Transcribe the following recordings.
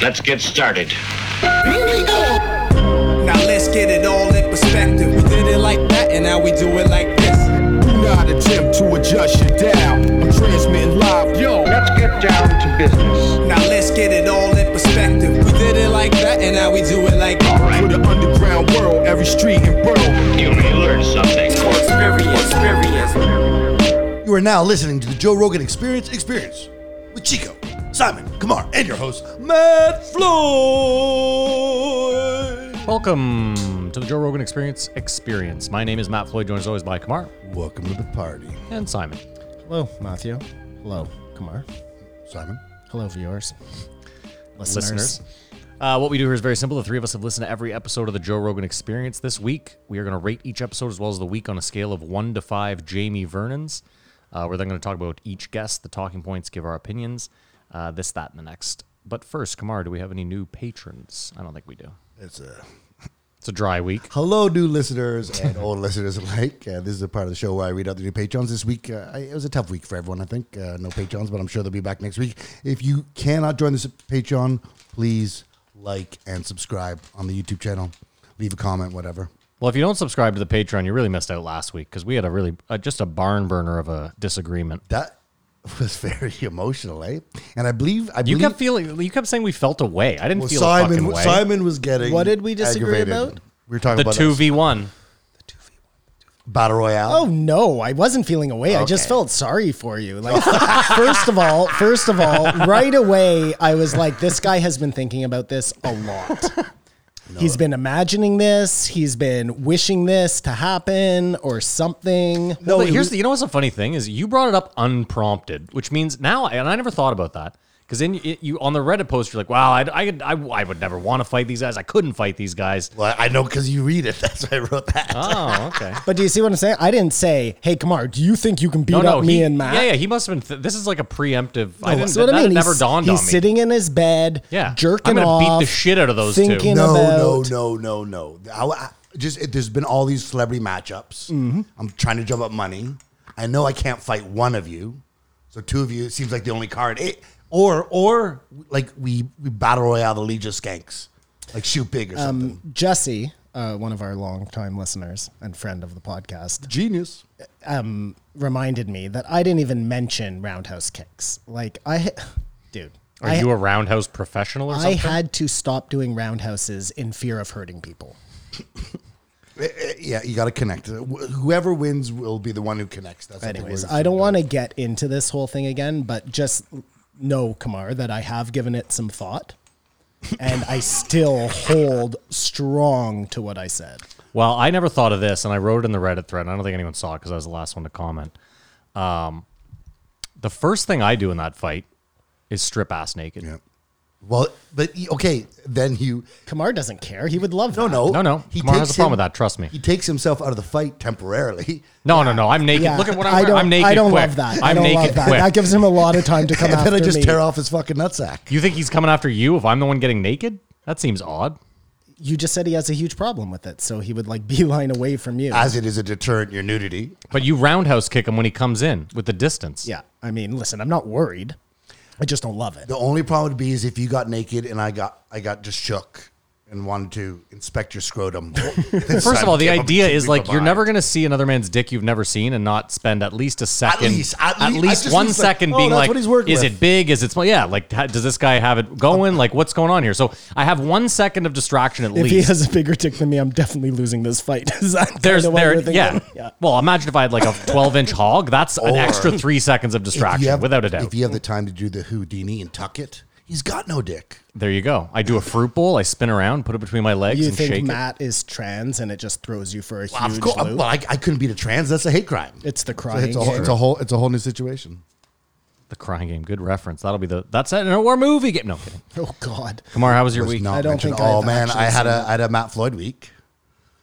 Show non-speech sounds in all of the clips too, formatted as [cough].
Let's get started. Now let's get it all in perspective. We did it like that, and now we do it like this. Do not attempt to adjust your dial. I'm transmitting live. Yo, Let's get down to business. Now let's get it all in perspective. We did it like that, and now we do it like All for right, the underground world, every street and borough. you may learn something. You are now listening to the Joe Rogan Experience Experience with Chico, Simon, Kamar, and your host, Matt Floyd. Welcome to the Joe Rogan Experience Experience. My name is Matt Floyd, joined as always by Kamar Welcome to the party. and Simon. Hello, Matthew. Hello, Kamar. Simon, Hello, viewers. Listeners. Uh, what we do here is very simple. The three of us have listened to every episode of the Joe Rogan Experience this week. We are going to rate each episode as well as the week on a scale of one to five Jamie Vernon's. Uh, we're then going to talk about each guest, the talking points, give our opinions, uh, this, that, and the next. But first, Kamar, do we have any new patrons? I don't think we do. it's a It's a dry week. hello, new listeners and [laughs] old listeners alike. Uh, this is a part of the show where I read out the new patrons this week. Uh, I, it was a tough week for everyone, I think. Uh, no patrons, but I'm sure they'll be back next week. If you cannot join this Patreon, please like and subscribe on the YouTube channel. Leave a comment, whatever. Well, if you don't subscribe to the Patreon, you really missed out last week because we had a really uh, just a barn burner of a disagreement. That [laughs] was very emotional, eh? And I believe I You believe kept feeling. You kept saying we felt away. I didn't well, feel a Simon fucking way. Simon was getting What did we disagree aggravated. about? We were talking the about two two v one. battle royale. Oh no, I wasn't feeling away. I just Okay. felt sorry for you. Like [laughs] first of all, first of all, right away I was like this guy has been thinking about this [laughs] a lot. He's been imagining this, he's been wishing this to happen or something. No, but here's the. You know what's a funny thing is you brought it up unprompted, which means now, and I never thought about that because then you, you on the Reddit post you're like, wow, I'd, I, could- I I would never want to fight these guys. I couldn't fight these guys. Well, I know because you read it. [laughs] That's why I wrote that. Oh, okay. But do [laughs] you see what I'm saying? I didn't say, "Hey Kamar, do you think you can beat No, no, up me he- and Matt?" Yeah, yeah. He must have been. Th- this is like a preemptive. I didn't, No, that's what that I mean. never he's, dawned he's on me. sitting in his bed, Yeah. jerking I'm gonna beat the off, shit out of those two. thinking no, about, no, no, no, no, I, I- just it, there's been all these celebrity matchups. Mm-hmm. I'm trying to drum up money. I know I can't fight one of you, so two of you seems like the only card. It, or or like we we battle royale the Legion of Skanks, like shoot Um, big or something. Jesse, uh, one of our longtime listeners and friend of the podcast, Genius. reminded me that I didn't even mention roundhouse kicks. Like I, [laughs] dude, Are I, you a roundhouse professional or I something? had to stop doing roundhouses in fear of hurting people. Yeah, you got to connect. Wh- Whoever wins will be the one who connects. That's what the Anyways, words I don't are. want to get into this whole thing again, but just know, Kamar, that I have given it some thought. and [laughs] I still hold strong to what I said. Well, I never thought of this, and I wrote it in the Reddit thread. and I don't think anyone saw it because I was the last one to comment. Um, the first thing I do in that fight is strip ass naked. Yeah. Well, but y- okay, then you Kamar doesn't care. He would love no that. no No, no. Kamar has takes a problem him- with that, trust me. He takes himself out of the fight temporarily. No, no, no. I'm naked. Yeah, Look at what I'm, I wearing. don't- I'm naked. I don't quick. love that. I'm I don't naked love that. quick. That gives him a lot [laughs] of time to come And after then I just me. tear off his fucking nutsack. you think he's coming after you if I'm the one getting naked? That seems odd. You just said he has a huge problem with it, so he would like [laughs] beeline away from you. As it is a deterrent, your nudity. But you roundhouse kick him when he comes in with the distance. yeah, I mean, listen, I'm not worried. I just don't love it. The only problem would be is if you got naked and I got I got just shook and wanted to inspect your [laughs] scrotum. First of all, the idea is like you're never going to see another man's dick you've never seen and not spend at least a second, least- at le- I least just one was like, second oh, being that's like, what he's working is with." it big? Is it small? Yeah, like how, does this guy have it going? Like what's going on here? So I have one second of distraction at If he least. has a bigger dick than me, I'm definitely losing this fight. [laughs] Is that kind There's of what there, you're thinking? yeah. Well, imagine if I had like a 12 inch hog. That's an Or- extra three seconds of If distraction, you have- without a doubt. If you have the time to do the Houdini and tuck it, he's got no dick. there you go. I do a fruit bowl. I spin around, put it between my legs, You and think shake it. Matt is trans and it just throws you for a Well, huge of course, loop? well, I, I couldn't be the trans. That's a hate crime. It's the So crying. it's, a, whole- game. it's a whole it's a whole new situation. The crying game. Good reference. That'll be the. That's it. Or movie game. No kidding. oh God, Kamar, how was your was week? not I don't mentioned. think Oh I've man, actually I had seen a it. I had a Matt Floyd week.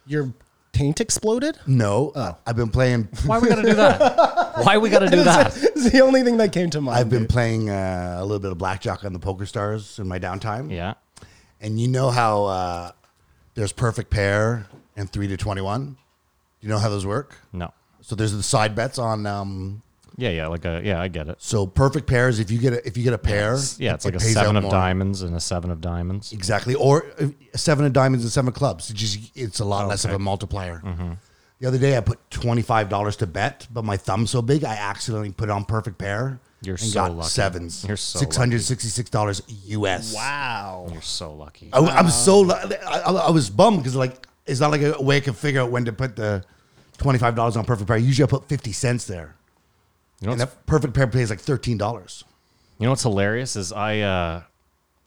your taint exploded. No, Oh. uh, I've been playing. [laughs] Why we got to do that? Why we got to do that? [laughs] it's the only thing that came to mind. I've been dude. playing uh, a little bit of blackjack on the Poker Stars in my downtime. Yeah. and you know how uh, there's perfect pair and three to twenty one. You know how those work. No. So there's the side bets on um, Yeah, yeah, like a yeah, I get it. So perfect pairs. If you get a, if you get a pair, Yeah, it's it like a pays seven out of more. diamonds and a seven of diamonds. Exactly, or uh, seven of diamonds and seven of clubs. It just it's a lot less of a multiplier. Mm-hmm. The other day, I put twenty five dollars to bet, but my thumb's so big, I accidentally put it on perfect pair. You're and so got lucky. Sevens. You're so lucky. six hundred sixty six dollars US. Wow. You're so lucky. I, am so lu- I, I, I was bummed because like it's not like a way I could figure out when to put the twenty five dollars on perfect pair. Usually, I put fifty cents there, You know, and what's, that perfect pair pays like thirteen dollars. you know what's hilarious is I uh,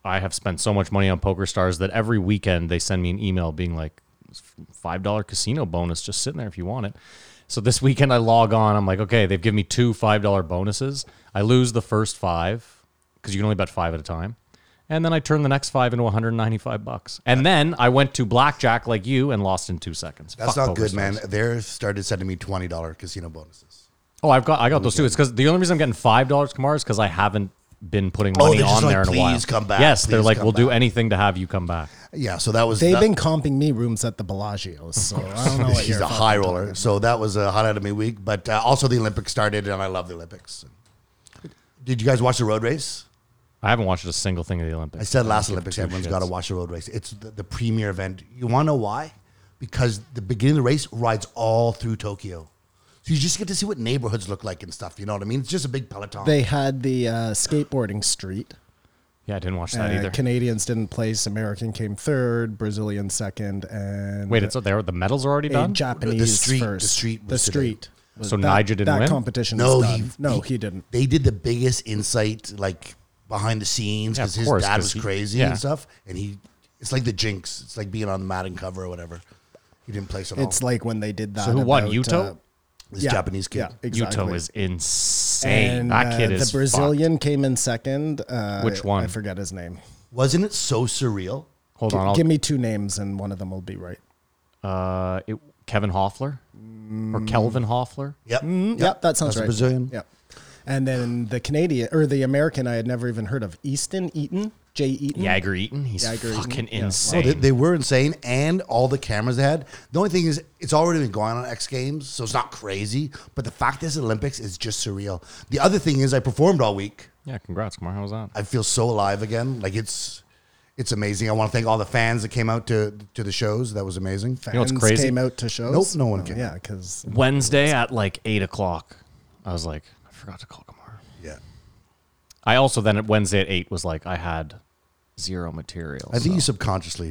I have spent so much money on Poker Stars that every weekend they send me an email being like five dollar casino bonus just sitting there if you want it. So this weekend I log on. I'm like, okay, they've given me two five dollar bonuses. I lose the first five because you can only bet five at a time. And then I turn the next five into 195 bucks. And then I went to blackjack like you and lost in two seconds. That's Fuck not Poker good, Stars. man. They started sending me twenty dollar casino bonuses. Oh, I've got I got those too. It's because the only reason I'm getting five dollars Kamara is because I haven't been putting Oh, money they're just on like, there in a while. "Please come back, Yes, they're please like, come we'll do back." anything to have you come back. Yeah, so that was They've that- been comping me rooms at the Bellagio, so [laughs] I don't know Oh, what She's you're a high roller. So that was a hot out of me week. But uh, also the Olympics started, and I love the Olympics. Did you guys watch the road race? I haven't watched a single thing of the Olympics. I said last give Olympics, two everyone's shits. got to watch the road race. It's the, the premier event. You want to know why? Because the beginning of the race rides all through Tokyo. So you just get to see what neighborhoods look like and stuff. You know what I mean? It's just a big peloton. They had the uh, skateboarding street. Yeah, I didn't watch that Uh, either. Canadians didn't place. American came third. Brazilian second. And Wait, it's there. The medals are already a done. Japanese The street- the first. street The was today. street. was- So that- Niger didn't that win? competition. no, was he, done. no, he didn't. They did the biggest insight, like behind the scenes, Yeah, because of his course, dad 'cause was he- crazy yeah. and stuff. And he, it's like the jinx. It's like being on the Madden cover or whatever. He didn't place at all. It's like when they did that. who won, about, Yuto? uh, this yeah, Japanese kid. Yeah, exactly. Utah is insane. And, that uh, kid is The Brazilian came in second. Uh, Which I- one? I forget his name. Wasn't it so surreal? fucked. Hold Gi- on, I'll, give me two names and one of them will be right. uh, it, Kevin Hoffler or Mm. Kelvin Hoffler. Yep. Mm-hmm. Yep, that That's sounds a right. Brazilian. Yep. And then the Canadian or the American I had never even heard of. Easton Eaton, Jay Eaton. Jagger Eaton. He's Jagger Eaton, fucking yeah. Oh, they- Oh, insane. they, they were insane, and all the cameras they had. The only thing is, it's already been going on X Games, so it's not crazy. But the fact is, Olympics is just surreal. The other thing is, I performed all week. yeah, congrats, Kamara. How was that? I feel so alive again. Like it's, it's amazing. I want to thank all the fans that came out to to the shows. That was amazing. know what's Fans crazy? Came out to shows. Oh, Nope, no one came. Yeah, because Wednesday at like eight o'clock. I was like, I forgot to call Kamara. Yeah, I also then at Wednesday at eight was like I had zero material. I think so- you subconsciously.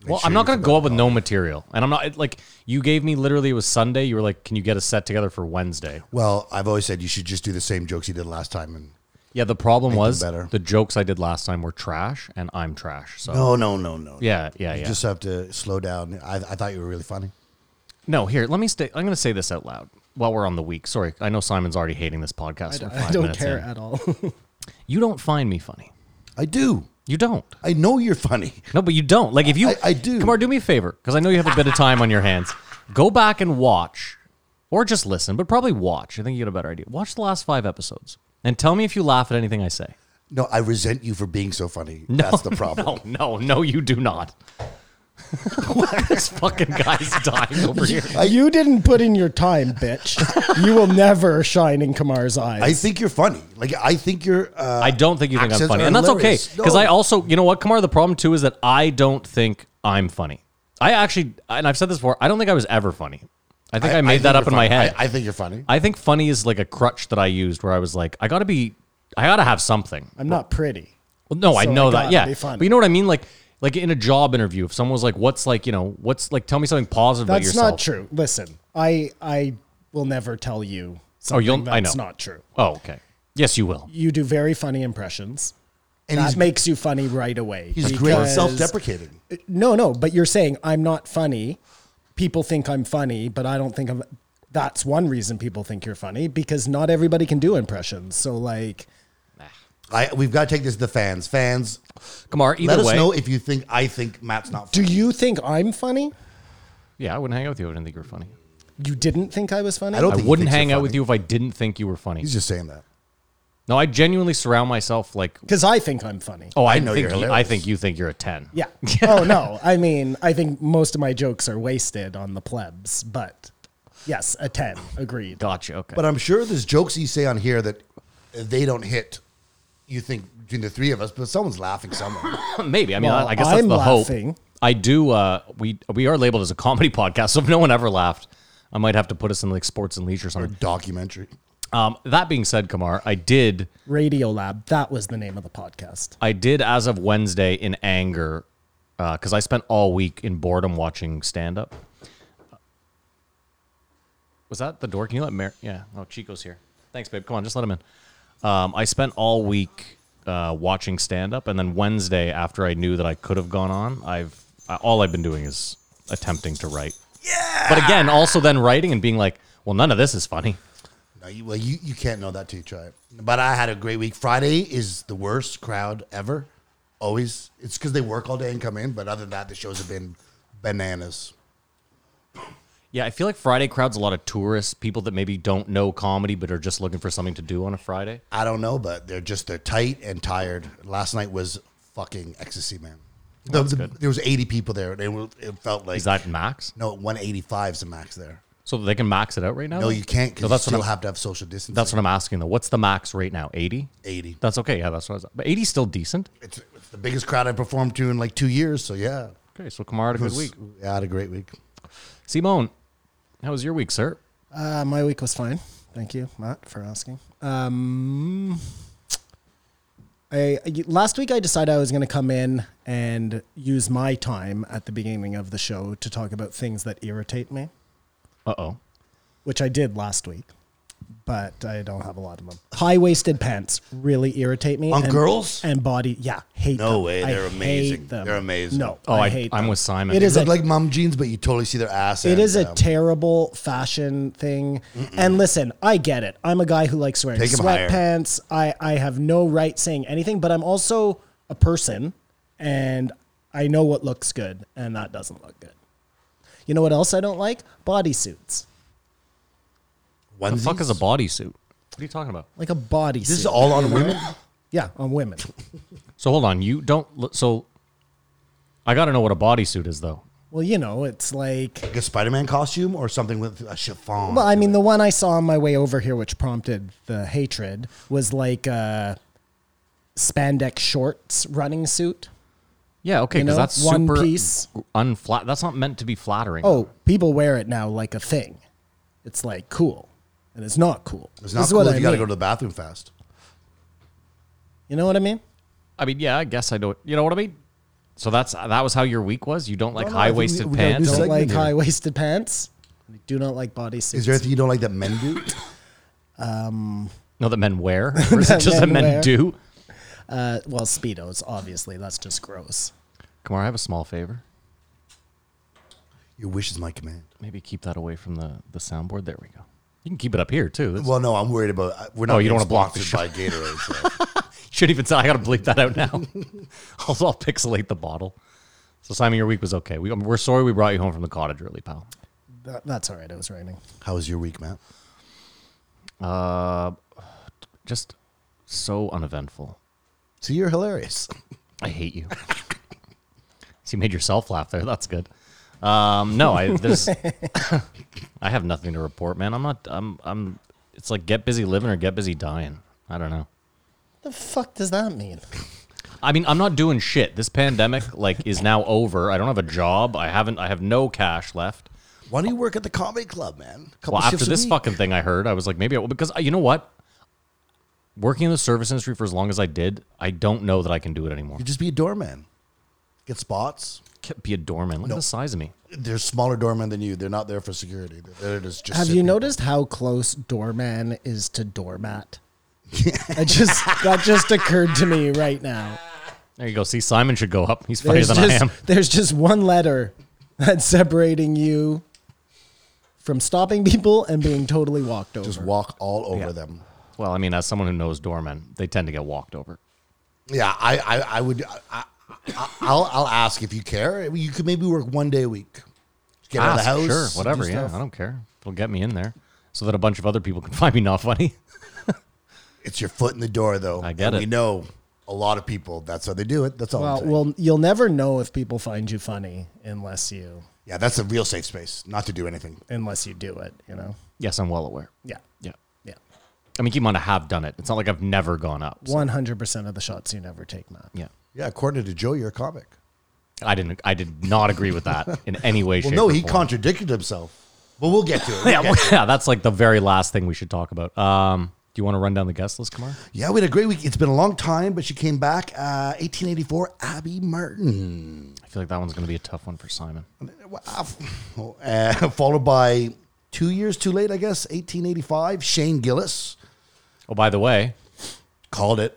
made well, sure I'm you not gonna forgot go up with about no material, and I'm not it- like you gave me literally it was Sunday. You were like, "Can you get a set together for Wednesday?" it. Well, I've always said you should just do the same jokes you did last time. And Yeah, the problem Make them was better. the jokes I did last time were trash, and I'm trash. So no, no, no, no. yeah, yeah, You yeah. just have to slow down. I, I thought you were really funny. no, here, let me stay. I'm gonna say this out loud while we're on the week. Sorry, I know Simon's already hating this podcast. for five [laughs] I don't minutes care in. [laughs] at all. You don't find me funny. I do. You don't. I know you're funny. No, but you don't. Like if you, I- I do. Kamar, do me a favor because I know you have a bit of time on your hands. Go back and watch, or just listen, but probably watch. I think you get a better idea. Watch the last five episodes and tell me if you laugh at anything I say. No, I resent you for being so funny. That's the problem. [laughs] No, no, no, you do not. [laughs] this fucking guy's dying over here. Uh, you didn't put in your time, [laughs] bitch. you will never shine in Kamar's eyes. I think you're funny. Like I think you're. Uh, I don't think you think I'm Accents funny, are and that's okay hilarious. because No. I also, you know what, Kamar, the problem too is that I don't think I'm funny. I actually, and I've said this before, I don't think I was ever funny. I think I, made that think up you're in my funny. head. I, I think you're funny. I think funny is like a crutch that I used where I was like, I gotta be, I gotta have something. I'm not pretty. Well, no, I So know I that, gotta yeah. be funny. But you know what I mean? Like, like in a job interview, if someone was like, "What's like, you know, what's like, tell me something positive about That's yourself." not true. Listen, I I will never tell you Oh, something you'll- I that's know. not true. Oh, okay. Yes, you will. You do very funny impressions. and that he's, makes you funny right away. he's great at because- self-deprecating. No, no, but you're saying I'm not funny. People think I'm funny, but I don't think I'm. That's one reason people think you're funny because not everybody can do impressions. So like, I, we've got to take this to the fans. Fans, Kamar, either let us way, know if you think I think Matt's not. do funny. you think I'm funny? yeah, I wouldn't hang out with you. if I didn't think you were funny. You didn't think I was funny? I don't I think he wouldn't thinks hang you're out with funny. you if I didn't think you were funny. He's just saying that. No, I genuinely surround myself like, because I think I'm funny. oh, I, know think you're you, I hilarious. think you think you're a ten. [laughs] [laughs] Yeah. Oh no, I mean, I think most of my jokes are wasted on the plebs, but Yes, a 10. Agreed. Gotcha. Okay. But I'm sure there's jokes you say on here that if they don't hit. You think between the three of us, but someone's laughing somewhere. [coughs] Maybe. I mean, Well, I, I guess that's I'm the laughing. hope. I do. Uh, we we are labeled as a comedy [laughs] podcast, so if no one ever laughed, I might have to put us in like sports and leisure or or something. [laughs] documentary. Um, that being said, Kamar, I did. Radio Lab. That was the name of the podcast. I did as of Wednesday in anger because I spent all week in boredom watching stand up. Was that the door? Can you let Mar? Yeah. Oh, Chico's here. Thanks, babe. Come on, just let him in. Um, I spent all week uh, watching stand up, and then Wednesday, after I knew that I could have gone on, I've I, all I've been doing is attempting to write. Yeah. But again, also then writing and being like, well, none of this is funny. No, you, well, you, you can't know that till you try it. But I had a great week. Friday is the worst crowd ever. Always. It's because they work all day and come in. But other than that, the shows have been bananas. Yeah, I feel like Friday crowds a lot of tourists, people that maybe don't know comedy but are just looking for something to do on a Friday. I don't know, but they're just, they're tight and tired. Last night was fucking ecstasy, man. The, the- there was 80 people there. They were, it felt like, Is that max? no, 185 is the max there. So they can max it out Oh, right now? No, you can't because No, that's you still what I'm- have to have social distancing. That's what I'm asking though. What's the max right now? 80? 80. That's okay. Yeah, that's what I was. But 80 still decent. It's, it's the biggest crowd I performed to in like two years. So yeah. Okay, so Kamara had a good week. Yeah, I had a great week. Simone, how was your week, sir? Uh, my week was fine. Thank you, Matt, for asking. Um, I I- last week I decided I was going to come in and use my time at the beginning of the show to talk about things that irritate me, Uh oh. which I did last week, but I don't have a lot of them. High waisted pants really irritate me. On girls? and body, yeah, hate. No them. way, I they're hate amazing. them. They're amazing. No, Oh, I, I- hate. I'm them. with Simon. It is They a look like mom jeans, but you totally see their ass. It and, is a um, terrible fashion thing. And listen, I get it. I'm a guy who likes wearing Take 'em higher. sweatpants. I, I have no right saying anything, but I'm also a person and I know what looks good and that doesn't look good. You know what else I don't like? Bodysuits. The fuck onesies? is a bodysuit? What are you talking about? Like a bodysuit. This is all on women. yeah, on women. [laughs] So hold on. You don't. l- So I got to know what a bodysuit is though. Well, you know, it's like Like a Spider-Man costume or something with a chiffon. Well, I mean, the one I saw on my way over here, which prompted the hatred, was like a spandex shorts running suit. Yeah, okay, You because know, that's one super piece. unflat. That's not meant to be flattering. Oh, people wear it now like a thing. It's like cool, and it's not cool. it's This not is cool what if I you got to go mean. to the bathroom fast. You know what I mean? I mean, yeah, I guess I don't. You know what I mean? So that's that was how your week was. You don't like No, no, I high think we- waisted we gotta do pants. Don't Segment like here. high waisted pants. I do not like bodysuits. Is there anything you don't like that men do? No, that [laughs] men wear. Or is it just that men men wear. do? uh, well, speedos, obviously. That's just gross. Kamar, I have a small favor. Your wish is my command. Maybe keep that away from the the soundboard. There we go. You can keep it up here too. That's- Well, no, I'm worried about. I- We're not. Oh, you don't being wanna block the sponsored by [laughs] Gatorade. so. should even say I gotta bleep that out now. [laughs] I'll, I'll pixelate the bottle. So Simon, your week was okay. We, we're sorry we brought you home from the cottage early, pal. That, that's all right. It was raining. How was your week, Matt? Just so uneventful. See, you're hilarious. I hate you. so you made yourself laugh there. That's good. Um, no, I there's [laughs] I have nothing to report, man. I'm not. I'm. I'm. It's like get busy living or get busy dying. I don't know. The fuck does that [laughs] mean? I mean, I'm not doing shit. This pandemic like is now over. I don't have a job. I haven't. I have no cash left. Why don't you work at the comedy club, man? A couple Well, after shifts a this week. fucking thing, I heard I was like, maybe I will because uh, you know what? Working in the service industry for as long as I did, I don't know that I can do it anymore. you just be a doorman. Get spots. Can't be a doorman. Look at the size of me. There's smaller doormen than you. They're not there for security. They're there to just. Have sit you people. noticed how close doorman is [laughs] to doormat? I just that just occurred to me right now. There you go. See, Simon should go up. He's funnier There's than I just, am. [laughs] there's just one letter that's separating you from stopping people and being totally walked over. Just walk all over them. Well, I mean, as someone who knows doormen, they tend to get walked over. Yeah, I, I, I would. I, I, I'll, I'll ask if you care. You could maybe work one day a week. Just Get out of Ask, the house. sure, do whatever. Yeah, stuff. I don't care. It'll get me in there, so that a bunch of other people can [laughs] find me not funny. It's your foot in the door, though. I get and it. We know a lot of people. That's how they do it. That's all. well, I'm saying. well, you'll never know if people find you funny unless you Yeah, that's a real safe space not to do anything. unless you do it, you know? Yes, I'm well aware. Yeah. Yeah. Yeah. I mean, keep in mind, I have done it. It's not like I've never gone up. so- 100% of the shots you never take, Matt. [laughs] yeah. Yeah, according to Joe, you're a comic. I didn't. I did not agree with that in any way. Well, shape, no, or he form. contradicted himself. But we'll get [laughs] to it. [laughs] Yeah, well, yeah, that's like the very last thing we should talk about. Um, do you want to run down the guest list, Kamar? Yeah, we had a great week. It's been a long time, but she came back. Uh, 1884, Abby Martin. I feel like that one's going to be a tough one for Simon. Wow. [laughs] Uh, followed by two years too late, I guess, 1885, Shane Gillis. Oh, by the way, Called it.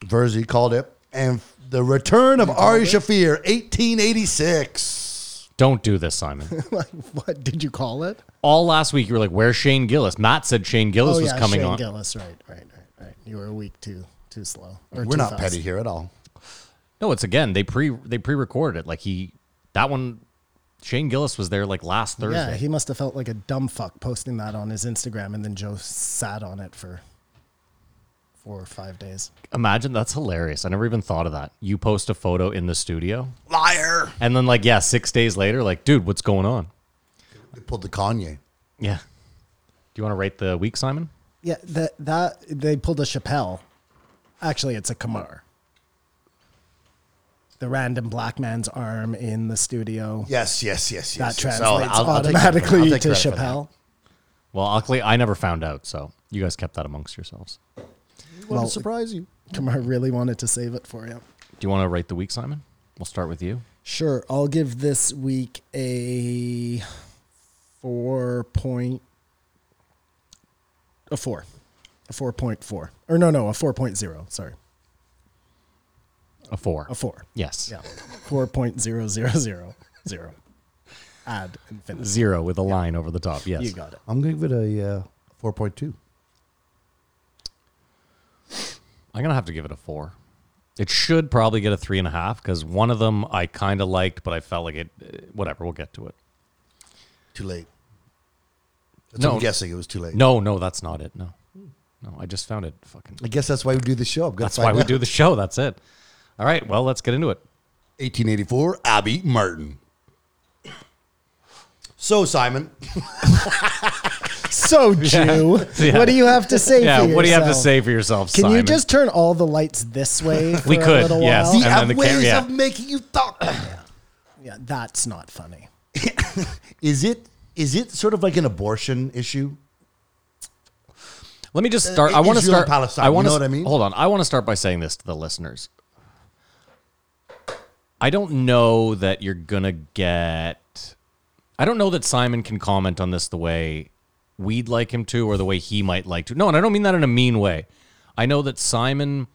Verzi called it. And the return of Ari Shafir, 1886. don't do this, Simon. [laughs] Like, what did you call it? All last week you were like, "Where's Shane Gillis?" Matt said Oh, Shane Gillis was coming Oh, Shane on. Gillis, right, right, right, right. You were a week too too slow. or We're too not fast. petty here at all. No, it's again they pre they pre recorded it. Like he that one, Shane Gillis was there like last Thursday. Yeah, he must have felt like a dumb fuck posting that on his Instagram, and then Joe sat on it for four or five days. Imagine that's hilarious. I never even thought of that. You post a photo in the studio, liar, and then like yeah, six days later, like dude, what's going on? They pulled the Kanye. Yeah. Do you want to rate the week, Simon? Yeah, that that they pulled a Chappelle. Actually, it's a Kamar. The random black man's arm in the studio. Yes, yes, yes, yes. that yes. translates Oh, I'll- I'll take credit for that. I'll automatically take to credit for that. Chappelle. Well, luckily, I never found out, so you guys kept that amongst yourselves. Well, surprise you. Kamar really wanted to save it for you. Do you want to rate the week, Simon? We'll start with you. Sure, I'll give this week a four point a four. A four point four. Or no no, a four point zero, sorry. A four. A four. Yes. Yeah. Four point zero zero zero zero. Add infinity. Zero with a line over the top. Yes. You got it. I'm going to give it a uh, 4.2. I'm gonna have to give it a four. It should probably get a three and a half because one of them I kind of liked, but I felt like it. eh, Whatever. We'll get to it. Too late. That's No. what I'm guessing it was too late. No, no, that's not it. No, no. I just found it fucking. I guess that's why we do the show. I'm gonna That's why find we out. do the show. That's it. All right. Well, let's get into it. 1884, Abby Martin. So, Simon, So Jew. [laughs] Yeah. What do you have to say Yeah. for What do you have to yourself? say for yourself, Can Simon? you just turn all the lights this way? For We a could, little yes. While? the And then the ways cam- yeah. of making you talk. Yeah, that's not funny. is it is it sort of like an abortion issue? Let me just start. Uh, I want to Israel start. and Palestine, I you want know to what I mean? Hold on. I want to start by saying this to the listeners. I don't know that you're gonna get. I don't know that Simon can comment on this the way we'd like him to, or the way he might like to. No, and I don't mean that in a mean way. I know that Simon.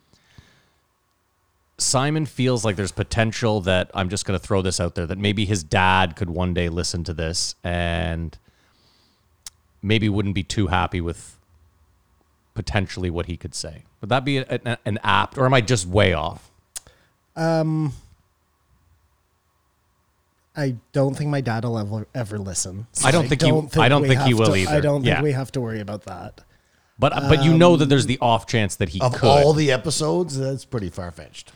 Simon feels like there's potential that I'm just going to throw this out there that maybe his dad could one day listen to this and maybe wouldn't be too happy with potentially what he could say. Would that be a- an, an apt, or am I just way off? I don't think my dad will ever, ever listen. So I don't think he- I don't we think he have will to- either. I don't Yeah. think we have to worry about that. But but you know that there's the off chance that he Of could. all the episodes, that's pretty far fetched.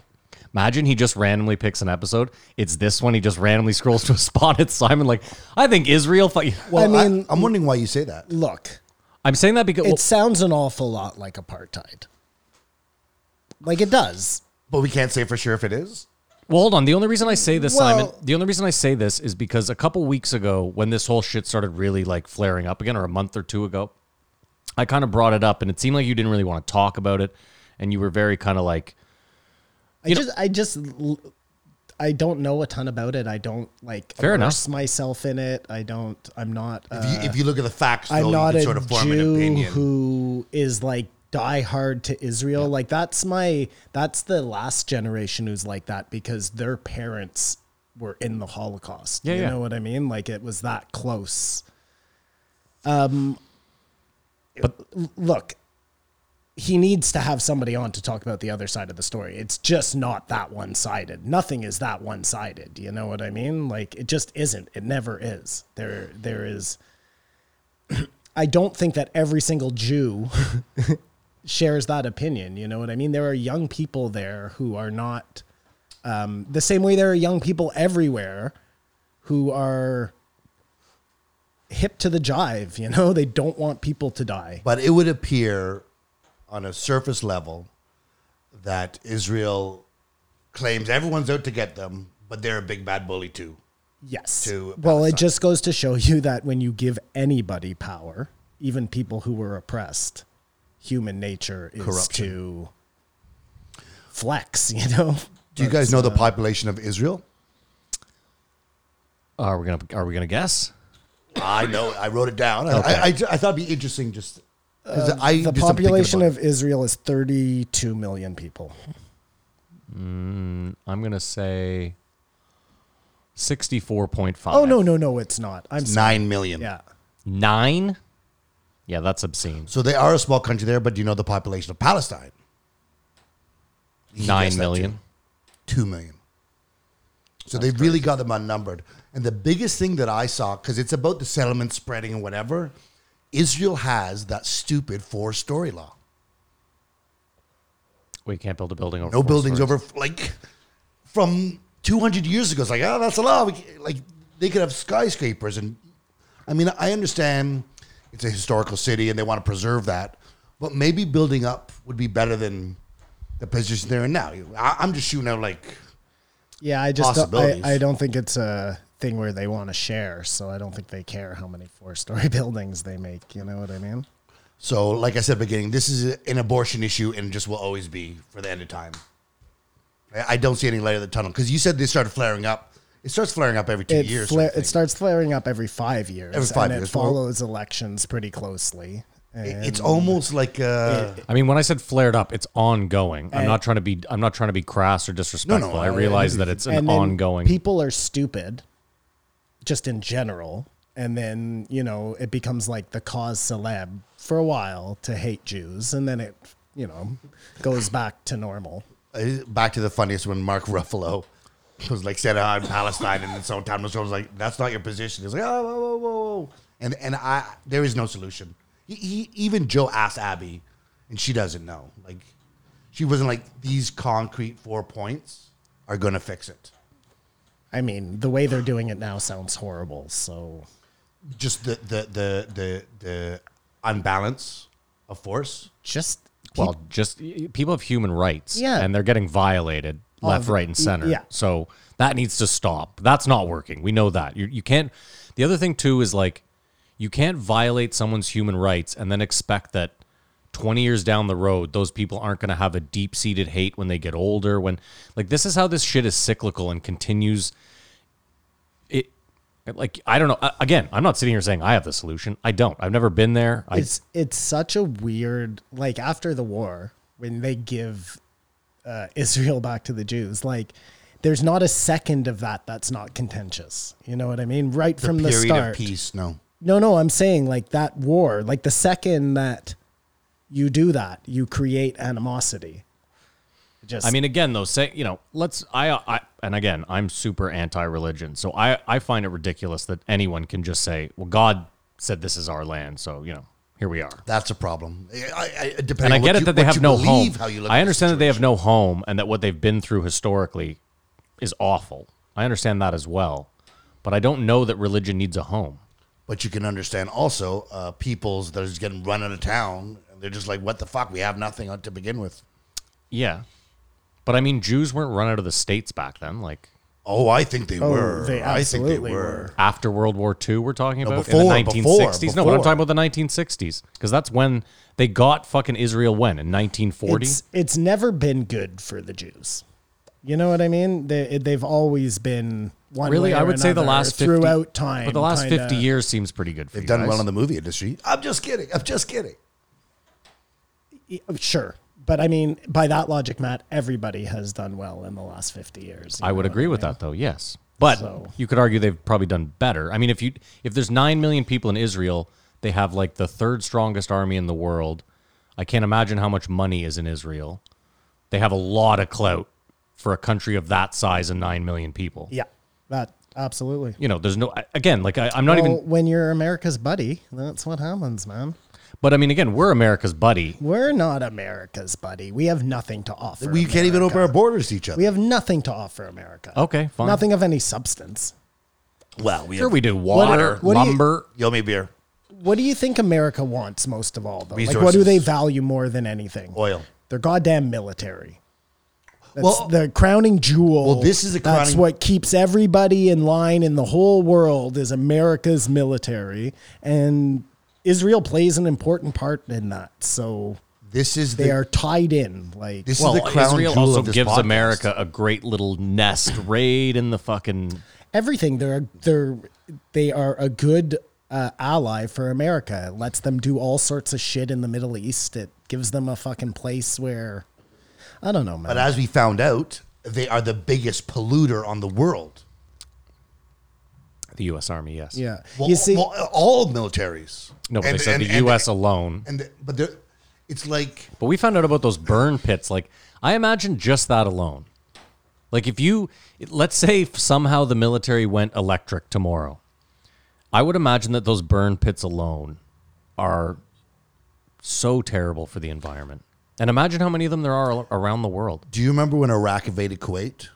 Imagine he just randomly picks an episode. It's this one. He just randomly scrolls to a [laughs] spot. It's Simon. Like I think Israel. Fi-. I Well, I mean, am wondering why you say that. Look, I'm saying that because it sounds an awful lot like apartheid. Like it does. But we can't say for sure if it is. Well, hold on. The only reason I say this, Well- Simon, the only reason I say this is because a couple weeks ago, when this whole shit started really like flaring up again, or a month or two ago, I kind of brought it up, and it seemed like you didn't really want to talk about it, and you were very kind of like, I You know- just, I just, l- I don't know a ton about it. I don't like Fair enough. immerse myself in it. I don't. I'm not. Uh, If you, if you look at the facts, though, I'm not you can a sort of form an Jew opinion. who is like diehard to Israel. Like that's my that's the last generation who's like that because their parents were in the Holocaust. Yeah, you yeah. know what I mean? Like it was that close. Um but look, he needs to have somebody on to talk about the other side of the story. It's just not that one sided. Nothing is that one sided. You know what I mean? Like it just isn't. It never is. There there is I don't think that every single Jew [laughs] shares that opinion. You know what I mean? There are young people there who are not um, the same way there are young people everywhere who are hip to the jive, you know? [laughs] They don't want people to die. But it would appear on a surface level that Israel claims everyone's out to get them, but they're a big bad bully too. Yes. to well, it Palestine. just goes to show you that when you give anybody power, even people who were oppressed, human nature is Corruption. to flex, [laughs] you know? Do you guys know the population of Israel? "Oh, Are we gonna Are we gonna guess? I know. I wrote it down. I, Okay. I, I ju- I thought it'd be interesting just. 'cause I Uh, The just am thinking population about of Israel is 32 million people. I'm gonna say sixty-four point five. Oh, no, no, no, it's not. I'm it. sorry. nine million. Yeah. nine. Yeah, that's obscene. So they are a small country there, but do you know the population of Palestine? Nine guessed that million. Two million. So they really got them unnumbered. And the biggest thing that I saw, because it's about the settlement spreading and whatever, Israel has that stupid four story law. We can't build a building over. No four buildings stories. over like from 200 years ago. It's like, oh, that's a law. We c- Like they could have skyscrapers, and I mean, I understand it's a historical city and they want to preserve that, but maybe building up would be better than the position they're in now. I, I'm just shooting out like Yeah, I just don't, Possibilities. I, I don't think it's a thing where they want to share, so I don't think they care how many four-story [laughs] buildings they make, you know what I mean? so. Like I said at the beginning, this is an abortion issue and just will always be for the end of time. I- I don't see any light of the tunnel because you said they started flaring up. It starts flaring up every two it years. flare- sort of it thing. starts flaring up every five years. Every five and years. It follows elections pretty closely. It- And It's almost like uh, I mean, when I said flared up, it's ongoing. I'm not trying to be. I'm not trying to be crass or disrespectful. I I- realize that it's an and then ongoing. People are stupid, just in general. And then you know it becomes like the cause celeb for a while to hate Jews, and then it you know goes back to normal. Uh, back to the funniest when Mark Ruffalo was like said I'm Palestine and its own time was like that's not your position. He's like oh whoa whoa whoa, whoa. and and I there is no solution. He, he, even Joe asked Abby, and she doesn't know. Like she wasn't like these concrete four points are gonna fix it. I mean, the way they're doing it now sounds horrible. So Just the the the the, the unbalance of force. just well, just y- people have human rights, Yeah. Oh, and they're getting violated left, right, and center. yeah. So that needs to stop. That's not working. We know that. You you can't. The other thing too is like, you can't violate someone's human rights and then expect that. 20 years down the road those people aren't going to have a deep-seated hate when they get older when like this is how this shit is cyclical and continues it like i don't know A- again i'm not sitting here saying i have the solution i don't i've never been there i it's it's such a weird like after the war when they give uh, Israel back to the Jews like there's not a second of that that's not contentious you know what I mean right from the period start of peace. No. no no I'm saying like that war like the second that you do that you create animosity just I mean, again, though, say you know, let's. I, I, and again, I'm super anti-religion, so I, I find it ridiculous that anyone can just say, "Well, God said this is our land, so you know, here we are." That's a problem. I, I, depending And I on get what it you- that they what have you no home. believe, how you look at I the understand that they have situation. no home and that what they've been through historically is awful. I understand that as well, but I don't know that religion needs a home. But you can understand also uh, peoples that are just getting run out of town. And they're just like, what the fuck? We have nothing on- to begin with. Yeah, but I mean, Jews weren't run out of the states back then, like. Oh, I think they oh, were. they I think absolutely they were. after World War II, we're talking about before, in the 1960s. before, No, but I'm before. talking about the 1960s because that's when they got fucking Israel. When in 1940, it's it's never been good for the Jews. You know what I mean? They they've always been one really, way I or would say the another last 50, throughout time. but the last kinda- 50 years seems pretty good for They've you done guys. well in the movie industry. I'm just kidding. I'm just kidding. Sure, but I mean, by that logic, Matt, everybody has done well in the last 50 years. you I would know what agree with mean? that though. Yes, but So- you could argue they've probably done better. I mean, if you if there's nine million people in Israel, they have like the third strongest army in the world. I can't imagine how much money is in Israel. They have a lot of clout for a country of that size and nine million people. Yeah, that absolutely. you know, there's no I- again, like I, I'm not well, even. when you're America's buddy, that's what happens, man. But I mean, again, we're America's buddy. We're not America's buddy. We have nothing to offer. we can't even America. open our borders to each other. We have nothing to offer America. Okay, fine. Nothing of any substance. Well, we Sure, we do. What- Water, what do you- lumber. You owe me beer, What do you think America wants most of all, though? Like, what do Resources. they value more than anything? oil. Their goddamn military. That's Well- the crowning jewel. Well, this is the That's crowning- what keeps everybody in line in the whole world is America's military, and Israel plays an important part in that. So This is they the are tied in. Like this Well, is the crown Israel jewel also of this gives podcast. America a great little nest right in the fucking. everything, they're they're they are a good uh, ally for America. It lets them do all sorts of shit in the Middle East. It gives them a fucking place where I don't know, man. But as we found out, they are the biggest polluter on the world. The U.S. Army, yes. yeah, Well, you see, well, all militaries. No, but And- they said and- the and- U.S. alone. And the, but they're- it's like But we found out about those burn pits. Like, I imagine just that alone. Like, if you, let's say somehow the military went electric tomorrow, I would imagine that those burn pits alone are so terrible for the environment. And imagine how many of them there are al- around the world. Do you remember when Iraq invaded Kuwait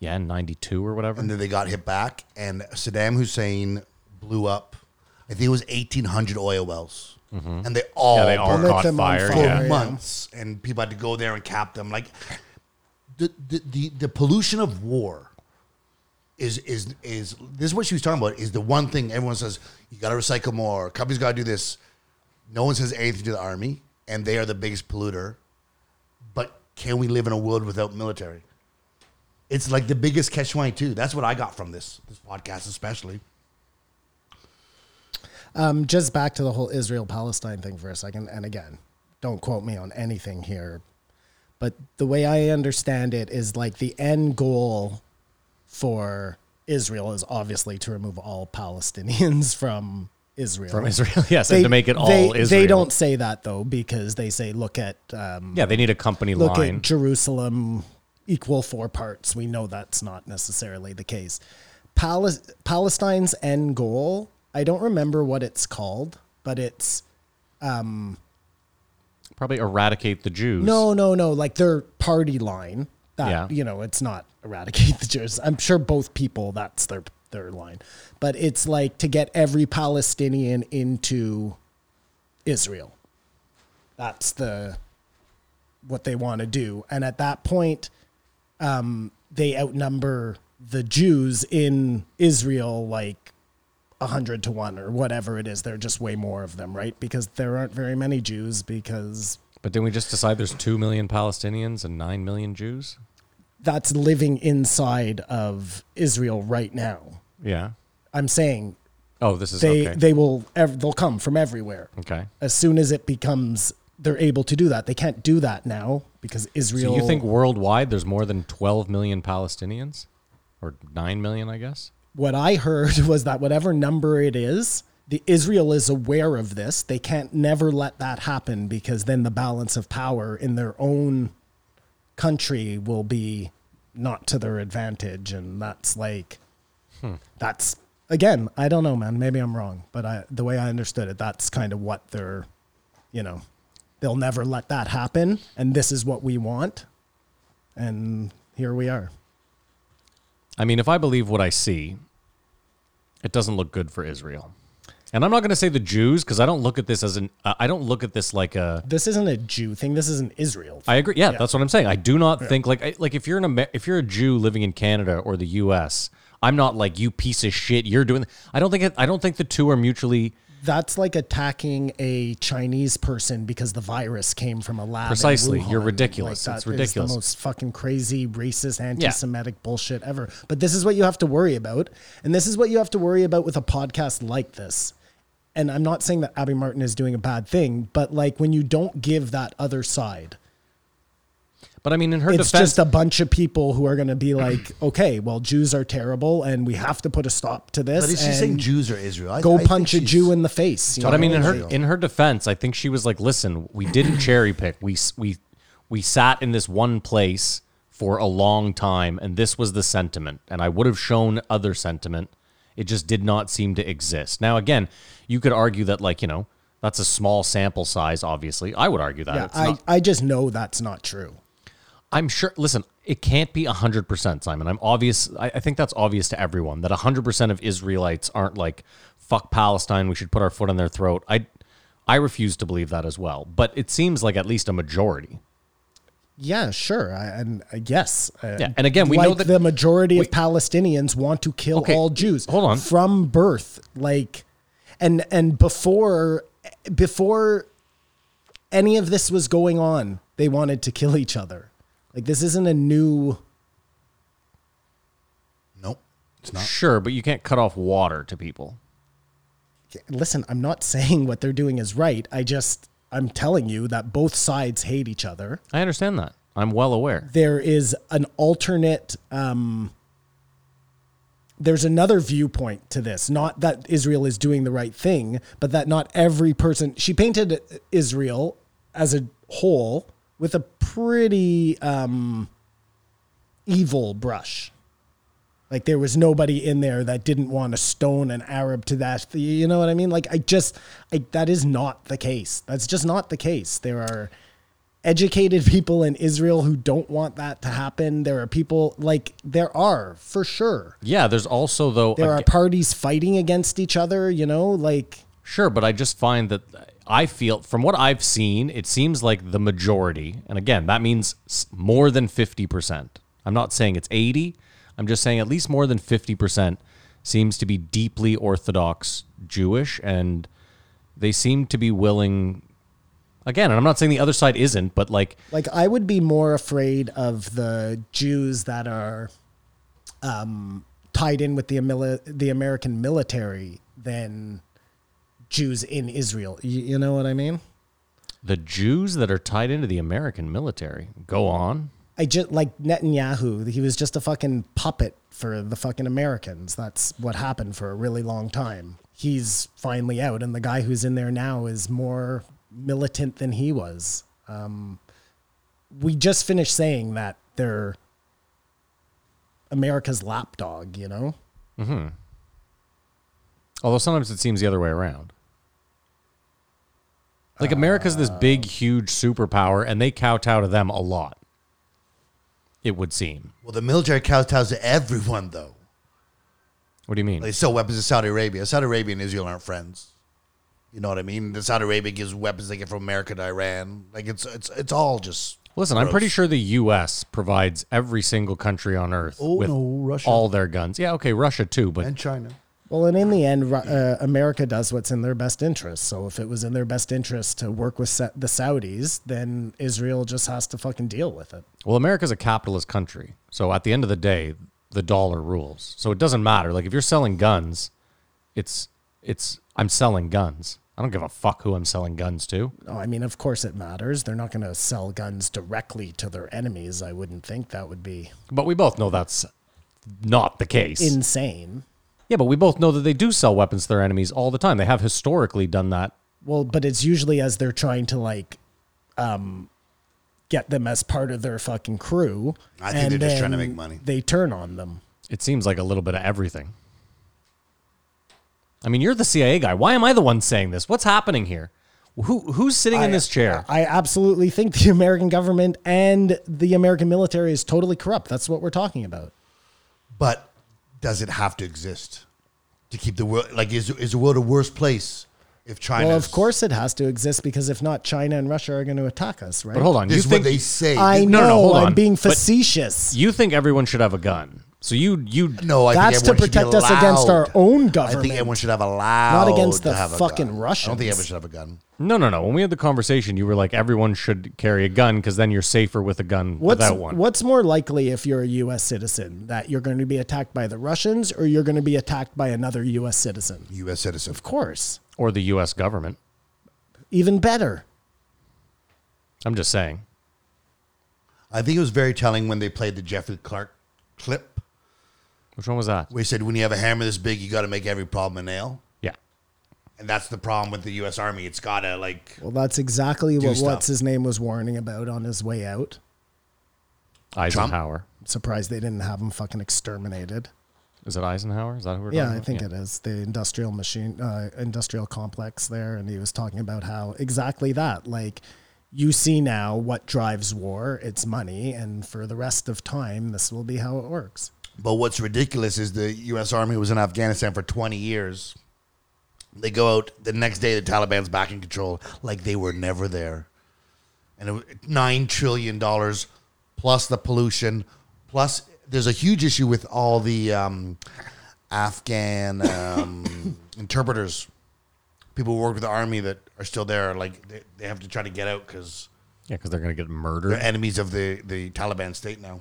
Yeah, in 92 or whatever. and then they got hit back and Saddam Hussein blew up? I think it was eighteen hundred oil wells, and they all Mm-hmm. yeah, they all burned lit caught them on fire. for fire. Yeah. yeah. months, and people had to go there and cap them. Like the the, the the pollution of war is is is this is what she was talking about. Is the one thing everyone says you got to recycle more. Companies got to do this. No one says anything to the army, and they are the biggest polluter. But can we live in a world without military? It's like the biggest catch twenty two. That's what I got from this this podcast, especially. um, just back to the whole Israel Palestine thing for a second. And again, don't quote me on anything here, but the way I understand it is like the end goal for Israel is obviously to remove all Palestinians [laughs] from Israel. From Israel. [laughs] Yes, and to make it all they, Israel. They don't say that though because they say look at um, Yeah, they need a company look line. at Jerusalem equal four parts. We know that's not necessarily the case. Palis- Palestine's end goal, I don't remember what it's called, but it's Probably eradicate the Jews. no, no, no, like their party line. That Yeah. you know, it's not eradicate the Jews. I'm sure both people that's their their line. But it's like to get every Palestinian into Israel. That's the what they want to do. And at that point, um, they outnumber the Jews in Israel like a hundred to one or whatever it is. There are just way more of them, right? Because there aren't very many Jews because But then we just decide there's 2 million Palestinians and 9 million Jews? that's living inside of Israel right now. Yeah. I'm saying Oh, this is they okay. they will ev- they'll come from everywhere. okay. As soon as it becomes they're able to do that. They can't do that now because Do Israel you think worldwide there's more than 12 million Palestinians or 9 million, I guess? what I heard [laughs] was that whatever number it is, the Israel is aware of this. They can't never let that happen because then the balance of power in their own country will be not to their advantage, and that's like that's again. I don't know, man. Maybe I'm wrong, but I the way I understood it, that's kind of what they're, you know, they'll never let that happen, and this is what we want, and here we are. I mean, if I believe what I see, it doesn't look good for Israel. And I'm not going to say the Jews because I don't look at this as an I I don't look at this like a This isn't a Jew thing. This is an Israel. Thing. I agree. Yeah, that's what I'm saying. I do not think like I, like if you're an Amer- if you're a Jew living in Canada or the U.S., I'm not like you piece of shit. You're doing. I don't think it, I don't think the two are mutually That's like attacking a Chinese person because the virus came from a lab. in Precisely. You're Wuhan. ridiculous. It's that is ridiculous. the most fucking crazy, racist, anti-Semitic bullshit ever. But this is what you have to worry about, and this is what you have to worry about with a podcast like this. And I'm not saying that Abby Martin is doing a bad thing, but like when you don't give that other side, But I mean, in her it's defense, just a bunch of people who are going to [clears throat] be like, okay, well, Jews are terrible, and we have to put a stop to this. But is she saying and Jews or Israel? I, Go I think punch a she's- Jew in the face. you But I mean, in her Israel. in her defense, I think she was like, "Listen, we didn't cherry pick. We s- we we sat in this one place for a long time, and this was the sentiment. And I would have shown other sentiment. It just did not seem to exist. Now, again, you could argue that, like you know, that's a small sample size. Obviously, I would argue that. Yeah, It's I, not- I just know that's not true. I'm sure. Listen, it can't be hundred percent, Simon. I'm obvious. I, I think that's obvious to everyone that hundred percent of Israelites aren't like fuck Palestine. We should put our foot on their throat. I, I refuse to believe that as well. But it seems like at least a majority. Yeah, sure. I, and uh, yes. Uh, Yeah, and again, we know like that- the majority Wait. of Palestinians want to kill Okay, all Jews. hold on. from birth, like, and and before before any of this was going on, they wanted to kill each other. Like this isn't a new. Nope. It's not. Sure, but you can't cut off water to people. Listen, I'm not [laughs] saying what they're doing is right. I just I'm telling you that both sides hate each other. I understand that. I'm well aware. there is an alternate um there's another viewpoint to this not that israel is doing the right thing but that not every person she painted israel as a whole with a pretty um evil brush like there was nobody in there that didn't want to stone an arab to that you know what i mean like i just I, that is not the case that's just not the case there are educated people in Israel who don't want that to happen. There are people like there are for sure. Yeah, there's also though There are ag- parties fighting against each other, you know, like Sure, but I just find that I feel from what I've seen, it seems like the majority, and again, that means s- more than 50%. I'm not saying it's 80, I'm just saying at least more than 50% seems to be deeply orthodox Jewish and they seem to be willing again, and I'm not saying the other side isn't, but like like I would be more afraid of the Jews that are um tied in with the Amili- the American military than Jews in Israel. You, you know what I mean? the Jews that are tied into the American military. Go on. I just like Netanyahu, he was just a fucking puppet for the fucking Americans. That's what happened for a really long time. He's finally out, and the guy who's in there now is more militant than he was. Um, we just finished saying that they're America's lapdog, you know? Although sometimes it seems the other way around. Like America's this big, Oh. huge superpower, and they kowtow to them a lot. It would seem. Well, the military kowtows to everyone, though. What do you mean? They sell weapons to Saudi Arabia. Saudi Arabia and Israel aren't friends. You know what I mean? The Saudi Arabia gives weapons they get from America to Iran. Like it's it's it's all just. Listen, I'm pretty gross. sure the U.S. provides every single country on Earth Oh, with no, Russia. all their guns. Yeah, okay, Russia too, but And China. Well, and in the end, Ru- uh, America does what's in their best interest. So if it was in their best interest to work with Sa- the Saudis, then Israel just has to fucking deal with it. well, America's a capitalist country, so at the end of the day, the dollar rules. So it doesn't matter. Like if you're selling guns, it's it's I'm selling guns. I don't give a fuck who I'm selling guns to. Oh, I mean, of course it matters. They're not going to sell guns directly to their enemies. I wouldn't think that would be But we both know that's not the case. insane. yeah, but we both know that they do sell weapons to their enemies all the time. They have historically done that. Well, but it's usually as they're trying to like um get them as part of their fucking crew. I think they're just trying to make money. They turn on them. It seems like a little bit of everything. I mean, you're the CIA guy. Why am I the one saying this? What's happening here? Who who's sitting in I- this chair? I absolutely think the [laughs] American government and the American military is totally corrupt. That's what we're talking about. But does it have to exist to keep the world? Like, is is the world a worse place if China? Well, of course it has to exist because if not, China and Russia are going to attack us, right? but hold on. This You is what think they say. I No, know. no, no, hold on. I'm being But- facetious. you think everyone should have a gun. So you you no, I That's to think everyone should be protect us against our allowed- own I government. think everyone should have allowed, against to the have a fucking gun. I don't Russians. think everyone should have a gun. No, no, no. When we had the conversation, you were like everyone should carry a gun cuz then you're safer with a gun What's, without one. what's more likely if you're a U.S. citizen that you're going to be attacked by the Russians or you're going to be attacked by another U.S. citizen? U.S. citizen. Of course, Or the US government. even better. I'm just saying. I think it was very telling when they played the Jeffrey Clark clip. Which one was that? where he said, when you have a hammer this big, you got to make every problem a nail. Yeah. And that's the problem with the U.S. Army. It's got to, like, Well, that's exactly Do what stuff. what's his name was warning about on his way out. Eisenhower. I'm surprised they didn't have him fucking exterminated. Is it Eisenhower? Is that who we're Yeah, talking I about? think it is the industrial machine, uh, industrial complex there, and he was talking about how exactly that, like you see now what drives war, it's money, and for the rest of time, this will be how it works. But what's ridiculous is the U.S. Army was in Afghanistan for 20 years. They go out the next day, the Taliban's back in control, like they were never there. And it wa- nine trillion dollars plus the pollution, plus there's a huge issue with all the um, Afghan um, interpreters, people who work with the army that are still there. Like they, they have to try to get out because Yeah, because they're gonna get they're murdered. enemies of the the Taliban state now.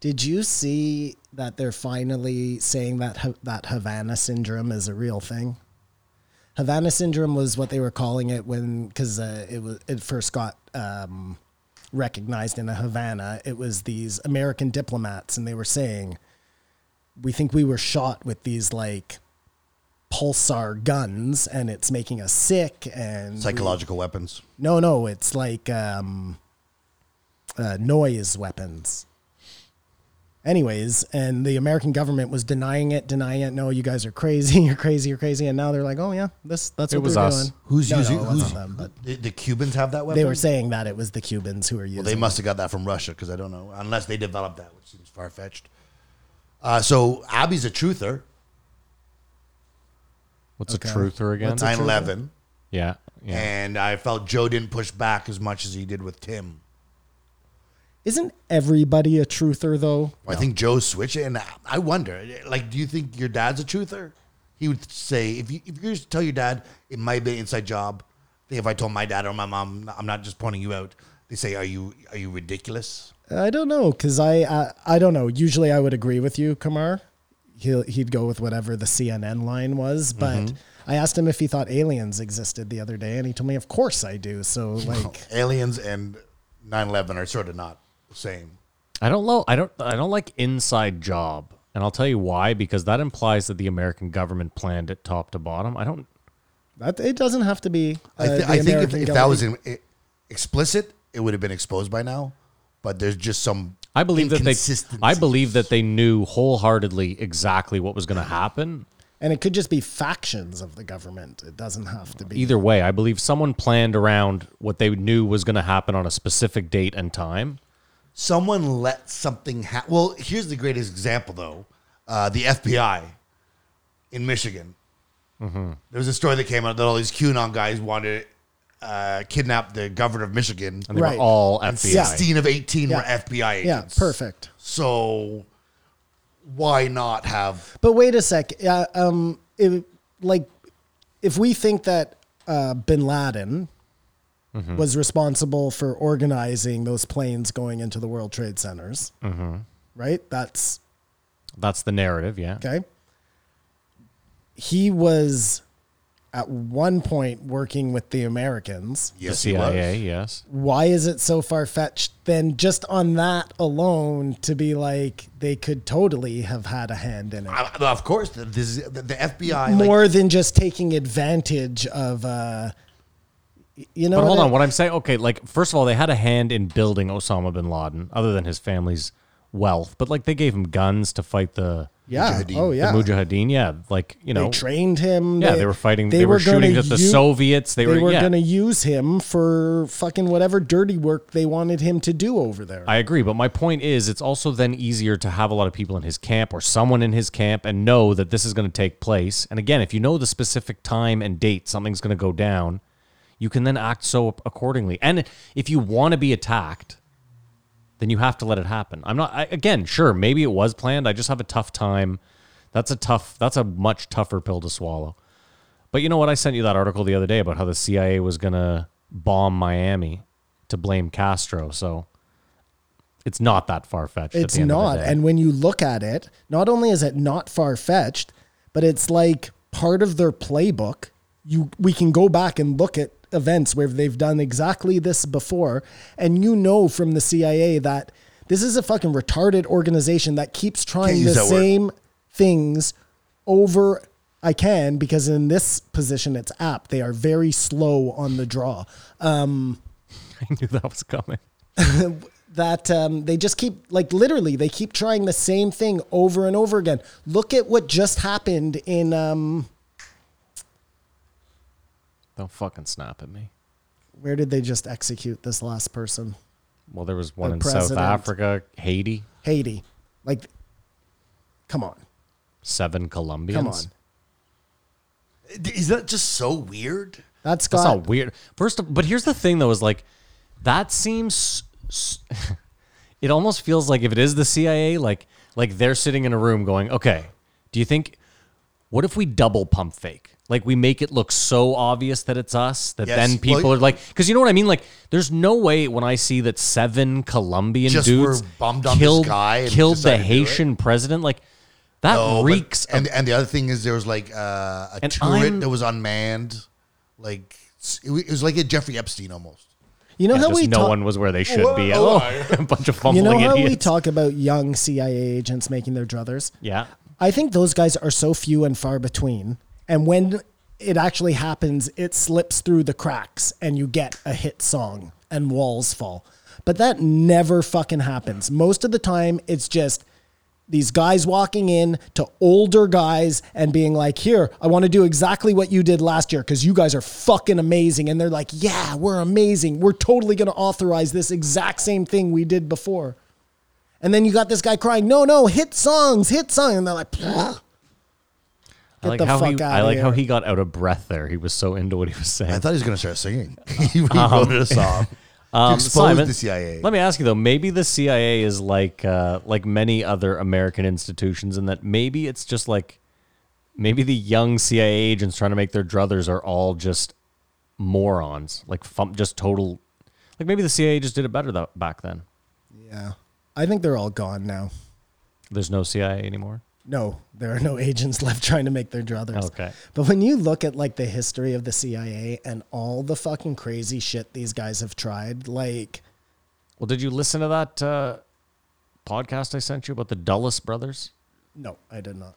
Did you see that they're finally saying that Ha- that Havana syndrome is a real thing? Havana syndrome was what they were calling it when because uh, it was it first got um, recognized in Havana. It was these American diplomats, and they were saying, "We think we were shot with these like." pulsar guns and it's making us sick and we- Psychological weapons. no, no, it's like um, uh, noise weapons. Anyways, and the American government was denying it, denying it. No, you guys are crazy. [laughs] You're crazy. You're crazy. And now they're like, oh yeah, this that's It what was they're us. doing. Who's No, no, using? it wasn't who's, them, but the, the Cubans have that weapon. they were saying that it was the Cubans who were using. Well, they must have got that from Russia because I don't know. Unless they developed that, which seems far fetched. Uh, so Abby's a truther. What's a truther again? 9 11. yeah, yeah. And I felt Joe didn't push back as much as he did with Tim. it. Isn't everybody a truther though? I think Joe switched it. And I- I wonder, like, do you think your dad's a truther? He would say, if you, if you just tell your dad, it might be an inside job. I think if I told my dad or my mom, I'm not just pointing you out, they say, are you, are you ridiculous? I don't know because I, I I don't know. Usually I would agree with you, Kamar. He'll he'd go with whatever the CNN line was, but Mm-hmm. I asked him if he thought aliens existed the other day, and he told me, "Of course I do." [laughs] So like, Aliens and 9 11 are sort of not the same. I don't know. I don't. I don't like inside job, and I'll tell you why. Because that implies that the American government planned it top to bottom. I don't. that, it doesn't have to be. I, th- uh, the I think if, American if that was government. in, i explicit, it would have been exposed by now. But there's just some. I believe that they. I inconsistencies. believe that they knew wholeheartedly exactly what was going to happen. and it could just be factions of the government. It doesn't have to be Either way, I believe someone planned around what they knew was going to happen on a specific date and time. someone let something happen. Well, here's the greatest example though: uh, the FBI in Michigan. Mm-hmm. There was a story that came out that all these QAnon guys wanted to uh, kidnap the governor of Michigan, And they Right. were all and FBI. 16 of 18 were Yeah. FBI Yeah, agents. perfect. So why not have? But wait a sec. Uh, um, if, like, if we think that uh, Bin Laden was responsible for organizing those planes going into the World Trade Centers, right? That's That's the narrative. Yeah. okay. He was at one point working with the Americans. Yes, he was. CIA. Yes. Why is it so far fetched then, just on that alone, to be like they could totally have had a hand in it? I- Of course, the- this is, the, the FBI like, more than just taking advantage of uh y- you know But hold I- on, what I'm saying, okay, like first of all, they had a hand in building Osama bin Laden, other than his family's wealth, but like they gave him guns to fight the yeah Mujahideen. oh yeah the Mujahideen. Yeah, like you know, they trained him yeah, they, were fighting. They, were, shooting gonna at the u- Soviets. They, they were, yeah. gonna use him for fucking whatever dirty work they wanted him to do over there I agree, but my point is, it's also then easier to have a lot of people in his camp or someone in his camp and know that this is going to take place. And again, if you know the specific time and date something's going to go down, you can then act so accordingly. And if you want to be attacked, then you have to let it happen. I'm not I, again sure. Maybe it was planned. I just have a tough time. That's a tough. That's a much tougher pill to swallow. But you know what? I sent you that article the other day about how the CIA was gonna bomb Miami to blame Castro. So it's not that far fetched. it's not and when you look at it not only is it not far-fetched but it's like part of their playbook you we can go back and look at events where they've done exactly this before and you know from the CIA that this is a fucking retarded organization that keeps trying use the that word. same things over I can because in this position it's apt they are very slow on the draw [laughs] I knew that was coming. that um, they just keep like literally they keep trying the same thing over and over again. Look at what just happened in um, Don't fucking snap at me. where did they just execute this last person? Well, there was one The in South president. Africa, Haiti, Haiti. Like, come on, seven Colombians. come on. Is that just so weird? That's That's got not weird. First, of, but here's the thing though: is like that seems. s- s- It almost feels like if it is the CIA, like like they're sitting in a room going, "Okay, do you think? What if we double pump fake? Like we make it look so obvious that it's us that Yes. then people Well, are like, because you know what I mean? Like, there's no way when I see that seven Colombian Just dudes were bummed on this killed guy and killed the decided to do it. Haitian president, like that No, but- reeks. of and and the other thing is there was like uh, a And turret I'm- that was unmanned, like s- it wa- it was like a Jeffrey Epstein almost. You know Yeah, how just we no talk- one was where they should be. Whoa, Oh, why? [laughs] a bunch of You fumbling know how we idiots. talk about young CIA agents making their druthers. yeah, I think those guys are so few and far between. And when it actually happens, it slips through the cracks and you get a hit song and walls fall. But that never fucking happens. Most of the time, it's just these guys walking in to older guys and being like, here, I want to do exactly what you did last year because you guys are fucking amazing. And they're like, yeah, we're amazing. We're totally going to authorize this exact same thing we did before. And then you got this guy crying, no, no, hit songs, hit songs. And they're like, "Pfft." I like the how fuck he. outta I like how here. he got out of breath there. He was so into what he was saying. I thought he was gonna start singing. [laughs] Um, he wrote a [laughs] song to expose Um, Simon, the CIA. Let me ask you though. Maybe the CIA is like uh, like many other American institutions, in that maybe it's just like maybe the young CIA agents trying to make their druthers are all just morons, like fum- just total. Like maybe the CIA just did it better though, back then. yeah, I think they're all gone now. There's no CIA anymore. No, there are no [laughs] agents left trying to make their druthers. Okay. But when you look at like the history of the CIA and all the fucking crazy shit these guys have tried, like Well, did you listen to that uh, podcast I sent you about the Dulles brothers? no, I did not.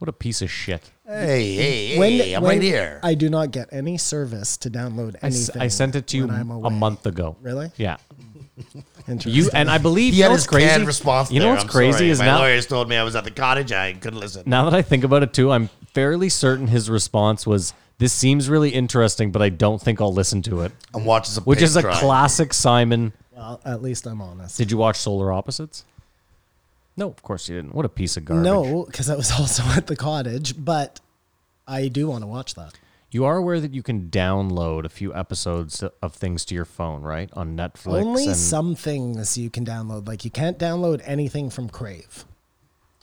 What a piece of shit. hey, hey, hey! I'm when- right here. I do not get any service to download I, s- anything. I sent it to you when I'm a away. month ago. Really? Yeah. [laughs] Interesting. You and I believe he you had know his what's crazy. canned response. you know there. what's I'm crazy sorry. is my now. lawyers told me I was at the cottage. I couldn't listen. Now that I think about it too, I'm fairly certain his response was, "This seems really interesting, but I don't think I'll listen to it," I'm watching some. which pig is a drive. classic Simon. well, at least I'm honest. Did you watch Solar Opposites? No, of course you didn't. What a piece of garbage. No, because I was [laughs] also at the cottage, but I do want to watch that. You are aware that you can download a few episodes of things to your phone, right? On Netflix. Only and- some things you can download. Like you can't download anything from Crave.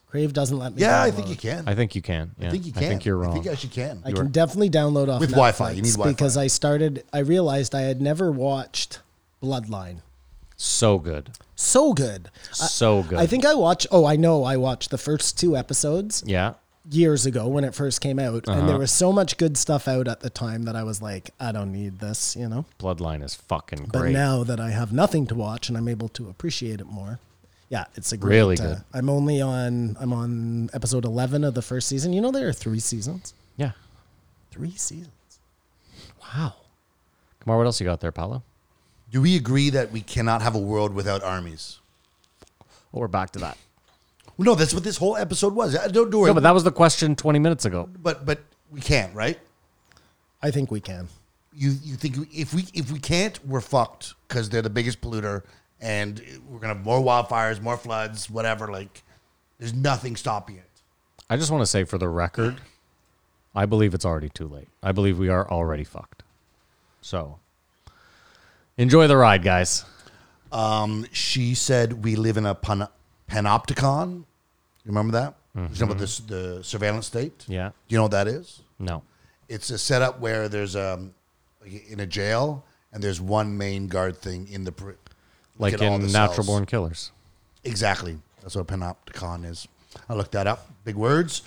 Crave doesn't let me. Yeah, I download. think you can. I think you can. Yeah. I think you can. I think you're I wrong. think I should can. I can definitely download off With Netflix Wi-Fi, you need Wi-Fi. because I started. I realized I had never watched Bloodline. so good. So good. So good. I think I watched. Oh, I know. I watched the first two episodes Yeah. years ago when it first came out, and Uh-huh. there was so much good stuff out at the time that I was like, I don't need this, you know. Bloodline is fucking But great. now that I have nothing to watch and I'm able to appreciate it more, yeah, it's a great, uh, Really good. I'm only on I'm on episode eleven of the first season. You know there are three seasons. yeah. Three seasons. Wow. Kamar, what else you got there, Paolo? Do we agree that we cannot have a world without armies? Oh, we're back [laughs] to that. Well, no, that's what this whole episode was. Uh, Don't, do worry. No, but that was the question 20 minutes ago. but but we can't, right? I think we can. you you think if we if we can't, we're fucked because they're the biggest polluter, and we're gonna have more wildfires, more floods, whatever. Like, there's nothing stopping it. I just want to say for the record, I believe it's already too late. I believe we are already fucked. So enjoy the ride, guys. Um, She said we live in a pan- panopticon. You remember that? You know about this the surveillance state. Mm-hmm. Yeah. Do you know what that is? No. It's a setup where there's um like in a jail and there's one main guard thing in the pr- Like look at all in the Natural cells. Born Killers. Exactly. That's what a panopticon is. I looked that up. Big words.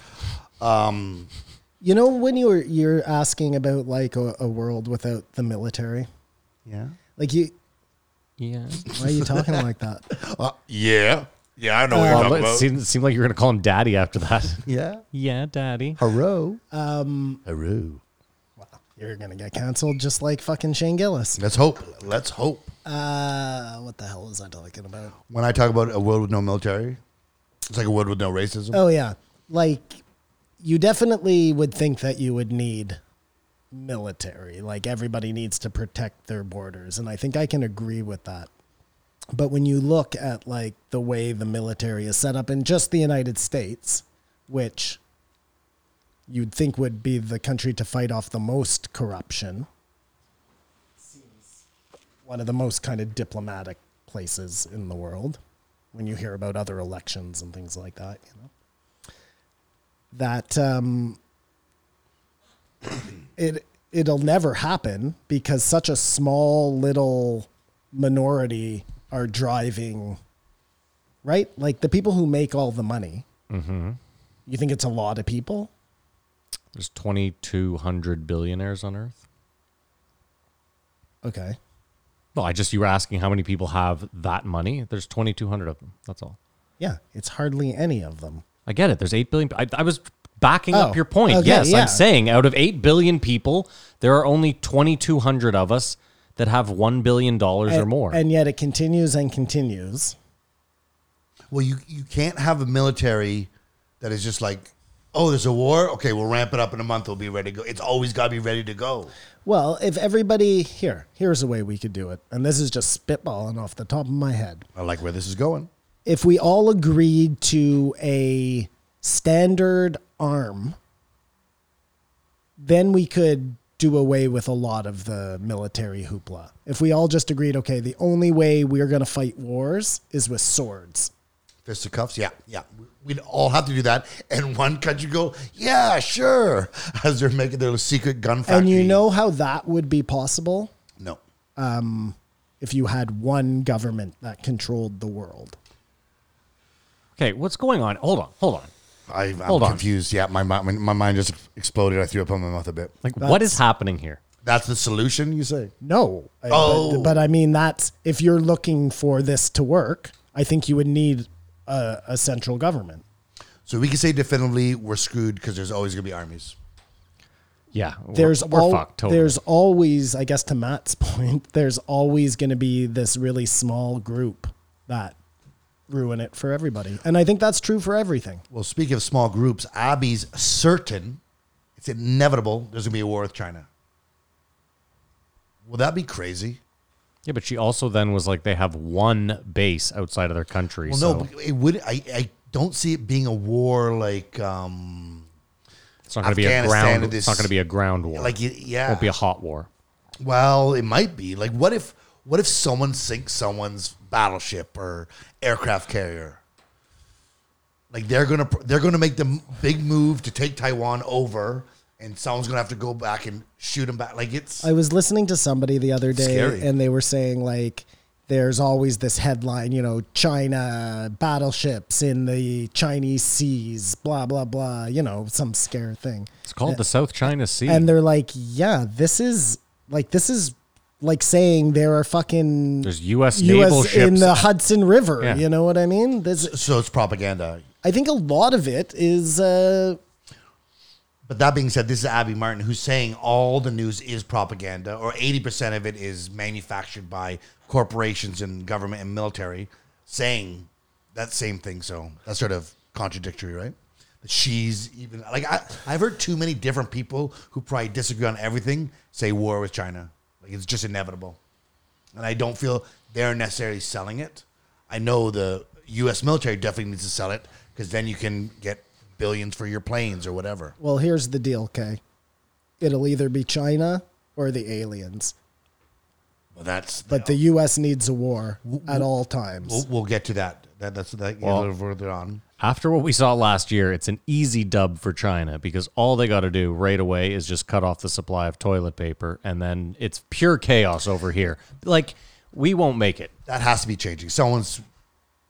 Um, You know when you were you're asking about like a, a world without the military, yeah. like you. Yeah. Why are [laughs] you talking like that? Uh, Yeah. Yeah, I know what Well, it seemed, it seemed like you were going to call him daddy after that. Yeah. [laughs] yeah, daddy. Haro. Um Haro. You're gonna get canceled just like fucking Shane Gillis. Let's hope. Let's hope. Uh, what the hell was I talking about? When I talk about a world with no military, it's like a world with no racism. Oh yeah, like you definitely would think that you would need military. Like everybody needs to protect their borders. And I think I can agree with that. But when you look at like the way the military is set up in just the United States, which you'd think would be the country to fight off the most corruption, one of the most kind of diplomatic places in the world when you hear about other elections and things like that, you know. That um, it it'll never happen because such a small little minority are driving right like the people who make all the money you think it's a lot of people There's 2,200 billionaires on Earth. okay Well, I just you were asking how many people have that money. There's 2,200 of them. That's all. yeah it's hardly any of them I get it. There's 8 billion. I, I was backing Oh, up your point. okay, yes, yeah. I'm saying out of 8 billion people, there are only 2,200 of us that have $1 billion dollars or And- more. and yet it continues and continues Well, you you can't have a military that is just like, oh, there's a war. Okay, we'll ramp it up in a month. We'll be ready to go. It's always got to be ready to go. well if everybody here here's a way we could do it and this is just spitballing off the top of my head I like where this is going. if we all agreed to a standard arm, then we could do away with a lot of the military hoopla. If we all just agreed, okay, the only way we are going to fight wars is with swords. Fisticuffs, yeah, yeah. We'd all have to do that. And one country go, yeah, sure, [laughs] as they're making their secret gun factory. And you know how that would be possible no. if you had one government that controlled the world. okay, what's going on? Hold on. Hold on. I, I'm Hold on. confused. Yeah, my, mind my mind just exploded. I threw up on my mouth a bit. Like what is happening here? That's the solution, you say? No. I- but- Oh. But, I mean, that's if you're looking for this to work, I think you would need a, a central government. So we can say definitively we're screwed because there's always going to be armies. Yeah. we're- there's we're, al- fucked totally. there's always I guess to Matt's [laughs] point there's always going to be this really small group that ruin it for everybody and I think that's true for everything Well, speaking of small groups, Abby's certain it's inevitable there's going to be a war with China. Will that be crazy? Yeah, but she also then was like, they have one base outside of their country. Well, so no, but it would. I, I don't see it being a war like, um, it's not going to be a Afghanistan ground. and It's not this- going to be a ground war. like y- yeah. won't be a hot war. Well, it might be. Like, what if what if someone sinks someone's battleship or aircraft carrier? Like they're gonna they're gonna make the m- big move to take Taiwan over, and someone's gonna have to go back and shoot them back. Like it's I was listening to somebody the other day Scary. and they were saying like there's always this headline you know China battleships in the Chinese seas blah blah blah you know some scare thing It's called the South China Sea. and they're like yeah this is like this is like saying there are fucking there's U.S. naval U.S. ships. in the Hudson River. Yeah. You know what I mean? This, so it's propaganda. I think a lot of it is. Uh, But that being said, this is Abby Martin who's saying all the news is propaganda, or eighty percent of it is manufactured by corporations and government and military, saying that same thing. So that's sort of contradictory, right? That She's even like I, I've heard too many different people who probably disagree on everything say war with China. Like it's just inevitable, and I don't feel they're necessarily selling it. I know the U.S. military definitely needs to sell it because then you can get billions for your planes or whatever. well, here's the deal, Kay. It'll either be China or the aliens, Well, that's but the U.S. needs a war at all times. we'll, we'll get to that. that that's that Well- a little further on. After what we saw last year, it's an easy dub for China because all they got to do right away is just cut off the supply of toilet paper, and then it's pure chaos over here. Like we won't make it. That has to be changing. Someone's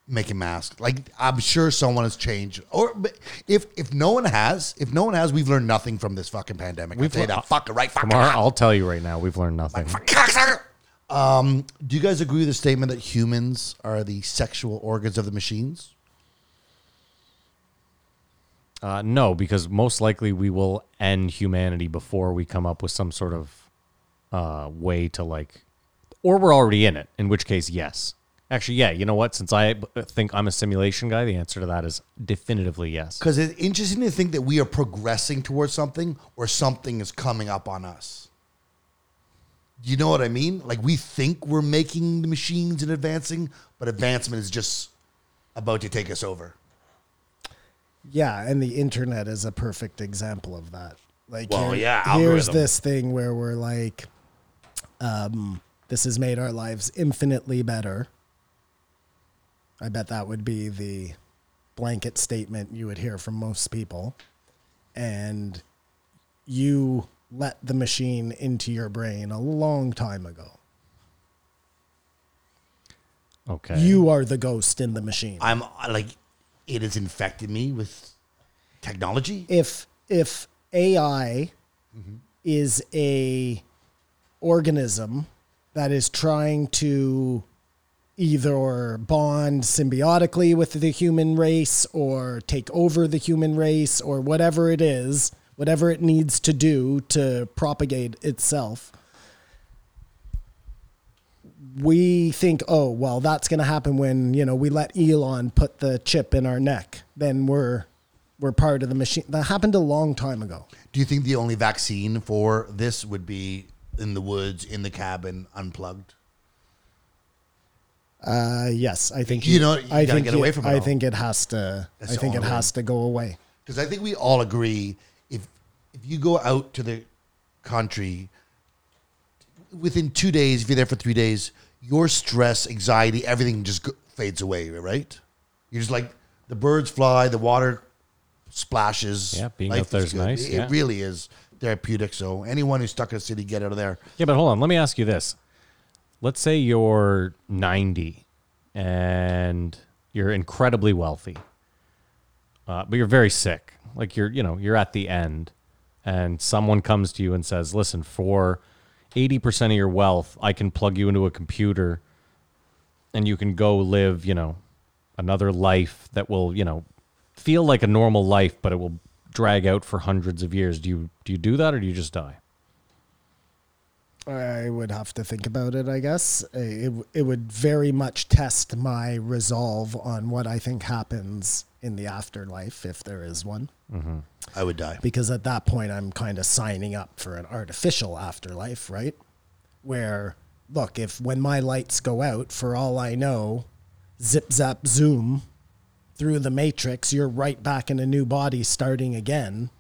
making masks. Like I'm sure someone has changed. Or but if if no one has, if no one has, we've learned nothing from this fucking pandemic. We've lear- learned that fucking right fucking Kamara, I'll tell you right now, we've learned nothing. cocksucker. Um, do you guys agree with the statement that humans are the sexual organs of the machines? Uh, no, because most likely we will end humanity before we come up with some sort of uh, way to like, or we're already in it. In which case, yes, Actually, yeah. You know what? Since I b- think I'm a simulation guy, the answer to that is definitively yes. Because it's interesting to think that we are progressing towards something or something is coming up on us. You know what I mean? Like we think we're making the machines and advancing, but advancement is just about to take us over. Yeah, and the internet is a perfect example of that. Like, Well, here- yeah, here's algorithm. this thing where we're like, um, this has made our lives infinitely better. I bet that would be the blanket statement you would hear from most people. And you let the machine into your brain a long time ago. Okay. You are the ghost in the machine. I'm uh, like, it has infected me with technology. if if AI is a organism that is trying to either bond symbiotically with the human race or take over the human race or whatever it is, whatever it needs to do to propagate itself. We think, oh, well, that's going to happen when, you know, we let Elon put the chip in our neck. Then we're we're part of the machine. That happened a long time ago. Do you think the only vaccine for this would be in the woods, in the cabin, unplugged? Uh, yes, I think You know, you I gotta think get away it- from it I all. think it has to. That's I the think it only has to go away. Because I think we all agree if if you go out to the country within two days, if you're there for three days, your stress, anxiety, everything just go- fades away, right? You're just like the birds fly, the water splashes. Yeah, being Life out there is good. nice, It, yeah. it really is therapeutic. So anyone who's stuck in a city, get out of there. Yeah, but hold on. Let me ask you this. Let's say you're 90 and you're incredibly wealthy, uh, but you're very sick. Like you're, you know, you're at the end, and someone comes to you and says, "Listen, for 80% of your wealth, I can plug you into a computer, and you can go live, you know, another life that will, you know, feel like a normal life, but it will drag out for hundreds of years." Do you do you do that, or do you just die? I would have to think about it. I guess Uh, it w- it would very much test my resolve on what I think happens in the afterlife if there is one. I would die. because at that point I'm kind of signing up for an artificial afterlife, right? Where look, if when my lights go out, for all I know, zip zap zoom through the matrix, you're right back in a new body starting again.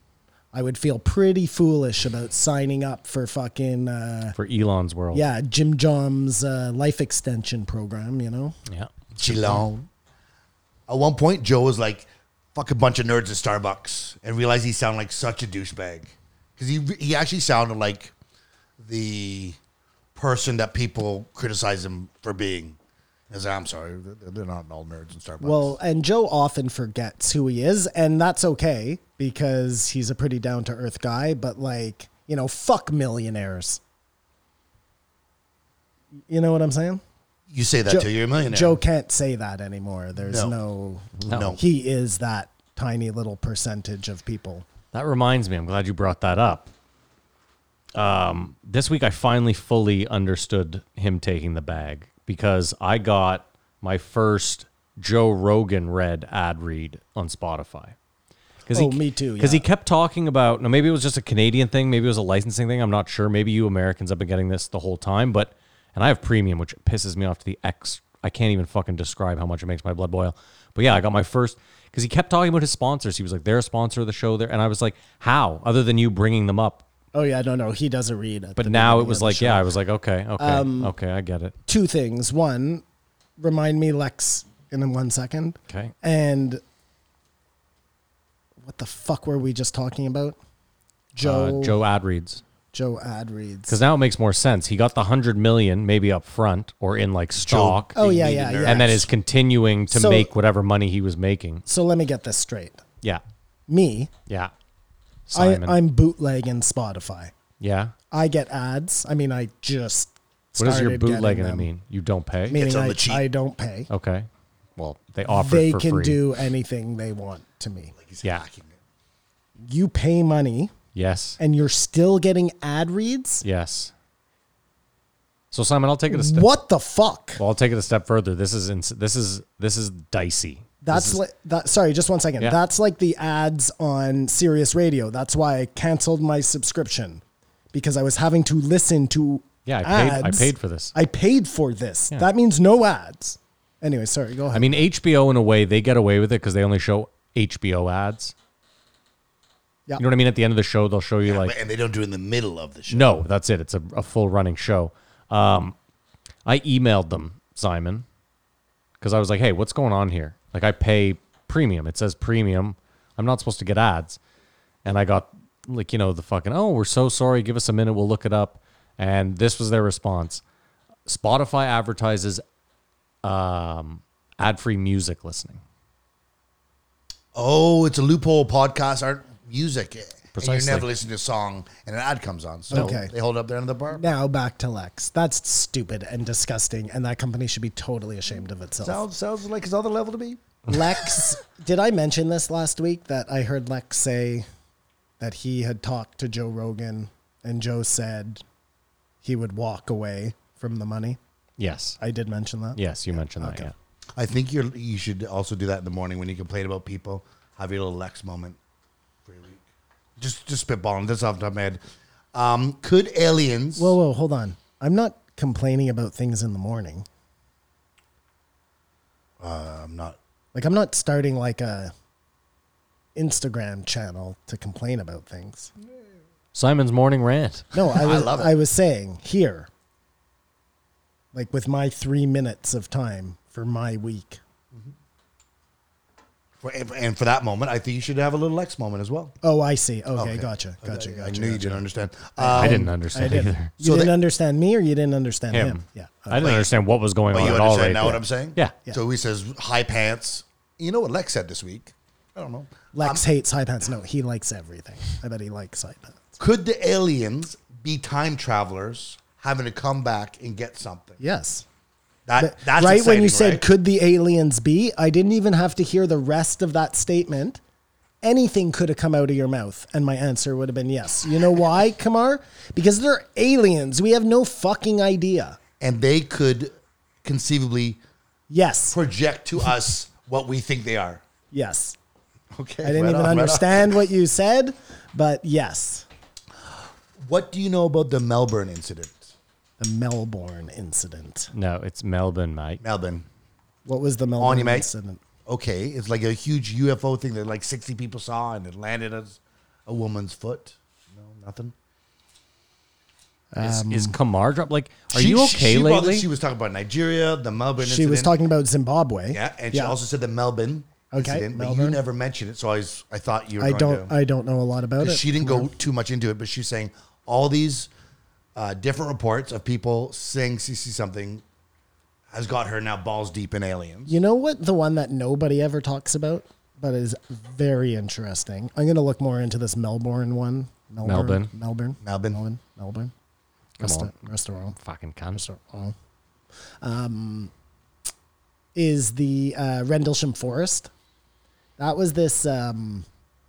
I would feel pretty foolish about signing up for fucking uh, For Elon's world, yeah, Jim Jom's uh, life extension program, you know? Yeah. Geelong. At one point, Joe was like, "Fuck a bunch of nerds at Starbucks," and realized he sounded like such a douchebag because he he actually sounded like the person that people criticize him for being. I was like, I'm sorry, they're they're not all nerds in Starbucks. Well, and Joe often forgets who he is, and that's okay because he's a pretty down to earth guy, but like, you know, fuck millionaires. You know what I'm saying? you say that Joe, till you're a millionaire. Joe can't say that anymore. There's no, No. No. He is that tiny little percentage of people. That reminds me. I'm glad you brought that up. Um, this week I finally fully understood him taking the bag because I got my first Joe Rogan read ad read on Spotify. Cause Oh, me too, Because he yeah. kept talking about. Now maybe it was just a Canadian thing. Maybe it was a licensing thing. I'm not sure. Maybe you Americans have been getting this the whole time. But and I have premium, which pisses me off to the X. I can't even fucking describe how much it makes my blood boil. But yeah, I got my first because he kept talking about his sponsors. He was like, "They're a sponsor of the show." There, and I was like, "How? Other than you bringing them up?" Oh, yeah, no, no, he doesn't read. at But the now it beginning of was the Um, like, show. yeah, I was like, okay, okay, okay, I get it. two things. One, remind me, Lex, in one second. Okay. And what the fuck were we just talking about? Joe. uh, Joe ad reads. Joe ad reads. Because now it makes more sense. He got the hundred million maybe up front or in like stock. oh yeah, yeah, yeah. And then is continuing to So- make whatever money he was making. so let me get this straight. Yeah. Me, Yeah. I, Simon. I'm bootlegging Spotify. yeah. I get ads. I mean, I just. What does your started getting bootlegging I them. mean? You don't pay? Meaning It's on I, the cheap. I don't pay. Okay. Well, they offer They it for can free. do anything they want to me. He's yeah. hacking it. You pay money Yes. and you're still getting ad reads? Yes. So Simon, I'll take it a step. What the fuck? Well, I'll take it a step further. This is ins- this is this is dicey. That's like that. Sorry, just one second. Yeah. That's like the ads on Sirius Radio. That's why I canceled my subscription because I was having to listen to Yeah, I paid- I ads. paid for this. I paid for this. That means no ads. Anyway, sorry. Go ahead. I mean, HBO in a way they get away with it because they only show HBO ads. Yeah. You know what I mean? At the end of the show, they'll show you like But- and they don't do it in the middle of the show. No, that's it. It's a, a full running show. Um, I emailed them, Simon, because I was like, hey, what's going on here? Like, I pay premium. It says premium. I'm not supposed to get ads. And I got, like, you know, the fucking, oh, we're so sorry. Give us a minute. We'll look it up. And this was their response Spotify advertises um, ad free music listening. Oh, it's a loophole. Podcasts aren't music. And Precisely. you're never listening to a song and an ad comes on. So Okay. they hold up their end of the bar. now back to Lex. That's stupid and disgusting, and that company should be totally ashamed of itself. Sounds, sounds like his other level to me. Lex, did I mention this last week that I heard Lex say that he had talked to Joe Rogan and Joe said he would walk away from the money? Yes. I did mention that. yes, you mentioned that. Yeah. I think you're, you should also do that in the morning when you complain about people. Have your little Lex moment for your week. Just, just spitballing. That's off the top of my head. Um, could aliens. Whoa, whoa, hold on. I'm not complaining about things in the morning. I'm not. Like I'm not starting like a Instagram channel to complain about things. Simon's morning rant. No, I was I, love it. was saying here. Like with my 3 minutes of time for my week. For, and for that moment, I think you should have a little Lex moment as well. Oh, I see. Okay, gotcha. Gotcha. I, Gotcha. I knew you didn't understand. I Um, didn't understand did. either. You So didn't they- understand me, or you didn't understand him. Him. Yeah. I didn't understand what was going But on you at all. Right understand now what there. I'm saying? Yeah. So he says high pants. You know what Lex said this week? I don't know. Lex hates high pants. No, he likes everything. I bet he likes high pants. Could the aliens be time travelers having to come back and get something? Yes. That that's right exciting, when you said, right? "Could the aliens be?" I didn't even have to hear the rest of that statement. Anything could have come out of your mouth, and my answer would have been yes. You [laughs] know why, Kamar? Because they're aliens. We have no fucking idea. and they could conceivably Yes. project to us what we think they are. Yes. Okay, I didn't even understand what you said, but yes. What do you know about the Melbourne incident? The Melbourne incident. No, it's Melbourne, mate. Melbourne. What was the Melbourne you, mate. incident? Okay, it's like a huge UFO thing that like sixty people saw and it landed as a woman's foot. No, nothing. Is, is Kamar drop like? Are She- you she- okay she brought this- lately? she was talking about Nigeria, the Melbourne. She was incident. talking about Zimbabwe. Yeah, and she also said the Melbourne Okay, incident, but you Melbourne. never mentioned it, so I was, I thought you were. I going don't. To, I don't know a lot about 'cause it. she didn't go too much into it, but she's saying all these uh, different reports of people saying CC something has got her now balls deep in aliens. You know what? The one that nobody ever talks about, but is very interesting. I'm going to look more into this Melbourne one. Melbourne. Melbourne. Melbourne. Melbourne. Melbourne. Come Resta- on. Restaurant. Fucking cunt. Um, is the uh, Rendlesham Forest. That was this. Um,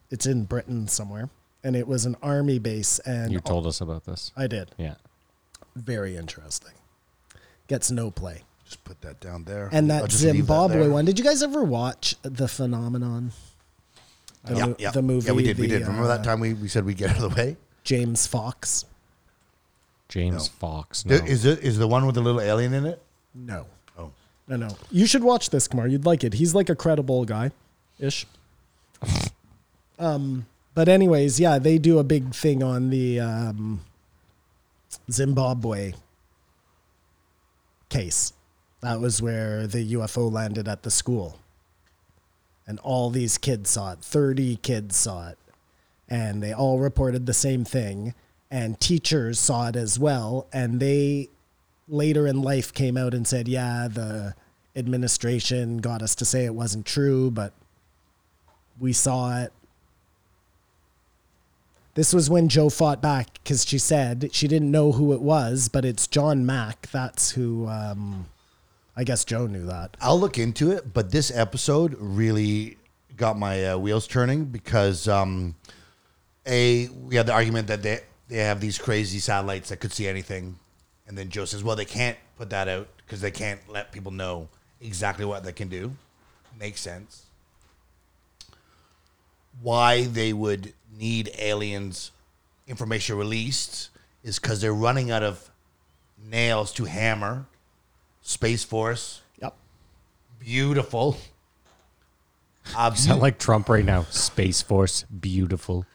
it's in Britain somewhere, and it was an army base. And You told us about this. I did. Yeah. Very interesting. Gets no play. Just put that down there. And I'll that just leave Zimbabwe there. one. Did you guys ever watch The Phenomenon? The, Yeah, mo- yeah, the movie. Yeah, we did. we the, did. Remember that uh, time we, we said we get out of the way. James Fox. James Fox. No. There- Is it is the one with the little alien in it? No, Oh, no, no. You should watch this, Kumar. You'd like it. He's like a credible guy, ish. [laughs] um, but anyways, yeah, they do a big thing on the um, Zimbabwe case. That was where the UFO landed at the school. And all these kids saw it. 30 kids saw it. And they all reported the same thing. And teachers saw it as well. And they later in life came out and said, yeah, the administration got us to say it wasn't true, but we saw it. This was when Joe fought back because she said she didn't know who it was, but it's John Mack. That's who, um, I guess Joe knew that. I'll look into it, but this episode really got my uh, wheels turning because um, a we had the argument that they they have these crazy satellites that could see anything, And then Joe says, well, they can't put that out because they can't let people know exactly what they can do. Makes sense. Why they would need aliens information released is because they're running out of nails to hammer. Space Force, Yep. beautiful. Sound like Trump right now. Space Force, beautiful.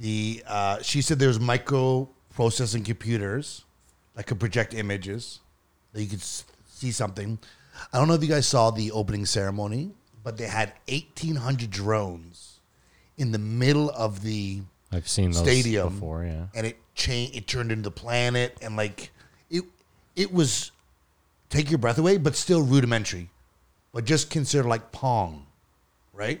the uh, she said there's micro processing computers that could project images that you could s- see something. I don't know if you guys saw the opening ceremony, but they had 1,800 drones in the middle of the I've seen those stadium before. Yeah, and it changed. It turned into the planet, and like it, it was take your breath away, but still rudimentary. But just consider like Pong, right?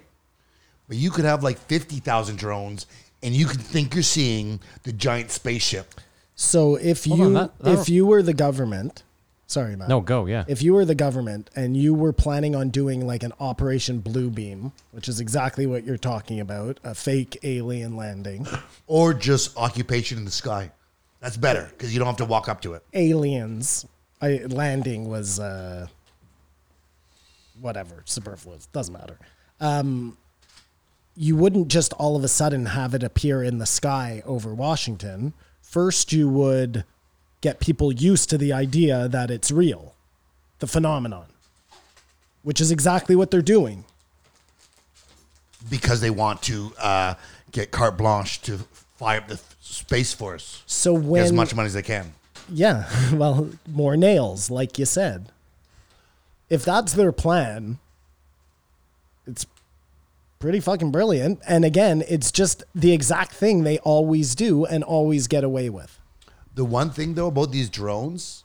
But you could have like fifty thousand drones, and you could think you're seeing the giant spaceship. So if Hold you on, that- that if was- you were the government, sorry, Matt. No, go, yeah. If you were the government and you were planning on doing like an Operation Blue Beam, which is exactly what you're talking about, a fake alien landing, or just occupation in the sky. That's better because you don't have to walk up to it. aliens, I, landing was uh, whatever superfluous doesn't matter. Um, you wouldn't just all of a sudden have it appear in the sky over Washington. First, you would get people used to the idea that it's real, the phenomenon, which is exactly what they're doing. because they want to uh, get carte blanche to fire up the f- space force. So Get as when much money as they can. Yeah, [laughs] well, more nails, like you said. If that's their plan, it's pretty fucking brilliant. And again, it's just the exact thing they always do and always get away with. The one thing though about these drones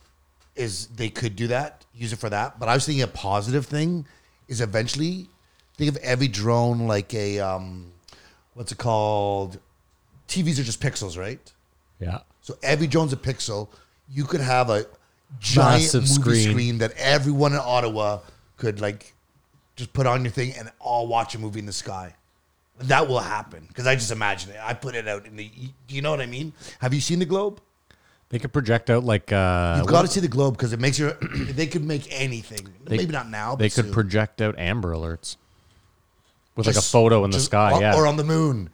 is they could do that, use it for that. But I was thinking a positive thing is eventually think of every drone like a um, what's it called? TVs are just pixels, right? yeah. So every drone's a pixel. You could have a giant Massive movie screen. screen. that everyone in Ottawa could like just put on your thing and all watch a movie in the sky. That will happen because I just imagine it. I put it out in the. You know what I mean? Have you seen the globe? They could project out like uh, You've got to see the globe because it makes your. [clears throat] they could make anything. Maybe not now. They but could soon. project out Amber Alerts with like a Just- photo in the just- sky. or, yeah, or on the moon.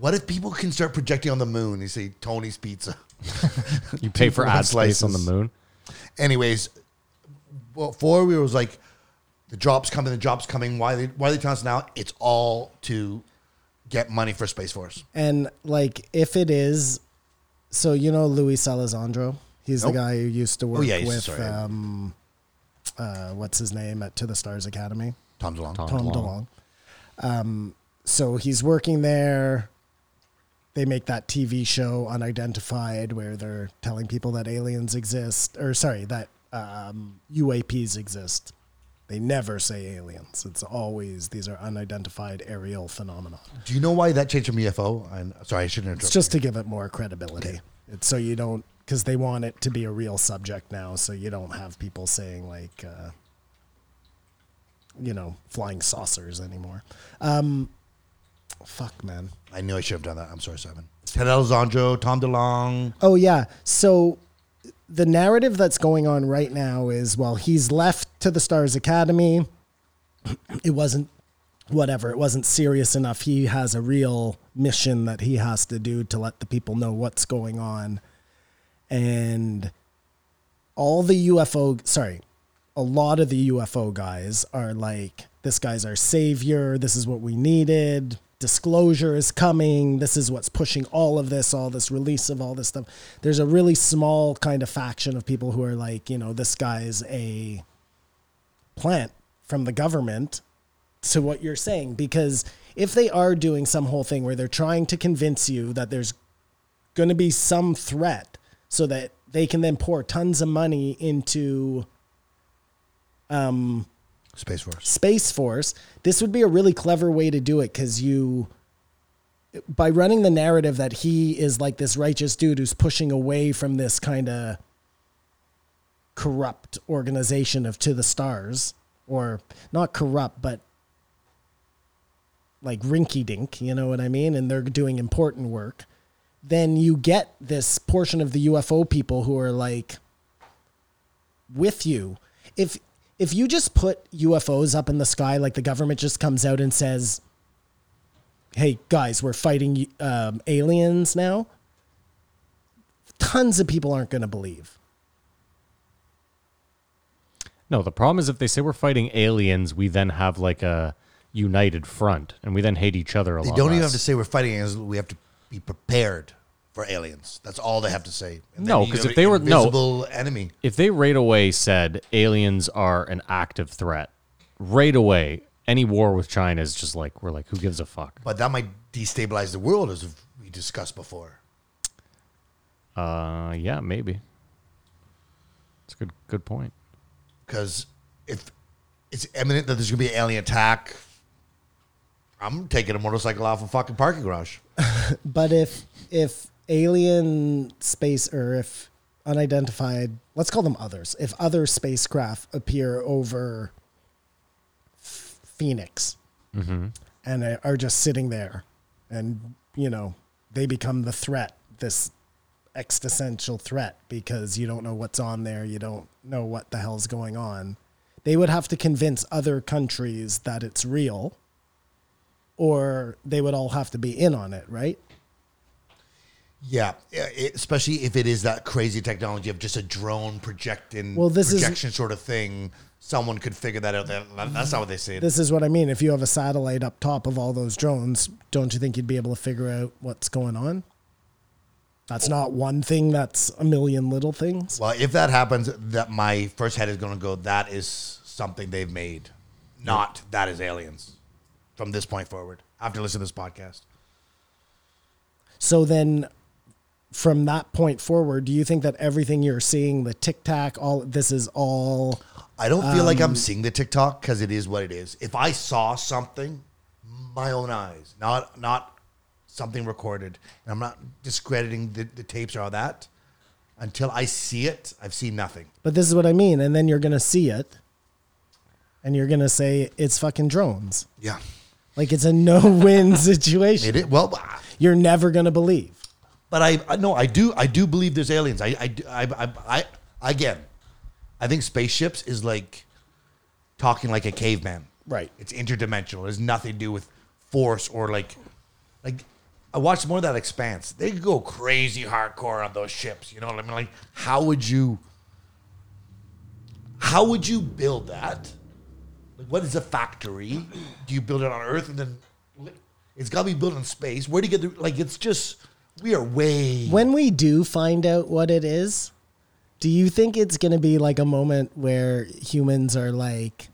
What if people can start projecting on the moon? You say Tony's Pizza. [laughs] you pay for ad That's space on the license. moon. anyways, well, four we was like, the job's coming, the job's coming. Why they why are they telling us now? It's all to get money for Space Force. And like, if it is, so you know Luis Alessandro, he's Nope. Oh, the guy who used to work yeah, he's- with sorry. um, uh, what's his name at To the Stars Academy. Tom DeLonge. Tom DeLong. Um, so he's working there. They make that TV show Unidentified where they're telling people that aliens exist, or sorry, that um, UAPs exist. They never say aliens. It's always these are unidentified aerial phenomena. Do you know why that changed from UFO? And sorry, I shouldn't interrupt. It's just to give it more credibility. It's so you don't, because they want it to be a real subject now, so you don't have people saying like, uh, you know, flying saucers anymore. Um, fuck, man. I knew I should have done that. I'm sorry, Simon. Ted Alessandro, Tom DeLong. Oh yeah. So the narrative that's going on right now is well, he's left to the Stars Academy. [clears throat] It wasn't whatever, it wasn't serious enough. He has a real mission that he has to do to let the people know what's going on. And all the UFO, sorry, a lot of the UFO guys are like, this guy's our savior. This is what we needed. Disclosure is coming. This is what's pushing all of this, all this release of all this stuff. There's a really small kind of faction of people who are like, you know, this guy's a plant from the government to what you're saying. Because if they are doing some whole thing where they're trying to convince you that there's going to be some threat so that they can then pour tons of money into Space Force. Space Force, this would be a really clever way to do it because you, by running the narrative that he is like this righteous dude who's pushing away from this kind of corrupt organization of To the Stars, or not corrupt, but like rinky dink, you know what I mean? And they're doing important work. then you get this portion of the UFO people who are like with you. If if you just put UFOs up in the sky, like the government just comes out and says, "Hey guys, we're fighting um, aliens now," tons of people aren't going to believe. No, the problem is if they say we're fighting aliens, we then have like a united front, and we then hate each other a They lot. don't even less. have to say we're fighting aliens. We have to be prepared for aliens. That's all they have to say. And then No, you 'cause have if an they were- no. invisible enemy, if they right away said aliens are an active threat, right away, any war with China is just like we're like, who gives a fuck? but that might destabilize the world, as we discussed before. Uh, yeah, maybe. It's a good good point. Because if it's imminent that there's going to be an alien attack, I'm taking a motorcycle off a fucking parking garage. But if if alien space or if unidentified, let's call them others, if other spacecraft appear over F- Phoenix and are just sitting there, and you know they become the threat, this existential threat because you don't know what's on there, you don't know what the hell's going on. They would have to convince other countries that it's real, or they would all have to be in on it, right? Yeah, yeah, it- especially if it is that crazy technology of just a drone projecting, Well, this is- projection sort of thing. Someone could figure that out. That- that- That's not what they said. This is what I mean. If you have a satellite up top of all those drones, don't you think you'd be able to figure out what's going on? That's not one thing, that's a million little things. Well, if that happens, that my first head is going to go. That is something they've made, not that is aliens. From this point forward, after listening to this podcast, So then from that point forward, do you think that everything you're seeing, the tic tac, all this is all I don't feel like I'm seeing the TikTok because it is what it is. If I saw something, my own eyes, not not something recorded, and I'm not discrediting the, the tapes or all that. Until I see it, I've seen nothing. but this is what I mean, and then you're gonna see it and you're gonna say it's fucking drones. Yeah, Like it's a no win [laughs] situation. it is. Well, ah, You're never gonna believe. but I I- no, I do I do believe there's aliens. I I do- I I, I again, I think spaceships is like talking like a caveman. Right. It's interdimensional. It has nothing to do with force or like like I watched more of that expanse. They could go crazy hardcore on those ships. You know what I mean? Like how would you how would you build that? Like what is a factory? Do you build it on Earth and then li- it's got to be built in space? Where do you get the like it's just we are way when we do find out what it is, do you think it's going to be like a moment where humans are like,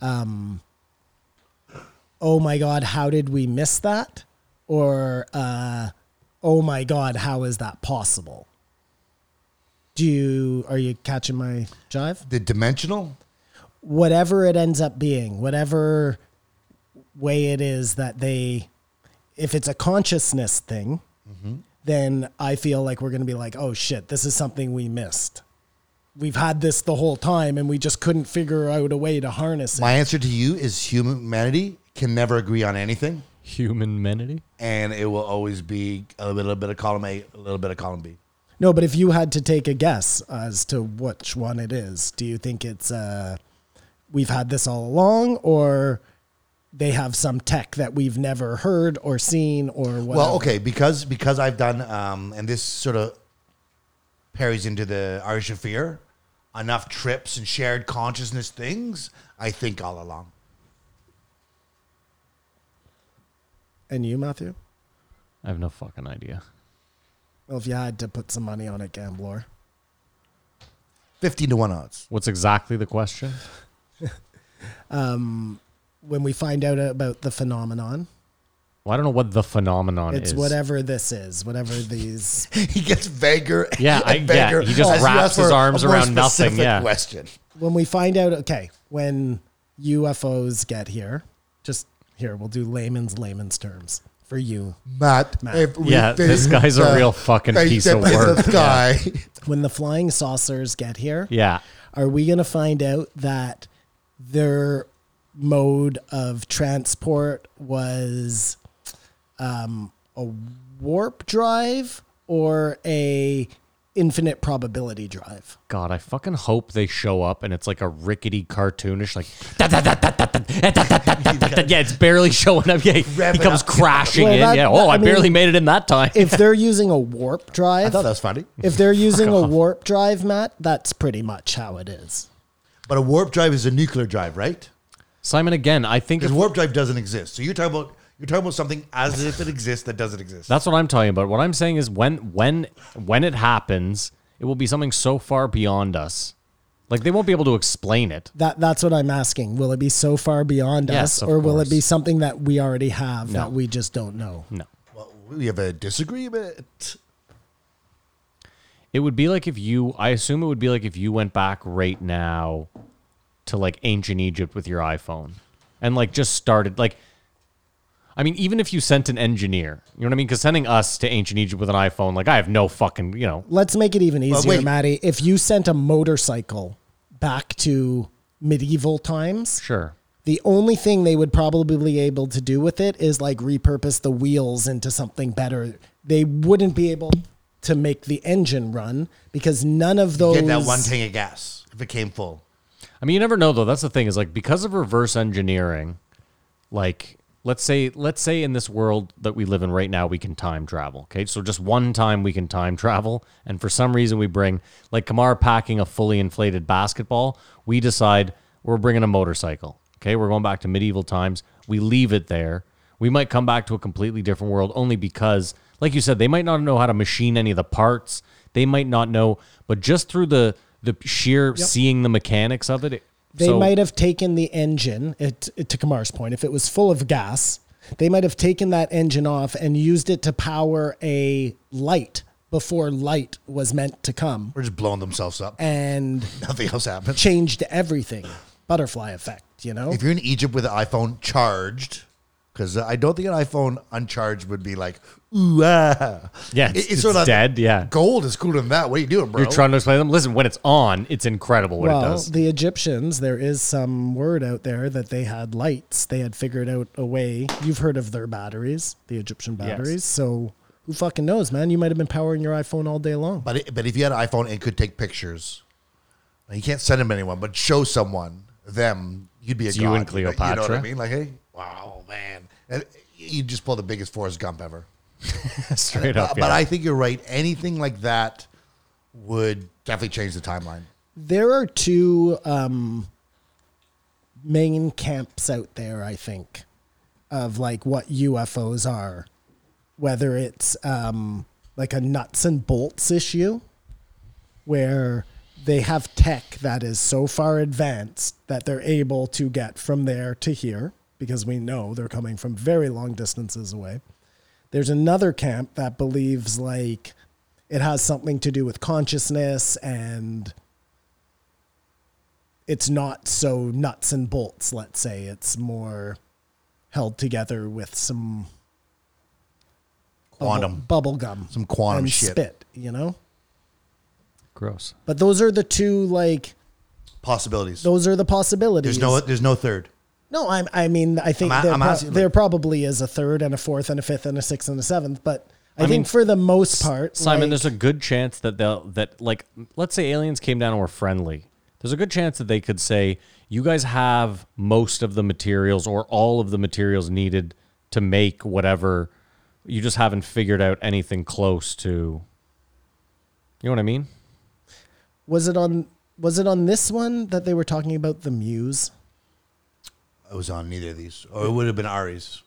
um, oh my God, how did we miss that? Or, uh, oh my God, how is that possible? Do you, are you catching my jive? the dimensional whatever it ends up being, whatever way it is that they, if it's a consciousness thing, then I feel like we're going to be like, oh shit, this is something we missed. We've had this the whole time and we just couldn't figure out a way to harness it. My answer to you is humanity can never agree on anything, Humanity. and it will always be a little bit of column A, a little bit of column B. No, but if you had to take a guess as to which one it is, do you think it's uh, we've had this all along, or they have some tech that we've never heard or seen, or whatever? Well, okay, because because I've done, um, and this sort of parries into the Irish of Fear, enough trips and shared consciousness things. I think all along. [laughs] And you, Matthew? I have no fucking idea. Well, if you had to put some money on it, gambler. 15 to 1 odds. What's exactly the question? When we find out about the phenomenon, Well, I don't know what the phenomenon it's is. whatever this is, whatever these. [laughs] He gets vaguer. Yeah, and I- yeah, vaguer he just as you wraps ask for his arms a more around nothing, specific yeah. Question. when we find out, okay, when UFOs get here, just here, we'll do layman's layman's terms for you. Matt, Matt. if we Yeah, this face guy's a [laughs] the- real fucking face piece it of in the work. sky. When the flying saucers get here, [laughs] Yeah. are we going to find out that their mode of transport was um, a warp drive or a infinite probability drive. God, I fucking hope they show up and it's like a rickety cartoonish, like yeah, it's barely showing up. Yeah, he Wrap it comes up. crashing Well, in. that- yeah, oh, I I, mean, barely made it in that time. If they're using a warp drive, I thought that was funny. if they're using a warp drive, Matt, that's pretty much how it is. But a warp drive is a nuclear drive, right? Simon again, I think Because if, warp drive doesn't exist. So you're talking about you're talking about something as if it exists that doesn't exist. that's what I'm talking about. What I'm saying is when when when it happens, it will be something so far beyond us. Like they won't be able to explain it. That that's what I'm asking. Will it be so far beyond Yes, us, of or will it be course. something that we already have that we just don't know? No. well, we have a disagreement. It would be like if you, I assume it would be like if you went back right now to like ancient Egypt with your iPhone and like just started, like, I mean, even if you sent an engineer, you know what I mean? Because sending us to ancient Egypt with an iPhone, like, I have no fucking, you know, Let's make it even easier, wait. Maddie. If you sent a motorcycle back to medieval times, sure. the only thing they would probably be able to do with it is like repurpose the wheels into something better. They wouldn't be able to make the engine run because none of those Get that one tank of gas if it came full. I mean, you never know though. That's the thing is like because of reverse engineering, like let's say let's say in this world that we live in right now we can time travel. Okay, so just one time we can time travel, and for some reason we bring like Kamara packing a fully inflated basketball. We decide we're bringing a motorcycle. Okay, we're going back to medieval times. We leave it there. We might come back to a completely different world only because, like you said, they might not know how to machine any of the parts. They might not know, but just through the the sheer seeing the mechanics of it, it They so- might have taken the engine, it, it- to Kamar's point, if it was full of gas, they might have taken that engine off and used it to power a light before light was meant to come We're just blowing themselves up. and [laughs] Nothing else happens. changed everything. Butterfly effect, you know? If you're in Egypt with an iPhone charged, because I don't think an iPhone uncharged would be like, ooh, ah. Yeah, it's- it's dead, yeah. Gold is cooler than that. What are you doing, bro? You're trying to explain them. Listen, when it's on, it's incredible what it well, does. the Egyptians, there is some word out there that they had lights. They had figured out a way. You've heard of their batteries, the Egyptian batteries. So who fucking knows, man? You might have been powering your iPhone all day long. but, it, but if you had an iPhone and could take pictures, like, you can't send them to anyone, but show someone them, you'd be a It's god. you and know- You know what I Cleopatra. mean? Like, hey, wow, man. And you just pull the biggest Forrest Gump ever. [laughs] Straight But, [laughs] up. but yeah. I think you're right. Anything like that would definitely change the timeline. There are two um, main camps out there, I think, of like what UFOs are, whether it's um, like a nuts and bolts issue, where they have tech that is so far advanced that they're able to get from there to here because we know they're coming from very long distances away. There's another camp that believes like it has something to do with consciousness and it's not so nuts and bolts, let's say. It's more held together with some bubble- Quantum. bubble gum, Some quantum and shit. spit, you know? Gross. But those are the two like Possibilities. those are the possibilities. There's no there's no third. no. I I mean I think I'm a- there, I'm pro- asking, like- there probably is a third and a fourth and a fifth and a sixth and a seventh, but I, think mean, for the most part, Simon, like, there's a good chance that they'll that like let's say aliens came down and were friendly. There's a good chance that they could say, You guys have most of the materials or all of the materials needed to make whatever you just haven't figured out anything close to you know what I mean? was it on was it on this one that they were talking about the muse? I was on neither of these, or it would have been Ari's.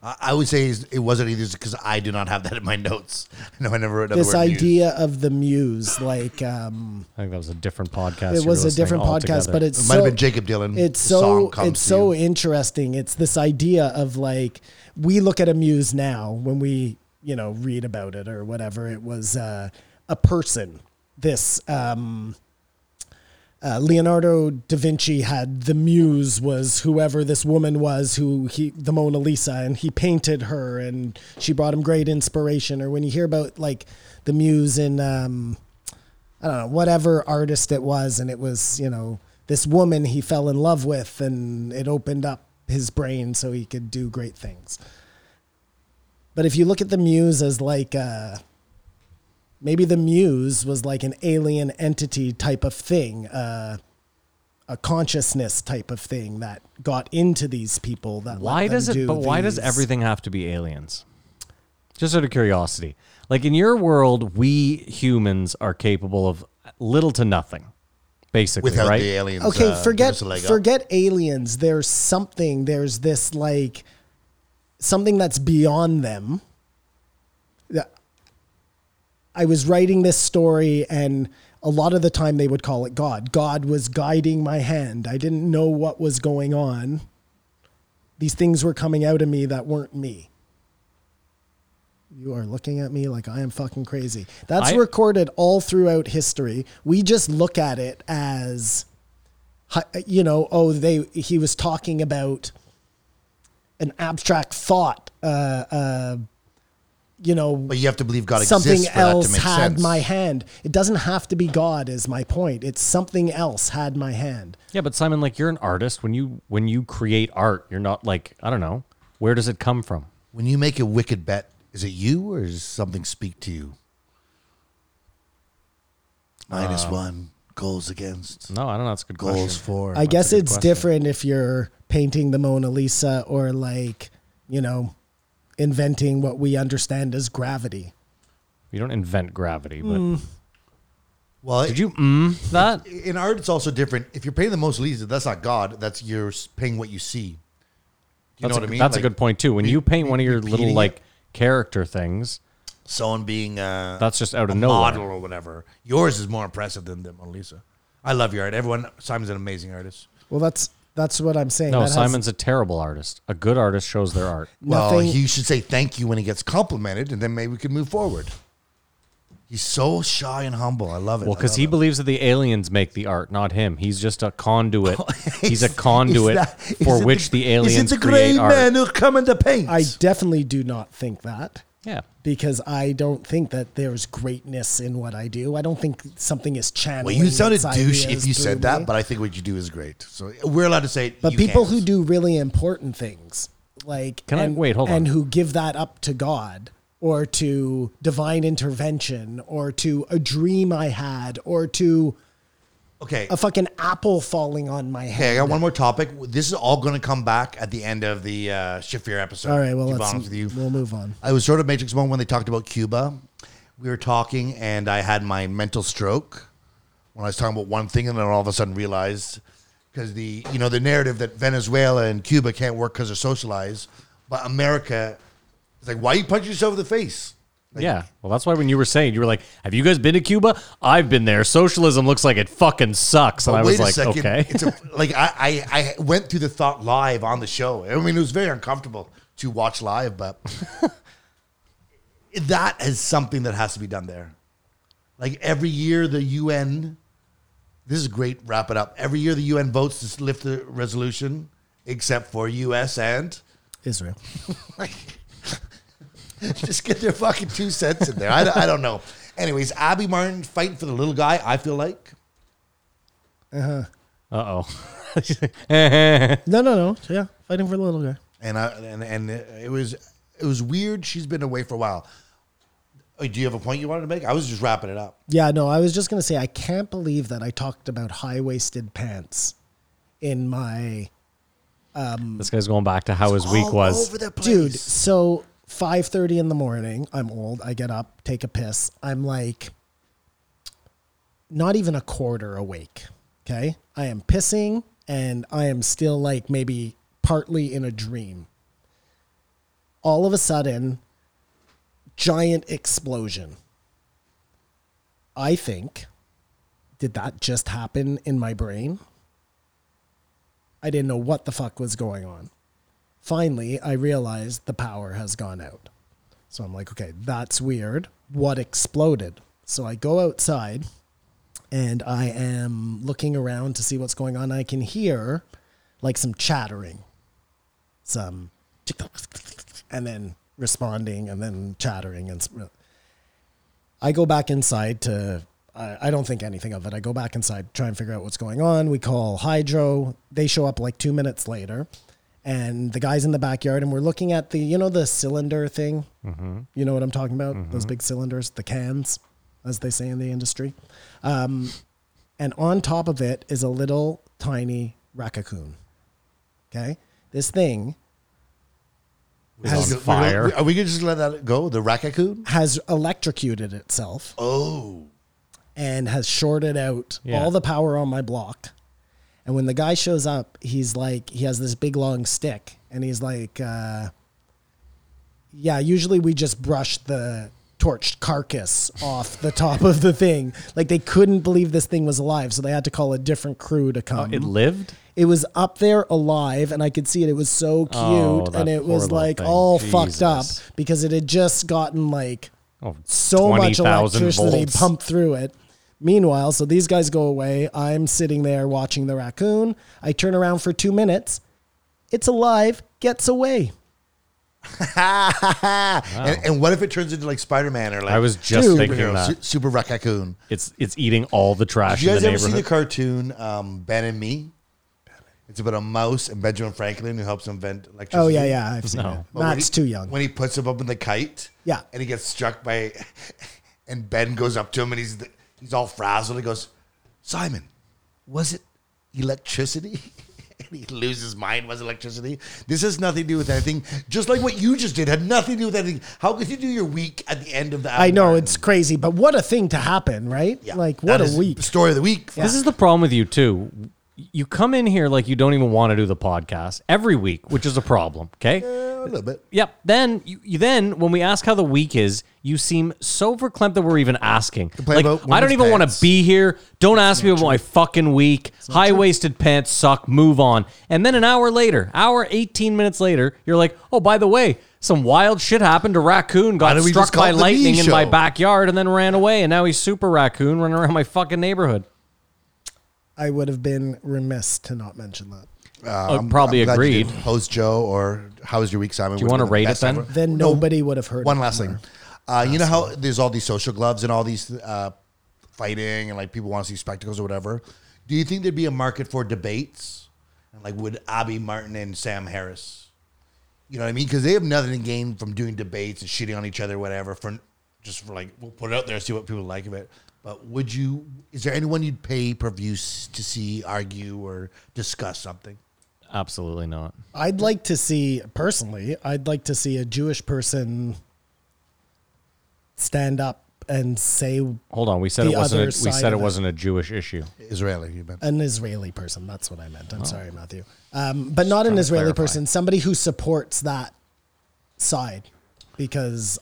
I, I would say it wasn't either because I do not have that in my notes. [laughs] No, I never wrote down the This word muse. idea of the muse, like um, I think that was a different podcast. it you were was a listening different podcast, altogether. but it's It might have so- been Jacob Dylan. It's The so song comes it's to so you. interesting. It's this idea of like we look at a muse now when we you know read about it or whatever. It was uh, a person. This um, uh, Leonardo da Vinci had the muse was whoever this woman was who he the Mona Lisa and he painted her and she brought him great inspiration. Or when you hear about like the muse in um, I don't know, whatever artist it was, and it was, you know, this woman he fell in love with, and it opened up his brain so he could do great things. But if you look at the muse as like a, uh, Maybe the muse was like an alien entity type of thing, uh, a consciousness type of thing that got into these people. That let Why them does it? do But why does these- everything have to be aliens? Just out of curiosity, like in your world, we humans are capable of little to nothing, basically, without right? the aliens. Okay, uh, give forget us a leg up. forget aliens. There's something. There's this like something that's beyond them. Yeah. I was writing this story, and a lot of the time they would call it God. God was guiding my hand. I didn't know what was going on. These things were coming out of me that weren't me. You are looking at me like I am fucking crazy. That's I- recorded all throughout history. We just look at it as hi- you know, oh, they he was talking about an abstract thought, uh, uh, you know, But you have to believe God something exists for that else to make had sense. my hand. It doesn't have to be God, is my point. It's something else had my hand. Yeah, but Simon, like you're an artist. When you when you create art, you're not like I don't know where does it come from. when you make a wicked bet, is it you or does something speak to you? Minus Uh, one goals against No, I don't know. That's a good goals question. for. I guess a good it's question. different if you're painting the Mona Lisa or like, you know, inventing what we understand as gravity. You don't invent gravity, but Hmm. well, did you mm, that? in art, it's also different. If you're painting the Mona Lisa, that's not God. That's you're s- painting what you see. Do You That's know a, what I mean? That's Like, a good point too. When re- you paint one of your repeating little it. like character things, Someone being uh, that's just out a of nowhere. model or whatever. Yours is more impressive than the Mona Lisa. I love your art. Everyone, Simon's an amazing artist. Well, that's that's what I'm saying. No, That has Simon's a terrible artist. A good artist shows their art. Well, nothing- he should say thank you when he gets complimented, and then maybe we can move forward. He's so shy and humble. I love it. Well, I because love he it. believes that the aliens make the art, not him. He's just a [laughs] conduit. He's a Is- conduit is Oh, that- [laughs] is for it which the, aliens Is it the create great art. man who come in the paint? I definitely do not think that. Yeah. because I don't think that there's greatness in what I do. I don't think something is channeled. well, you sounded douche if you said that, but I think what you do is great. So we're allowed to say. it. but You people can't. who do really important things, like Can I- and, wait, hold on. and who give that up to God or to divine intervention or to a dream I had or to okay, a fucking apple falling on my head. okay, I got one more topic. This is all going to come back at the end of the uh, Shafir episode. All right, to well, be let's, honest with you. we'll move on. I was sort of Matrix One when they talked about Cuba. We were talking, and I had my mental stroke when I was talking about one thing, and then all of a sudden realized because the you know the narrative that Venezuela and Cuba can't work because they're socialized, but America is like, why you punch yourself in the face? yeah. Well, that's why when you were saying, you were like, have you guys been to Cuba? I've been there. Socialism looks like it fucking sucks. And I was like, okay. It's a, like I, I I went through the thought live on the show. I mean, it was very uncomfortable to watch live, but that is something that has to be done there. Like every year, the UN. This is a great. Wrap it up. Every year, the UN votes to lift the resolution, except for U.S. and [laughs] Israel. just get their fucking two cents in there. I, don't- I don't know. Anyways, Abby Martin fighting for the little guy. I feel like Uh oh. No, no, no. Yeah, fighting for the little guy. and I and and it was it was weird. She's been away for a while. Oh, Do you have a point you wanted to make? I was just wrapping it up. Yeah, no, I was just gonna say I can't believe that I talked about high waisted pants in my [laughs] this guy's going back to how his week All was. over the place. dude. So five thirty in the morning, I'm old. I get up, take a piss. I'm like, not even a quarter awake. Okay, I am pissing, and I am still like maybe partly in a dream. All of a sudden, giant explosion. I think, did that just happen in my brain? I didn't know what the fuck was going on. Finally, I realized the power has gone out. So I'm like, okay, that's weird. What exploded? So I go outside and I am looking around to see what's going on. I can hear like some chattering, some and then responding and then chattering and s- I go back inside to. I I don't think anything of it. I go back inside, try and figure out what's going on. We call Hydro. They show up like two minutes later, and the guy's in the backyard, and we're looking at the, you know, the cylinder thing. You know what I'm talking about? Those big cylinders, the cans. as they say in the industry. Um, and on top of it is a little tiny raccoon. Okay, this thing Is has it- we're gonna- fire. Are we gonna just let that go? The raccoon? has electrocuted itself Oh, and has shorted out Yeah. all the power on my block. And when the guy shows up, he's like, he has this big long stick, and he's like, uh, yeah, usually we just brush the torched carcass off the top of the thing. Like they couldn't believe this thing was alive, so they had to call a different crew to come. It lived. It was up there alive, and I could see it. It was so cute, Oh, that and it poor was little like thing. all fucked up Jesus. because it had just gotten like Oh, so much 20,000 electricity volts. pumped through it. Meanwhile, so these guys go away. I'm sitting there watching the raccoon. I turn around for two minutes. It's alive, gets away. and, and what if it turns into like Spider Man or like I was just Dude. thinking superhero, that su- super raccoon? it's it's eating all the trash Did you in guys the ever see neighborhood. the cartoon um, Ben and Me? It's about a mouse and Benjamin Franklin who helps invent electricity. Oh yeah, yeah, I've seen No. it. But when Matt's he- too young. When he puts him up in the kite, Yeah. Oh, and he gets struck by, [laughs] and Ben goes up to him and he's the, he's all frazzled. He goes, Simon, was it electricity? [laughs] and he loses his mind. Was it electricity? This has nothing to do with anything. Just like what you just did had nothing to do with anything. How could you do your week at the end of the? I Alan know Martin? it's crazy, but what a thing to happen, right? Yeah. Like what That a is week. story of the week. This is the problem with you too. You come in here like you don't even want to do the podcast every week, which is a problem. Okay. a little bit. Yep. Then you, you then when we ask how the week is, you seem so verklempt that we're even asking. Complain Like about I don't women's even want pants. to be here. Don't ask me about my fucking week. High waisted pants suck. Move on. And then an hour later, hour eighteen minutes later, you're like, oh by the way, some wild shit happened. A raccoon got don't we struck just call by it the lightning Me in my Show? backyard and then ran away, and now he's super raccoon running around my fucking neighborhood. I would have been remiss to not mention that. Uh, probably I'm glad you agreed. didn't Host Joe, or how was your week, Simon? Do wanna rate it then? Then No, nobody would have heard. One it last more. thing. Uh, you know how there's all these social gloves and all these uh, fighting and like people want to see spectacles or whatever. Do you think there'd be a market for debates? And like, would Abby Martin and Sam Harris? You know what I mean? Because they have nothing to gain from doing debates and shitting on each other, whatever. For just for like, we'll put it out there, see what people like of it. But would you? Is there anyone you'd pay per view s- to see argue or discuss something? Absolutely not. I'd like to see personally. I'd like to see a Jewish person stand up and say Hold on, we said The it wasn't. A, other we side said of it it. wasn't a Jewish issue. Israeli, you meant. an Israeli person. That's what I meant. I'm sorry, Matthew. Um, but not an Israeli clarify. person. Somebody who supports that side, because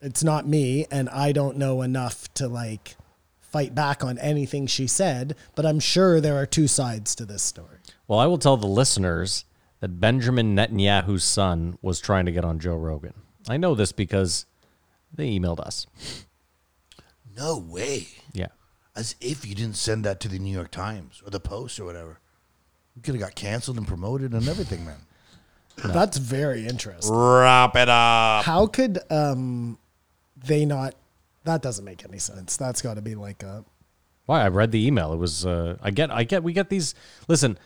it's not me, and I don't know enough to like fight back on anything she said. But I'm sure there are two sides to this story. Well, I will tell the listeners that Benjamin Netanyahu's son was trying to get on Joe Rogan. I know this because they emailed us. No way. Yeah. As if you didn't send that to the New York Times or the Post or whatever. You could have got canceled and promoted and everything, man. That's very interesting. Wrap it up. How could um, they not? That doesn't make any sense. That's got to be like a Why? I read the email. It was. Uh, I get. I get. We get these. Listen,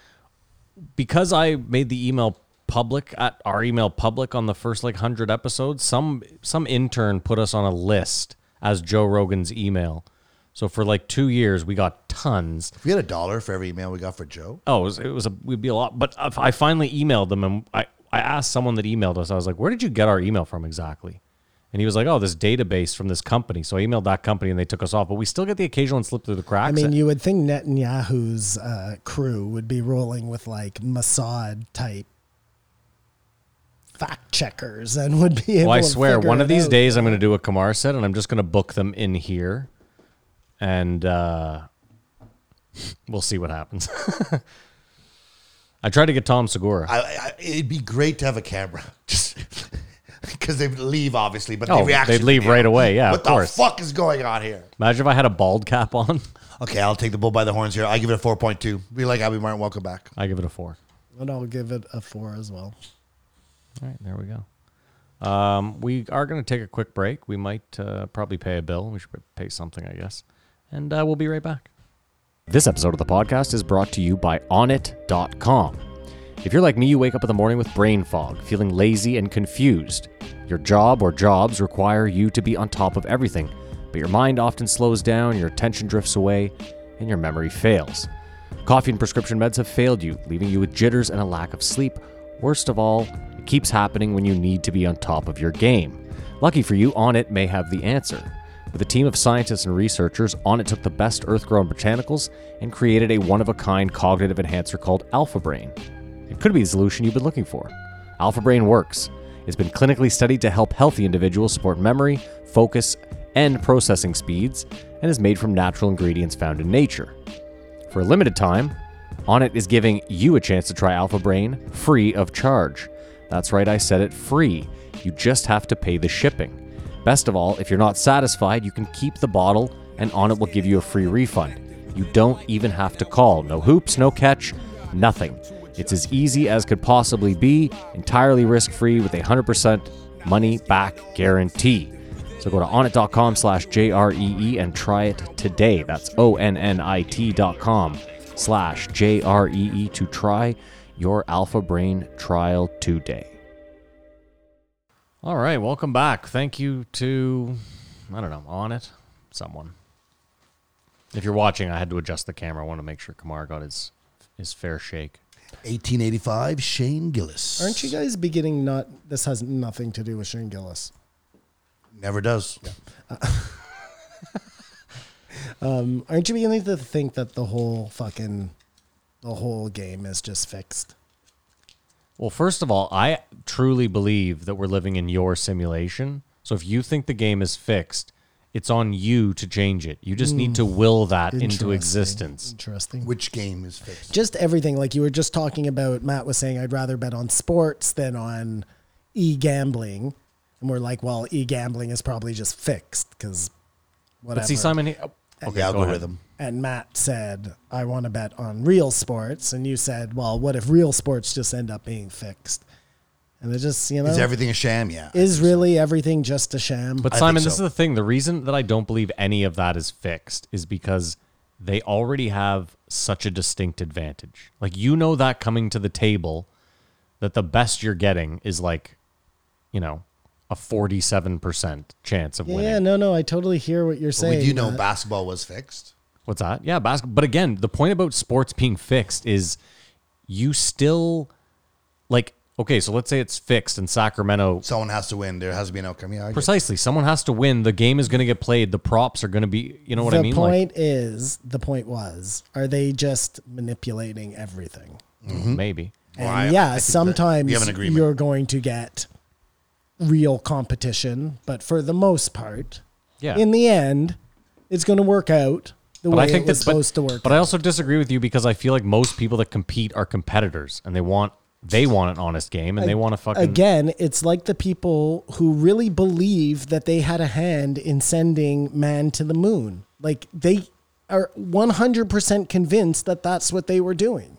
because I made the email public at our email public on the first like hundred episodes. Some some intern put us on a list as Joe Rogan's email. So for like two years, we got tons. If we had a dollar for every email we got for Joe, oh, it was, it was a, we'd be a lot. But if I finally emailed them and I, I asked someone that emailed us, I was like, where did you get our email from exactly? And he was like, oh, this database from this company. So I emailed that company and they took us off, but we still get the occasional one slip through the cracks. I mean, you would think Netanyahu's uh, crew would be rolling with like Mossad type fact checkers and would be able. well, I to swear, figure one of it these out. days I'm going to do what Kamar said and I'm just going to book them in here and uh, we'll see what happens. [laughs] I tried to get Tom Segura. I, I, it'd be great to have a camera. [laughs] Just because they'd leave, obviously, but Oh, the reaction they'd leave video. right away. Yeah, What of the course. fuck is going on here? Imagine if I had a bald cap on. [laughs] Okay, I'll take the bull by the horns here. I give it a 4.2. We like Abby Martin. Welcome back. I give it a four. and I'll give it a four as well. All right, there we go. Um, we are going to take a quick break. We might uh, probably pay a bill. We should pay something, I guess. And uh, we'll be right back. This episode of the podcast is brought to you by Onnit.com. If you're like me, you wake up in the morning with brain fog, feeling lazy and confused. Your job or jobs require you to be on top of everything, but your mind often slows down, your attention drifts away, and your memory fails. Coffee and prescription meds have failed you, leaving you with jitters and a lack of sleep. Worst of all, it keeps happening when you need to be on top of your game. Lucky for you, Onnit may have the answer. With a team of scientists and researchers, Onnit took the best earth grown botanicals and created a one of a kind cognitive enhancer called Alpha Brain. It could be the solution you've been looking for. Alpha Brain works. It's been clinically studied to help healthy individuals support memory, focus, and processing speeds, and is made from natural ingredients found in nature. For a limited time, Onnit is giving you a chance to try Alpha Brain free of charge. That's right, I said it free. You just have to pay the shipping. Best of all, if you're not satisfied, you can keep the bottle and Onnit will give you a free refund. You don't even have to call. No hoops, no catch, nothing. It's as easy as could possibly be, entirely risk free with a 100% money back guarantee. So go to onit.com slash J-R-E-E E and try it today. That's O-N-N-I-T dot com slash J-R-E-E E to try your Alpha Brain trial today. All right, welcome back. Thank you to, I don't know, Onit, someone. If you're watching, I had to adjust the camera. I want to make sure Kamar got his his fair shake. 1885, Shane Gillis. Aren't you guys beginning not this has nothing to do with Shane Gillis. Never does. Aren't you beginning to think that the whole fucking the whole game is just fixed? Well, first of all, I truly believe that we're living in your simulation. So if you think the game is fixed, it's on you to change it. You just need to will that into Interesting. existence. Interesting. Which game is fixed? Just everything like you were just talking about Matt was saying I'd rather bet on sports than on e-gambling. And we're like, well, e-gambling is probably just fixed cuz whatever. But see, Simon, he- oh, okay, the go ahead. algorithm. and Matt said, I want to bet on real sports. And you said, well, what if real sports just end up being fixed? And it just, you know, Is is, everything a sham? Yeah. really everything just a sham? But I think Simon, this is so. the thing. The reason that I don't believe any of that is fixed is because they already have such a distinct advantage. Like you know that coming to the table that the best you're getting is like, you know, a 47% chance of yeah, winning. yeah, no, no, I totally hear what you're But saying. we do know Uh, Matt. basketball was fixed. What's that? Yeah, basketball. But again, the point about sports being fixed is you still like okay, so let's say it's fixed in Sacramento. Someone has to win. There has to be an outcome. Yeah. I get it. Precisely. Someone has to win. The game is going to get played. The props are going to be, you know what the I mean? point is, the point was, are they just manipulating everything? like mm-hmm. maybe. And I- I yeah, think that sometimes we have an agreement. you're going to get real competition, but for the most part, Yeah. in the end, it's going to work out the but way I think it that's was supposed but, to work. But I also disagree with you because I feel like most people that compete are competitors and they want they want an honest game and they want to fucking Again, it's like the people who really believe that they had a hand in sending man to the moon. Like they are 100% convinced that that's what they were doing.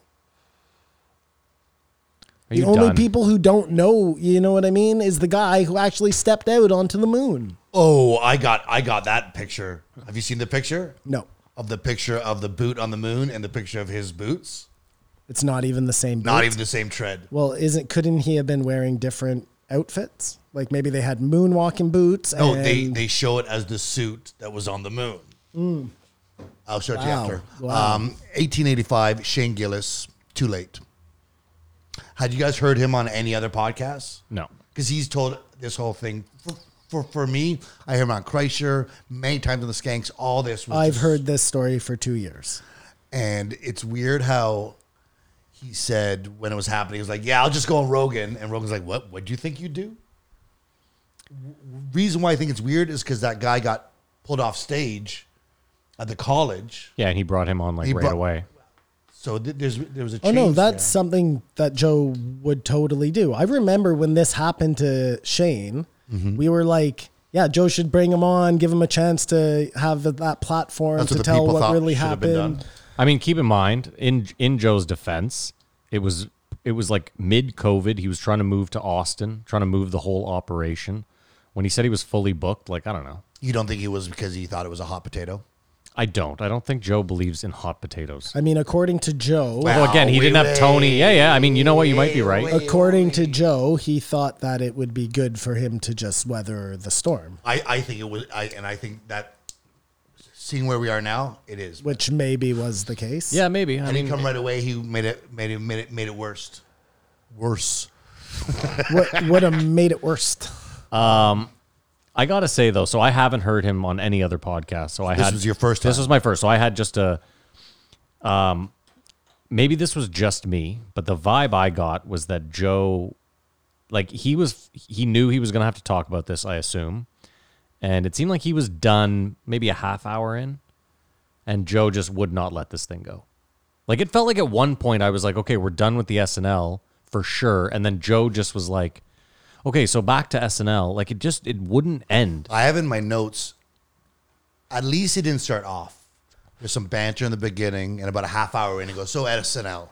Are The you only done? people who don't know, you know what I mean, is the guy who actually stepped out onto the moon. Oh, I got I got that picture. Have you seen the picture? No, Of the picture of the boot on the moon and the picture of his boots. it's not even the same. Not boat. even the same tread. Well, isn't couldn't he have been wearing different outfits? Like maybe they had moonwalking boots. No, and Oh, they they show it as the suit that was on the moon. I'll show it to you Mm. Wow. after. Wow. Um, 1885, Shane Gillis. Too late. Had you guys heard him on any other podcasts? No. because he's told this whole thing. For, for, for me, I hear him on Kreischer many times on the Skanks. All this, was I've just- heard this story for two years. and it's weird how he said when it was happening, he was like, "Yeah, I'll just go on Rogan," and Rogan's like, "What? What do you think you do?" W- Reason why I think it's weird is because that guy got pulled off stage at the college, Yeah, and he brought him on like He right brought- away. so th- there's there was a Oh change no, that's there. something that Joe would totally do. I remember when this happened to Shane, Mm-hmm. we were like, "Yeah, Joe should bring him on, give him a chance to have th- that platform That's to what the tell people what thought really should have been happened." done. I mean, keep in mind in in Joe's defense, it was it was like mid COVID. He was trying to move to Austin, trying to move the whole operation. When he said he was fully booked, like I don't know, you don't think he was because he thought it was a hot potato. I don't. I don't think Joe believes in hot potatoes. I mean, according to Joe, Although again, he Wow, didn't wait, have Tony. Yeah, yeah. I mean, you know what? You might be right. according to Joe, he thought that it would be good for him to just weather the storm. I, I think it was, I, and I think that seeing where we are now, it is. which maybe was the case. Yeah, maybe. I and he mean, come right away. He made it, made it, made it, made it worse. Worse. What would have made it worse? I gotta say though, so I haven't heard him on any other podcast. So I This had was your first This time. was my first. So I had just a, um, maybe this was just me, but the vibe I got was that Joe, like he was, he knew he was gonna have to talk about this. I assume, and it seemed like he was done maybe a half hour in, and Joe just would not let this thing go. Like it felt like at one point I was like, okay, we're done with the SNL for sure, and then Joe just was like. Okay, so back to SNL. Like it just it wouldn't end. I have in my notes. At least it didn't start off. There's some banter in the beginning, and about a half hour in, it goes so SNL.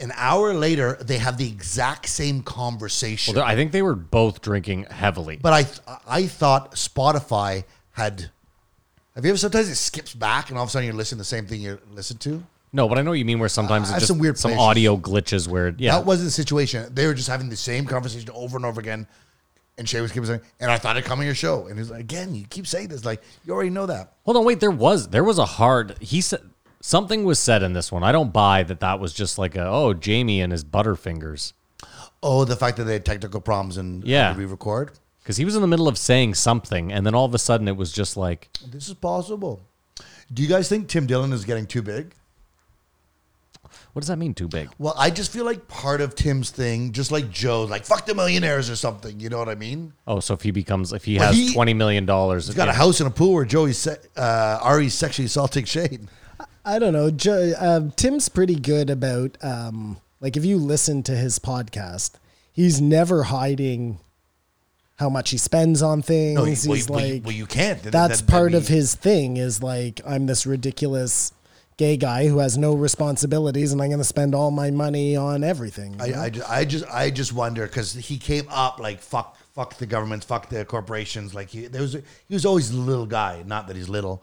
An hour later, they have the exact same conversation. Well, I think they were both drinking heavily. But I th- I thought Spotify had. Have you ever sometimes it skips back and all of a sudden you're listening to the same thing you listened to? no, but I know what you mean where sometimes I have it's just Uh, some some weird places. audio glitches where yeah. That wasn't the situation. They were just having the same conversation over and over again. And Shay was keeping saying, and I thought it'd come on your show. And he's like, again, you keep saying this. Like, you already know that. Hold on, wait. There was there was a hard. He said something was said in this one. I don't buy that. That was just like a oh Jamie and his butterfingers Oh, the fact that they had technical problems and Yeah. re record. because he was in the middle of saying something and then all of a sudden it was just like This is possible. Do you guys think Tim Dillon is getting too big? what does that mean? Too big. Well, I just feel like part of Tim's thing, just like Joe, like fuck the millionaires or something. You know what I mean? Oh, so if he becomes if he Well, has he- twenty million dollars, He's got a house and a pool where Joey's se- uh, Ari's sexually assaulting Shane. I don't know. Jo- uh, Tim's pretty good about um, like if you listen to his podcast, he's never hiding how much he spends on things. No, he's well, you- well, like, you- well, you can't. Then- That's then- then part of we- his thing. Is like I'm this ridiculous gay guy who has no responsibilities, and I'm going to spend all my money on everything. you know? I, I just, I just, I just wonder because he came up like fuck, fuck the governments, fuck the corporations. Like he, there was, he was always a little guy. Not that he's little.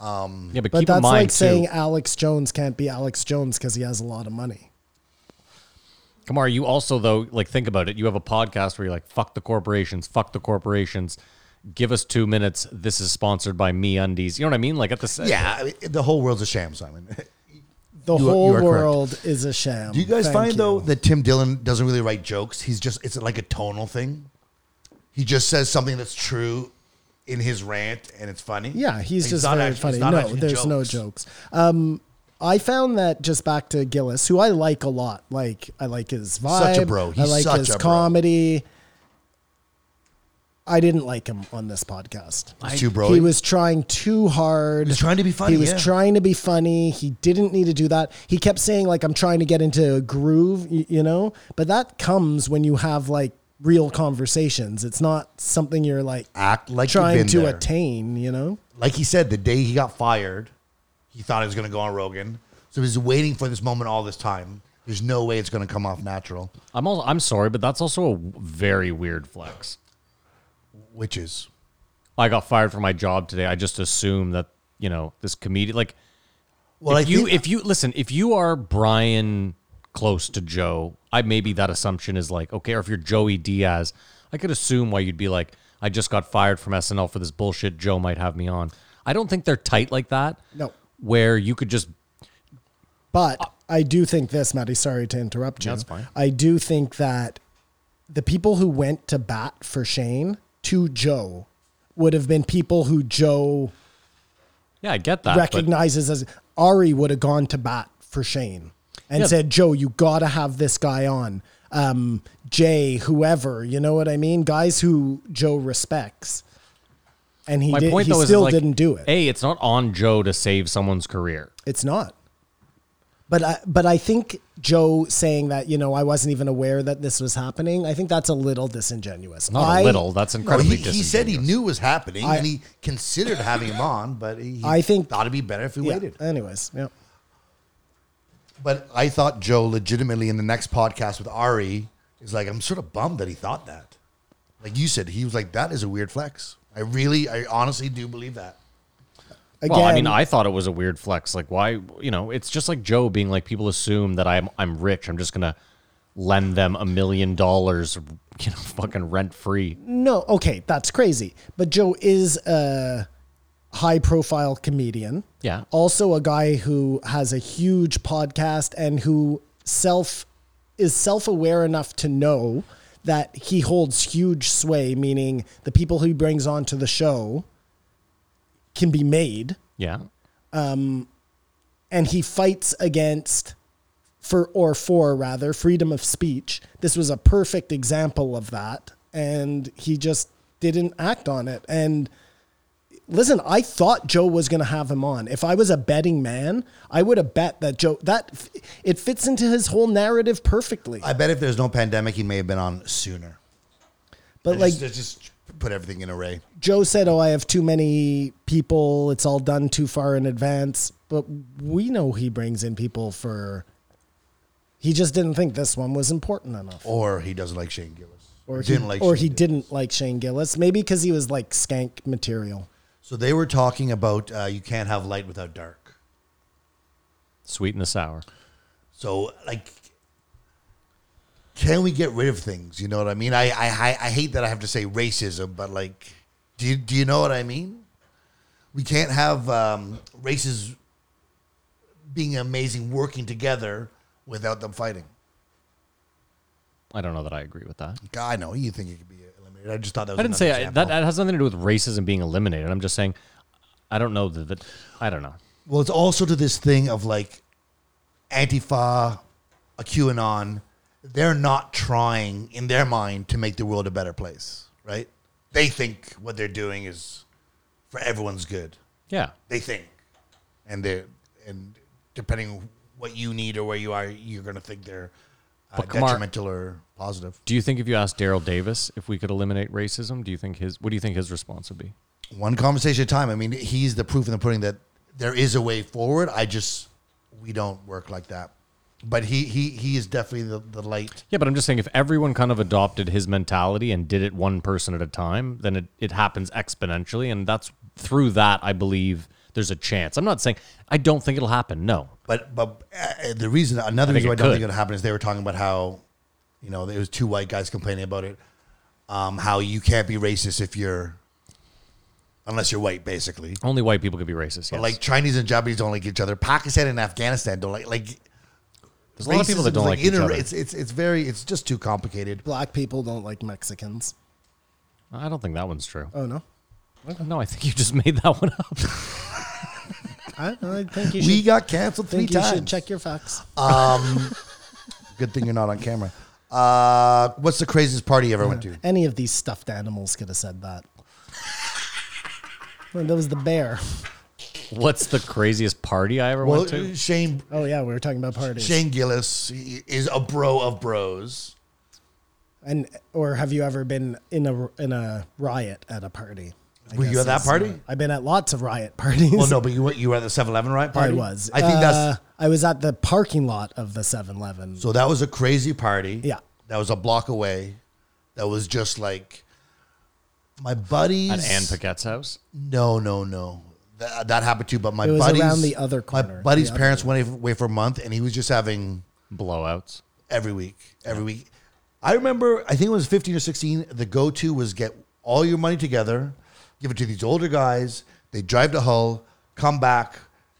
Yeah, but, but keep that's in mind like too. saying Alex Jones can't be Alex Jones because he has a lot of money. Kamar, you also though, like think about it. You have a podcast where you're like, "Fuck the corporations, fuck the corporations." Give us two minutes. This is sponsored by Me Undies. You know what I mean? Like at the s- Yeah, I mean, the whole world's a sham, Simon. The You are- you whole are correct. world is a sham. Do you guys Thank find you. though that Tim Dillon doesn't really write jokes? He's just, it's like a tonal thing. He just says something that's true in his rant, and it's funny. Yeah, he's Like, just not very actually- funny. it's not No, actually there's no jokes. jokes. Um, I found that just back to Gillis, who I like a lot. Like I like his vibe. Such a bro. He's I like such his a bro. comedy. I didn't like him on this podcast. He's too bro. He was trying too hard. He was trying to be funny, He was yeah. trying to be funny. He didn't need to do that. He kept saying like, "I'm trying to get into a groove," y- you know. But that comes when you have like real conversations. It's not something you're like act like trying trying to there. attain. You know. like he said, the day he got fired, he thought he was going to go on Rogan. So he's waiting for this moment all this time. There's no way it's going to come off natural, I'm also, I'm sorry, but that's also a w- very weird flex. which is I got fired from my job today. I just assume that you know this comedian. Like well. if I you think, if you listen, if you are Brian close to Joe, I maybe that assumption is like okay. Or if you're Joey Diaz, I could assume why you'd be like, I just got fired from SNL for this bullshit. Joe might have me on. I don't think they're tight like that. No. where you could just But I do think this, Maddie, sorry to interrupt you. Uh, That's fine. I do think that the people who went to bat for Shane to Joe would have been people who Joe yeah, I get that. but- recognizes as Ari would have gone to bat for Shane and Yeah. said, Joe, you got to have this guy on. Um, Jay, whoever, you know what I mean? Guys who Joe respects. And he, my did, point he though is still like, didn't do it. A, it's not on Joe to save someone's career. It's not. But I, but I think Joe saying that you know I wasn't even aware that this was happening. I think that's a little disingenuous. Not I, a little. That's no, he, incredibly. he said he disingenuous. knew was happening I- and he considered having him on, but he I think- thought it'd be better if he Yeah. waited. Anyways, yeah. But I thought Joe legitimately in the next podcast with Ari is like, I'm sort of bummed that he thought that. Like you said, he was like, that is a weird flex. I really, I honestly do believe that. Again, Well, I mean, I thought it was a weird flex. Like, why? You know, it's just like Joe being like, people assume that I'm I'm rich. I'm just gonna lend them a million dollars, you [laughs] know, fucking rent free. no, okay, that's crazy. But Joe is uh, high profile comedian. Yeah. Also a guy who has a huge podcast and who self is self-aware enough to know that he holds huge sway meaning the people he brings onto the show can be made Yeah. and he fights against for or for rather freedom of speech. This was a perfect example of that, and he just didn't act on it. And listen, I thought Joe was going to have him on. If I was a betting man, I would have bet that Joe that f- it fits into his whole narrative perfectly. I bet if there's no pandemic, he may have been on sooner. But like just, just put everything in array. Joe said, "Oh, I have too many people. It's all done too far in advance." But we know he brings in people for. He just didn't think this one was important enough, Or he doesn't like Shane Gillis. or he, or he didn't like Shane Gillis. Maybe because he was like skank material. So they were talking about uh, you can't have light without dark. Sweet and the sour. So like, can we get rid of things? You know what I mean? I I I I hate that I have to say racism, but like, do you, do you know what I mean? We can't have um, races being amazing working together without them fighting. I don't know that I agree with that. God, I know you think it could be eliminated. I just thought that was I didn't another say I, example. that, that has nothing to do with racism being eliminated. I'm just saying, I don't know that. that I don't know. Well, it's also to this thing of like Antifa, a QAnon, they're not trying in their mind to make the world a better place, right? They think what they're doing is for everyone's good. Yeah. They think. And they're, and depending what you need or where you are, you're going to think they're uh, But Kamar- detrimental or positive. Do you think if you asked Daryl Davis if we could eliminate racism, do you think his what do you think his response would be? One conversation at a time. I mean, he's the proof in the pudding that there is a way forward. I just, we don't work like that. But he, he, he is definitely the, the light Yeah, but I'm just saying if everyone kind of adopted his mentality and did it one person at a time, then it, it happens exponentially. And that's through that I believe there's a chance. I'm not saying I don't think it'll happen. No. But but uh, the reason another think reason why I it don't think could. it'll happen is they were talking about how, you know, there was two white guys complaining about it, um, how you can't be racist if you're, unless you're white, basically. Only white people could be racist. But Yes. like Chinese and Japanese don't like each other. Pakistan and Afghanistan don't like like. there's a lot of people that racism's don't like, each inter- other. It's it's it's very it's just too complicated. Black people don't like Mexicans. I don't think that one's true. Uh, Oh no, No, I think you just [laughs] made that one [laughs] up. I, I think you should. We got canceled three think you times. should check your facts. Good thing you're not on camera. Uh, what's the craziest party you ever went to? Any of these stuffed animals could have said that. Well, that was the bear. What's the craziest party I ever Well, went to? Shane Oh yeah, we were talking about parties. Shane Gillis is a bro of bros. And or have you ever been in a in a riot at a party? I Were you guess at that is- party? I've been at lots of riot [laughs] parties. Well, Oh, no, but you were, you were at the 7-Eleven riot I party. was. I think that's Uh, I was at the parking lot of the 7-Eleven. so. That was a crazy party. Yeah. that was a block away. That was just like my buddies. At Ann Paquette's house? No, no, no. That, that happened too. But my It was buddies around the other corner, My buddy's the other parents went away for a month, and he was just having Blowouts. every week, every week. I remember, I think it was 15 or 16, the go to was get all your money together, give it to these older guys. They drive to Hull, come back,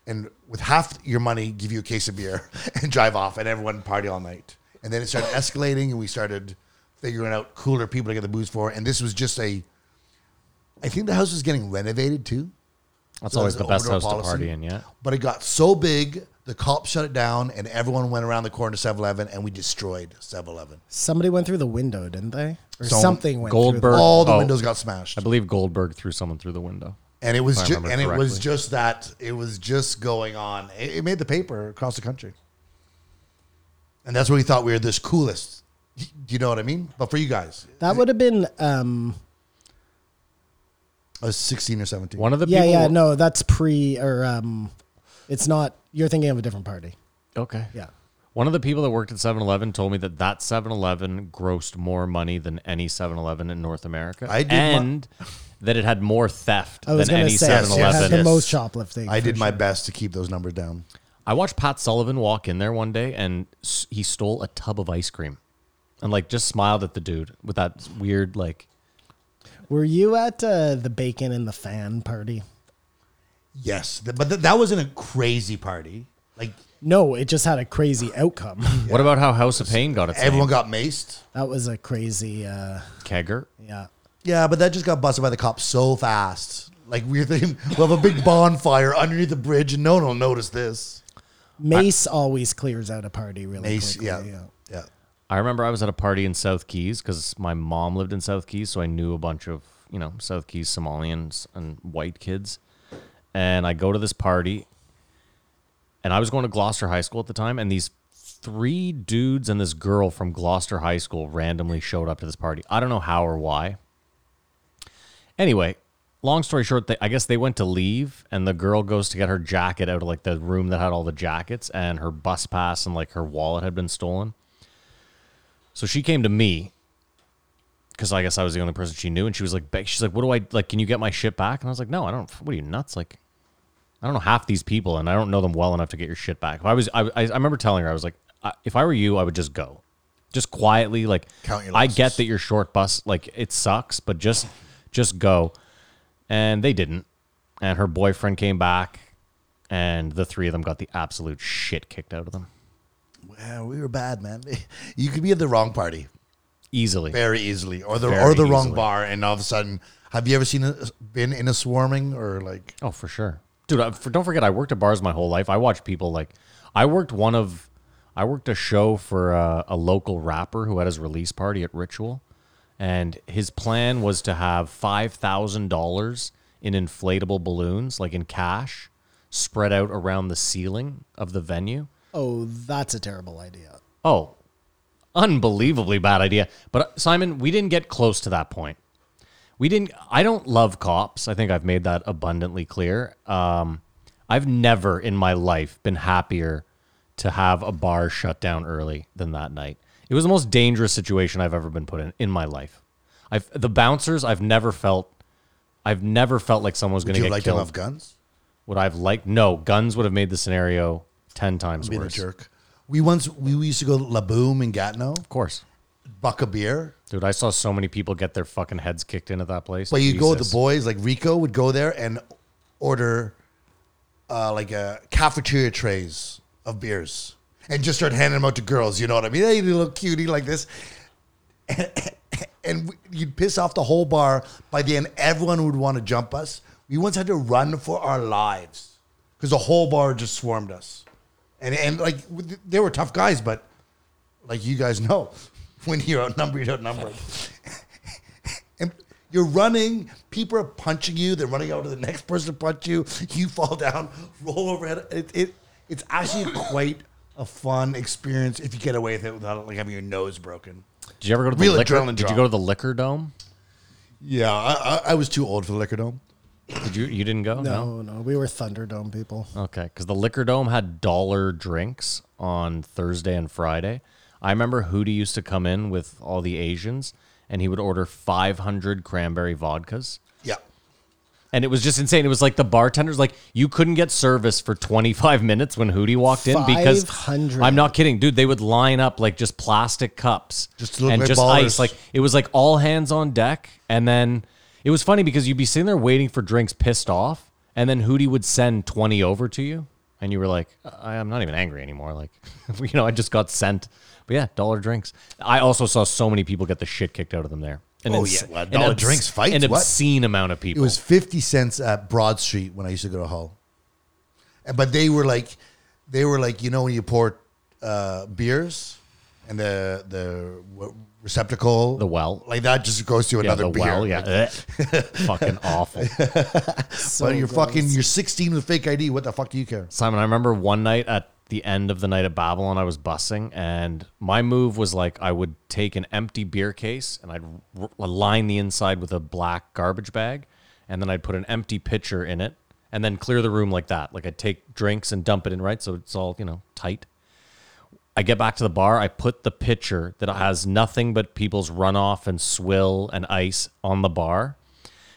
and with half your money, give you a case of beer [laughs] and drive off, and everyone party all night. And then it started escalating, and we started figuring out cooler people to get the booze for. And this was just a, I think the house was getting renovated too. That's So always it's the an best overall house policy. to party in, yeah. But it got so big, the cops shut it down, and everyone went around the corner to 7 Eleven, and we destroyed 7 Eleven. Somebody went through the window, didn't they? Or Some- something went through. Goldberg. The, all the Oh. windows got smashed I believe Goldberg threw someone through the window. and it was I ju- and remember it was correctly. just that it was just going on it, it made the paper across the country and that's where we thought we were this coolest do you know what i mean but for you guys that would have been um i was 16 or 17 One of the yeah, people. yeah, no, that's pre or um it's not you're thinking of a different party. Okay. Yeah. One of the people that worked at 7 Eleven told me that that 7 Eleven grossed more money than any 7 Eleven in North America. I did my- and that it had more theft I was than going any to say 7 it had Eleven. the Yes. most shoplifting. i for did my sure. best to keep those numbers down I watched Pat Sullivan walk in there one day and s- he stole a tub of ice cream and like just smiled at the dude with that weird, like, Were you at uh, the bacon and the fan party? Yes, th- but th- that wasn't a crazy party. Like No, it just had a crazy outcome. [laughs] What about how House of Pain got its everyone name? got maced. that was a crazy. Uh, Kegger. yeah. Yeah, but that just got busted by the cops so fast. Like we we're thinking [laughs] we'll have a big bonfire underneath the bridge, and no one will notice this. Mace always clears out a party really Mace, quickly. yeah, yeah. yeah. I remember I was at a party in South Keys because my mom lived in South Keys, so I knew a bunch of you know South Keys Somalians and white kids. And I go to this party, and I was going to Gloucester High School at the time, and these three dudes and this girl from Gloucester High School randomly showed up to this party. I don't know how or why. Anyway, long story short, they, I guess they went to leave, and the girl goes to get her jacket out of like the room that had all the jackets, and her bus pass and like her wallet had been stolen. So she came to me because I guess I was the only person she knew, and she was like, "Ba- she's like, what do I like? Can you get my shit back? And I was like, no, I don't. What are you nuts? Like, I don't know half these people, and I don't know them well enough to get your shit back. If I was, I, I, I remember telling her, I was like, I, if I were you, I would just go, just quietly, like, Count your I losses. get that you're short bus, like it sucks, but just, just go. And they didn't, and her boyfriend came back, and the three of them got the absolute shit kicked out of them Wow, we were bad, man. [laughs] You could be at the wrong party easily. very easily, or the Very or the wrong easily. bar, and all of a sudden, have you ever seen a, been in a swarming or like? Oh, for sure, dude. I, for, don't forget, I worked at bars my whole life. I watched people like, I worked one of, I worked a show for uh, a local rapper who had his release party at Ritual, and his plan was to have five thousand dollars in inflatable balloons, like in cash, spread out around the ceiling of the venue. Oh, that's a terrible idea. Oh, unbelievably bad idea. But uh, Simon, we didn't get close to that point. We didn't. I don't love cops. I think I've made that abundantly clear. Um, I've never in my life been happier to have a bar shut down early than that night. It was the most dangerous situation I've ever been put in in my life. I've the bouncers. I've never felt. I've never felt like someone was going Do to you get like to killed. have guns? Would I've liked? No, guns would have made the scenario ten times Being a worse. jerk. We once we, we used to go to La Boom in Gatineau, Of course. buck a beer. Dude, I saw so many people get their fucking heads kicked into that place. But you go with the Jesus. boys, like Rico would go there and order uh, like a cafeteria trays of beers and just start handing them out to girls. You know what I mean? Hey, you little cutie like this. [laughs] And we- you'd piss off the whole bar. By the end, everyone would want to jump us. We once had to run for our lives because the whole bar just swarmed us. And, and like, w- they were tough guys, but like you guys know, [laughs] when you're outnumbered, you're outnumbered. and you're running, people are punching you, they're running out to the next person to punch you, [laughs] you fall down, roll overhead. It, it it's actually quite a fun experience if you get away with it without like having your nose broken. Did you ever go to the Real liquor? adrenaline Did you drop. go to the liquor dome? Yeah, I, I, I was too old for the liquor dome. Did you? You didn't go? No, no, we were Thunderdome people. Okay, because the liquor dome had dollar drinks on Thursday and Friday. I remember Hootie used to come in with all the Asians, and he would order 500 cranberry vodkas. Yeah. And it was just insane. It was like the bartenders, like you couldn't get service for 25 [laughs] minutes when Hootie walked in because 500. I'm not kidding, dude. They would line up like just plastic cups, Just to look and like just ballers. ice. Like it was like all hands on deck. And then it was funny because you'd be sitting there waiting for drinks, pissed off, and then Hootie would send 20 over to you, and you were like, I- I'm not even angry anymore. Like, [laughs] you know, I just got sent. But yeah, dollar drinks. I also saw so many people get the shit kicked out of them there. An Oh, ins- yeah. Well, an dollar obs- drinks, fights, An what? obscene amount of It people. was 50 cents at Broad Street when I used to go to Hull. And- But they were like, they were like, you know, when you pour uh, beers and the the w- receptacle, The well. like that just goes to yeah, another the beer. well, yeah, Eh. [laughs] fucking awful. So But you're gross. fucking, you're 16 with fake ID. What the fuck do you care? Simon, I remember one night at the end of the night at Babylon, I was bussing, and my move was like I would take an empty beer case and I'd r- line the inside with a black garbage bag, and then I'd put an empty pitcher in it, and then clear the room like that. Like I'd take drinks and dump it in, right? So it's all you know tight. I get back to the bar. I put the pitcher that has nothing but people's runoff and swill and ice on the bar.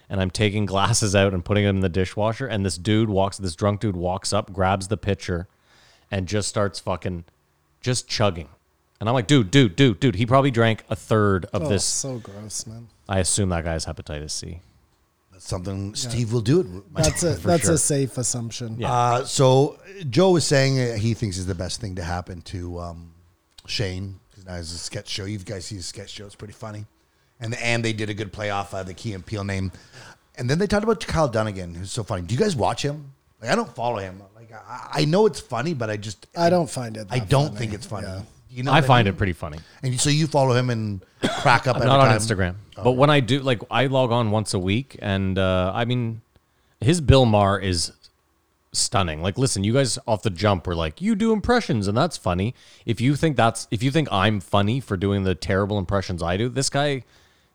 And I'm taking glasses out and putting them in the dishwasher. And this dude walks, this drunk dude walks up, grabs the pitcher, and just starts fucking, just chugging. And I'm like, dude, dude, dude, dude. He probably drank a third of Oh, this. so gross, man. I assume that guy has hepatitis C. something Steve will do it. my- That's [laughs] a for that's sure. a safe assumption. Yeah. Uh, so Joe was saying uh, he thinks is the best thing to happen to um, Shane because now it's a sketch show. You guys see his sketch show; it's pretty funny. And and they did a good play off uh, the Key and Peele name. And then they talked about Kyle Dunnigan, who's so funny. Do you guys watch him? Like I don't follow him. Like I, I know it's funny, but I just I don't find it. I that don't funny. think it's funny. Yeah. You know I what find mean? it pretty funny. And so you follow him and crack up. I'm every not on time. Instagram, Oh. but when I do, like, I log on once a week, and uh, I mean, his Bill Maher is stunning. Like, listen, you guys off the jump were like, you do impressions, and that's funny. If you think that's, if you think I'm funny for doing the terrible impressions I do, this guy,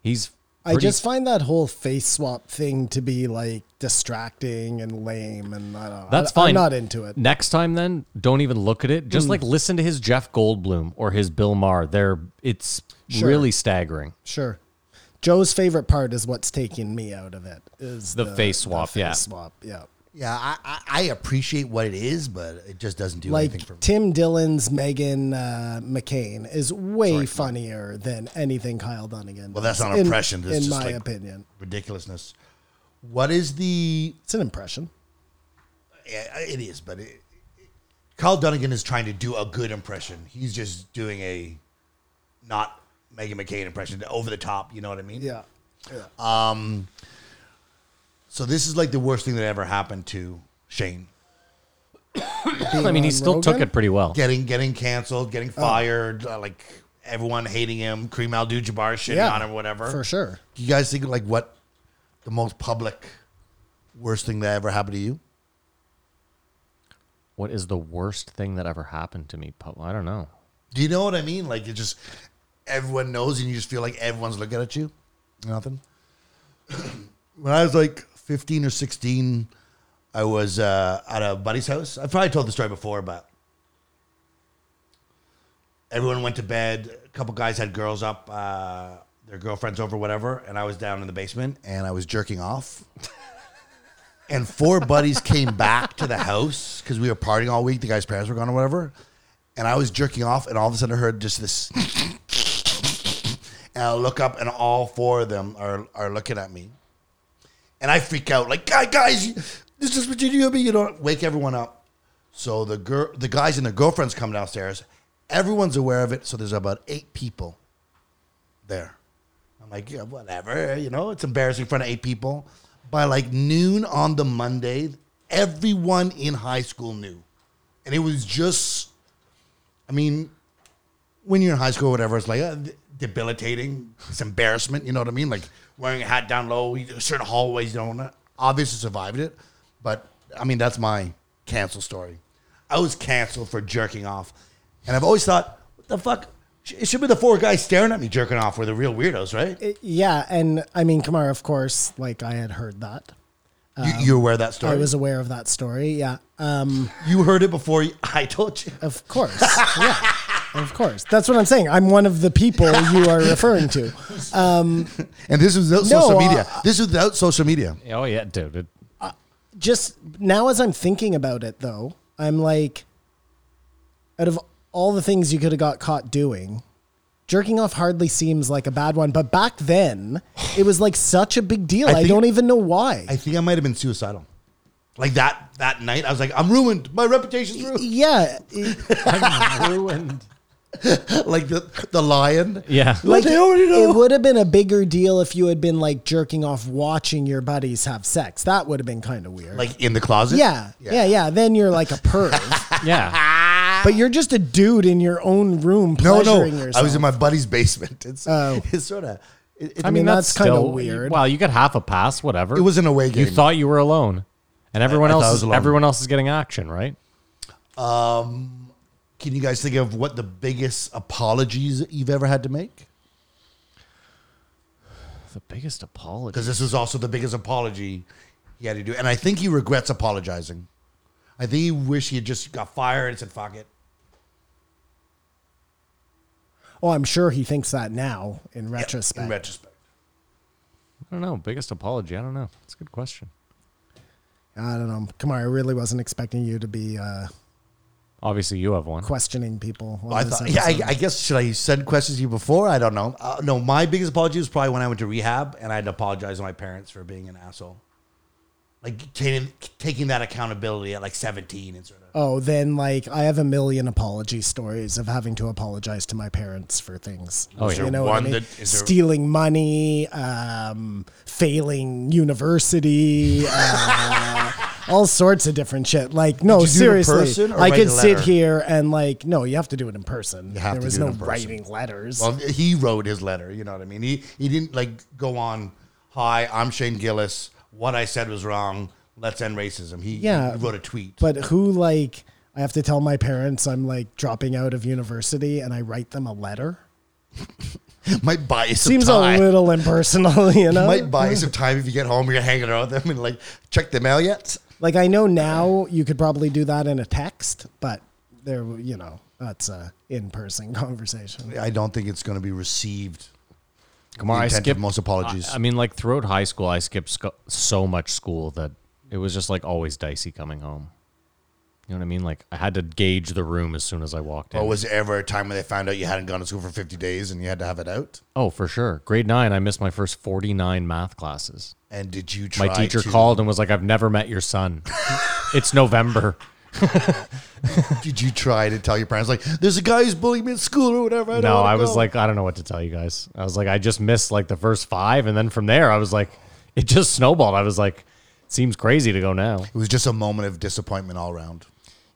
he's. I pretty- just find that whole face swap thing to be like distracting and lame, and I don't. That's I, fine. I'm not into it. Hmm. Next time, then, don't even look at it. Just like listen to his Jeff Goldblum or his Bill Maher. They're it's Sure. really staggering. Sure. Joe's favorite part is what's taking me out of it is The face swap, face yeah. swap. Yeah. Yeah, I, I, I appreciate what it is, but it just doesn't do anything for me. Like Tim Dillon's Megan uh, McCain is way funnier than anything Kyle Dunnigan. Well, does, that's not an in- impression. That's in just my like- opinion, ridiculousness. What is the? it's an impression. yeah, It is, but it, Kyle Dunnigan is trying to do a good impression. He's just doing a not Megan McCain impression, over the top. You know what I mean? Yeah. So this is like the worst thing that ever happened to Shane. I mean, he still took Rogan? it pretty well. Getting getting canceled, getting Oh. fired, uh, like everyone hating him, Kareem Abdul-Jabbar shitting Yeah, on him, whatever. for sure. Do you guys think like what the most public worst thing that ever happened to you? What is the worst thing that ever happened to me? Pub- I don't know. Do you know what I mean? Like it just everyone knows, and you just feel like everyone's looking at you. Nothing. [clears throat] when I was like fifteen or sixteen, I was uh, at a buddy's house. I've probably told the story before, but everyone went to bed. A couple guys had girls up, uh, their girlfriends over, whatever, and I was down in the basement and I was jerking off. and four buddies came back to the house because we were partying all week. The guy's parents were gone or whatever, and I was jerking off, and all of a sudden I heard just this. and I look up, and all four of them are are looking at me, and I freak out like, "Guy, guys, this is what you do to me. You don't wake everyone up." So the girl, the guys, and their girlfriends come downstairs. Everyone's aware of it, so there's about eight people there. I'm like, yeah, whatever, you know, it's embarrassing in front of eight people. By like noon on the Monday, everyone in high school knew. And it was just, I mean, when you're in high school, or whatever, it's like uh, debilitating. It's embarrassment, you know what I mean? Like wearing a hat down low, you- certain hallways, you know, obviously survived it. But I mean, that's my cancel story. I was canceled for jerking off. And I've always thought, what the fuck? It should be the four guys staring at me jerking off were the real weirdos, right? Yeah, and I mean Kamara, of course. Like I had heard that. You, you're aware of that story? I was aware of that story. Yeah. Um, you heard it before you- [laughs] I told you. Of course. [laughs] yeah. Of course. That's what I'm saying. I'm one of the people you are referring to. And this was without No, social uh, media. This was without social media. Oh yeah, dude. It, Just now, as I'm thinking about it, though, I'm like, out of all the things you could have got caught doing, jerking off hardly seems like a bad one. But back then, it was like such a big deal. I I, think- don't even know why. I think I might have been suicidal. Like that that night, I was like, I'm ruined. My reputation's ruined. [laughs] yeah. it- I'm ruined. like the the lion. Yeah. Like they already know. It would have been a bigger deal if you had been like jerking off watching your buddies have sex. That would have been kind of weird. like in the closet. yeah, yeah, yeah, Then you're like a perv, [laughs] Yeah. but you're just a dude in your own room No, pleasuring no. yourself. I was in my buddy's basement. It's Oh. [laughs] it's sort of. It, it- I mean, that's that's, kinda still- weird. Well, you got half a pass. Whatever. It was an away game. You thought you were alone, and everyone I thought I else. was Is, alone. everyone else is getting action, right? Can you guys think of what the biggest apologies you've ever had to make? The biggest apology. because this was also the biggest apology he had to do. And I think he regrets apologizing. I think he wish he had just got fired and said, fuck it. oh, I'm sure he thinks that now in retrospect. In retrospect. I don't know. Biggest apology. I don't know. It's a good question. I don't know. Kamara, I really wasn't expecting you to be uh, Obviously, you have one. questioning people. on I this thought, yeah, I, episode. I guess should I send questions to you before? I don't know. Uh, no, my biggest apology was probably when I went to rehab and I had to apologize to my parents for being an asshole, like taking taking that accountability at like seventeen and sort of. Oh, then like I have a million apology stories of having to apologize to my parents for things. Oh, yeah. you know what I One mean? that- is there- Stealing money, um, failing university, [laughs] uh, all sorts of different shit. Like, no, Did you do it in seriously, person or I write could a sit letter? here and like, no, you have to do it in person. have there to was do it no in person. writing letters. Well, he wrote his letter. You know what I mean? He he didn't like go on. Hi, I'm Shane Gillis. What I said was wrong. Let's end racism. He, he Yeah, wrote a tweet. but who like? I have to tell my parents I'm like dropping out of university, and I write them a letter. [laughs] might buy you some Seems time. a little impersonal, [laughs] you know. might buy you some time if you get home. You're hanging out with them and like check the mail yet. Like I know now you could probably do that in a text, but there, you know, that's a in-person [laughs] conversation. I don't think it's going to be received. Come on, I intent of skipped most apologies. I, I mean, like throughout high school, I skipped sco- so much school that it was just like always dicey coming home. You know what I mean? Like I had to gauge the room as soon as I walked in. Oh, Or was there ever a time when they found out you hadn't gone to school for 50 days and you had to have it out? oh, for sure. Grade nine, I missed my first forty-nine math classes. And did you try My teacher to- called and was like, "I've never met your [laughs] son. it's November." Did you try to tell your parents, like, there's a guy who's bullying me at school or whatever? I don't no, wanna I was go." like, I don't know what to tell you guys. I was like, I just missed like the first five, and then from there, I was like, it just snowballed. I was like, seems crazy to go now. It was just a moment of disappointment all around.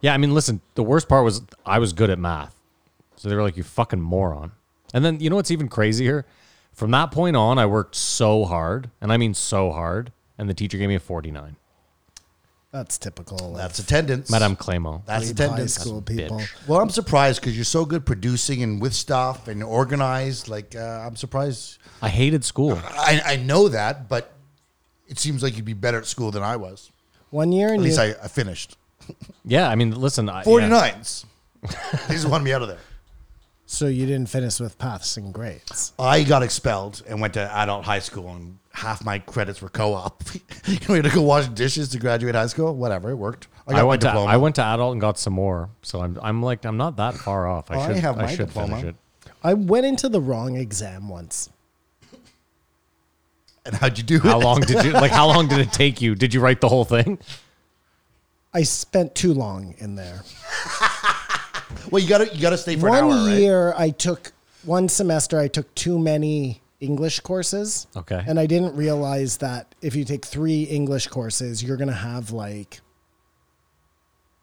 Yeah, I mean, listen, the worst part was I was good at math. So they were like, you fucking moron. And then, you know what's even crazier? From that point on, I worked so hard, and I mean so hard, and the teacher gave me a 49. That's typical. Like, That's attendance. Madame Clément. That's high attendance. school people. bitch. Well, I'm surprised because you're so good producing and with stuff and organized. Like, uh, I'm surprised. I hated school. I, I know that, but it seems like you'd be better at school than I was. One year At in least uni- I, I finished. Yeah, I mean, listen, I, yeah. 49s. [laughs] they just wanted me out of there. so you didn't finish with passing grades. I got expelled and went to adult high school, and half my credits were [laughs] co-op. we had to go wash dishes to graduate high school. Whatever, it worked. I got I went my to diploma. I went to adult and got some more, so I'm I'm like I'm not that far off. I Oh, I should I, have my should diploma. finish it. I went into the wrong exam once. and how'd you do? How it? long did you like? How long did it take you? Did you write the whole thing? I spent too long in there. [laughs] Well, you gotta you gotta stay for One an hour, right? year I took one semester I took too many English courses. Okay. And I didn't realize that if you take 3 English courses, you're going to have like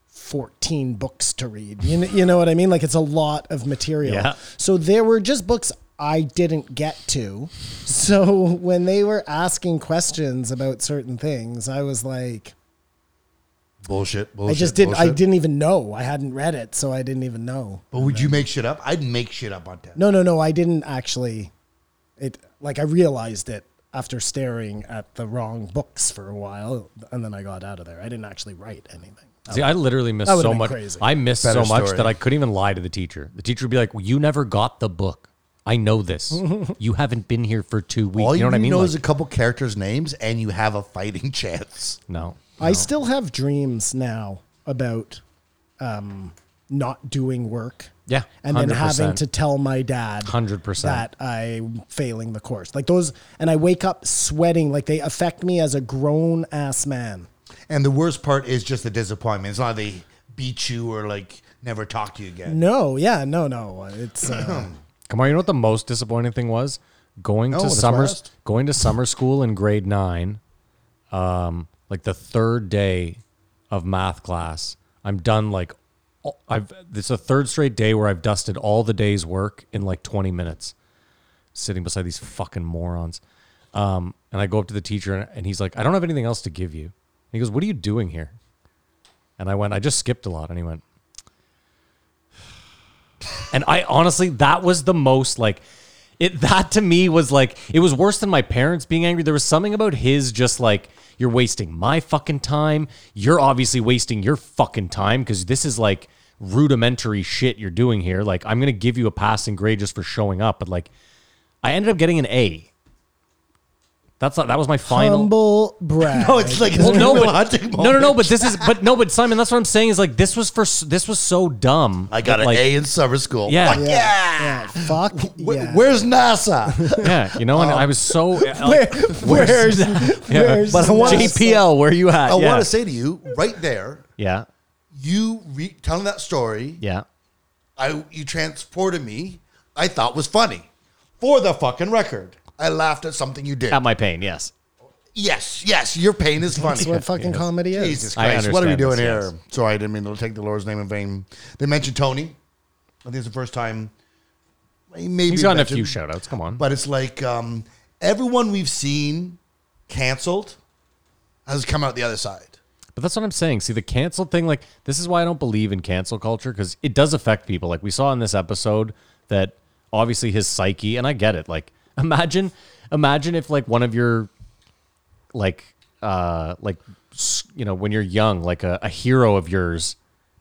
14 books to read. You know, you know what I mean? Like it's a lot of material. Yeah. So there were just books I didn't get to. So [laughs] when they were asking questions about certain things, I was like Bullshit, I bullshit. just didn't I bullshit. didn't even know. I hadn't read it, so I didn't even know. But would you make shit up? I'd make shit up on test. No, no, no. I didn't actually. It like I realized it after staring at the wrong books for a while, and then I got out of there. I didn't actually write anything. [laughs] See, I literally missed That would've so been much. crazy. I missed Better so much story. that I couldn't even lie to the teacher. The teacher would be like, well, "You never got the book. I [laughs] know this. you haven't been here for two weeks. All you know what I mean?" know Like, is a couple characters' names, and you have a fighting [laughs] chance. no. I still have dreams now about um, not doing work. Yeah, and then having 100%. to tell my dad 100%. that I'm failing the course. Like those, and I wake up sweating. Like they affect me as a grown ass man. And the worst part is just the disappointment. It's not they beat you or like never talk to you again. No, yeah, no, no. It's uh, Come on, you know what the most disappointing thing was? Going No, to that's summer worst. going to summer school in grade nine, um, like the third day of math class. I'm done like all- I've it's the third straight day where I've dusted all the day's work in like 20 minutes, sitting beside these fucking morons. Um, and I go up to the teacher and, and he's like, I don't have anything else to give you. And he goes, What are you doing here? And I went, I just skipped a lot. And he went, [sighs] and I honestly, that was the most like it. That to me was like it was worse than my parents being angry. There was something about his just like you're wasting my fucking time. You're obviously wasting your fucking time because this is like rudimentary shit you're doing here. Like I'm gonna give you a passing grade just for showing up, but like I ended up getting an A. That's not, that was my final. Humble brag. No, it's like [laughs] Well, no, Real but, hunting no, no, no. moment. But this is, but no, but Simon, that's what I'm saying is like this was for s- this was so dumb. I got eh? that, an like, A in summer school. Yeah. Fuck Yeah. yeah. Yeah, fuck. Wh- yeah. Where's NASA? [laughs] Yeah, you know, and I was so Where- like, where's, where's But I wanna- JPL. Where you at? I yeah. want to say to you right there, yeah, you re- telling that story, yeah. I you transported me. I thought was funny, for the fucking record. I laughed at something you did. At my pain, yes. yes, yes, your pain is [laughs] funny. [laughs] That's what fucking comedy is. Jesus I Christ, what are we understand doing this, here? Sorry, I didn't mean to take the Lord's name in vain. They mentioned Tony. I think it's the first time. Maybe He's gotten a mentioned- few shout outs. Come on. but it's like um, everyone we've seen canceled has come out the other side. But that's what I'm saying. See, the cancel thing, like, this is why I don't believe in cancel culture because it does affect people. Like, we saw in this episode that obviously his psyche, and I get it. Like, [laughs] imagine, imagine if, like, one of your, like, uh, like, s- you know, when you're young, like a, a hero of yours,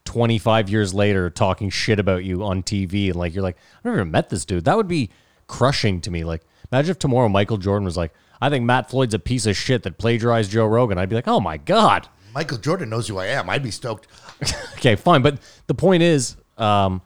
25 years later, talking shit about you on TV. And, like, you're like, I've never even met this dude. That would be crushing to me. Like, imagine if tomorrow Michael Jordan was like, I think Matt Floyd's a piece of shit that plagiarized Joe Rogan. I'd be like, oh my God. Michael Jordan knows who I am. I'd be stoked. Okay, fine. But the point is, um,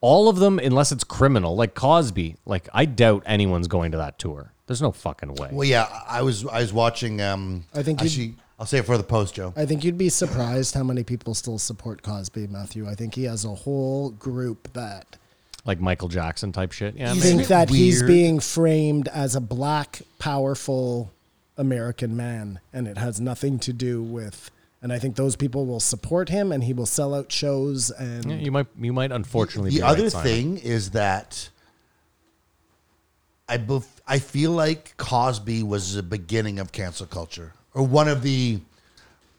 all of them, unless it's criminal, like Cosby, like I doubt anyone's going to that tour. There's no fucking way. Well, yeah, I- I was I was watching. Um, I think you- actually, I'll say it for the post, Joe. I think you'd be surprised how many people still support Cosby, Matthew. I think he has a whole group that Like Michael Jackson type shit. Yeah. He's- maybe. think that he's Weird. being framed as a black, powerful American man, and it has nothing to do with. And I think those people will support him, and he will sell out shows. And Yeah, you might. You might. Unfortunately, the be other right, Simon. thing is that I bef- I feel like Cosby was the beginning of cancel culture, or one of the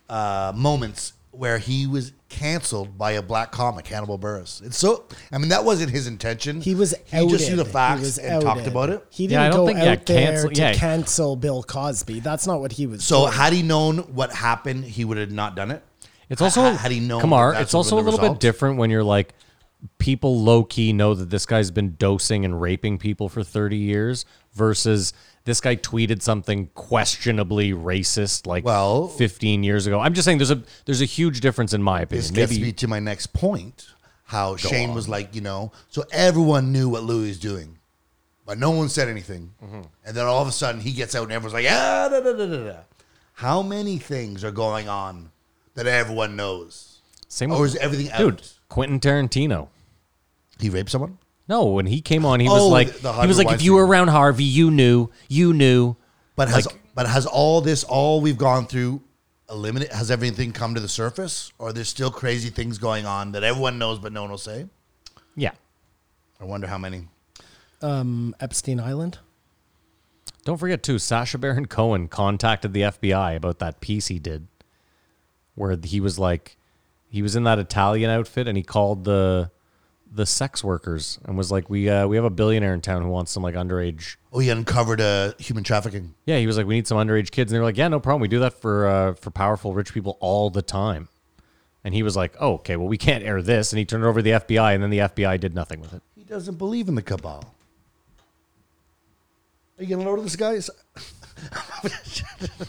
uh, moments where he was canceled by a black comic, Hannibal Burris. It's so I mean that wasn't his intention. he was he just outed. knew the He facts was and talked outed. about it. He Yeah, I didn't don't go think- out yeah, there cancel- to yeah. cancel Bill Cosby. That's not what he was. So doing. had he known what happened, he would have not done it. It's also Ha- had he known Kamar, that that's it's also a what the little bit result- different when you're like people low key know that this guy's been dosing and raping people for 30 years versus this guy tweeted something questionably racist like Well- 15 years ago. I'm just saying there's a there's a huge difference in my opinion. This gets me Maybe to my next point. How Shane was like, you know, so everyone knew what Louis was doing, but no one said anything. And then all of a sudden he gets out and everyone's like, ah, da, da, da, da, da. How many things are going on that everyone knows? same Or with- Oh, is everything out? Dude, Quentin Tarantino. He raped someone? No, when he came on, he was Oh, like the- the he was Harvey like if you were Weinstein. around Harvey, you knew, you knew. But has Like- but has all this, all we've gone through, eliminate? Has everything come to the surface, or there's still crazy things going on that everyone knows but no one will say? Yeah. I wonder how many. Epstein Island. Don't forget too, Sasha Baron Cohen contacted the FBI about that piece he did, where he was like, he was in that Italian outfit and he called the the sex workers and was like, we uh, we have a billionaire in town who wants some like underage. Oh, he uncovered uh, human trafficking. Yeah, he was like, we need some underage kids, and they were like, yeah, no problem, we do that for uh, for powerful rich people all the time. And he was like, oh, okay, well, we can't air this, and he turned it over to the FBI, and then the FBI did nothing with it. He doesn't believe in the cabal. Are you gonna order this guy? Is-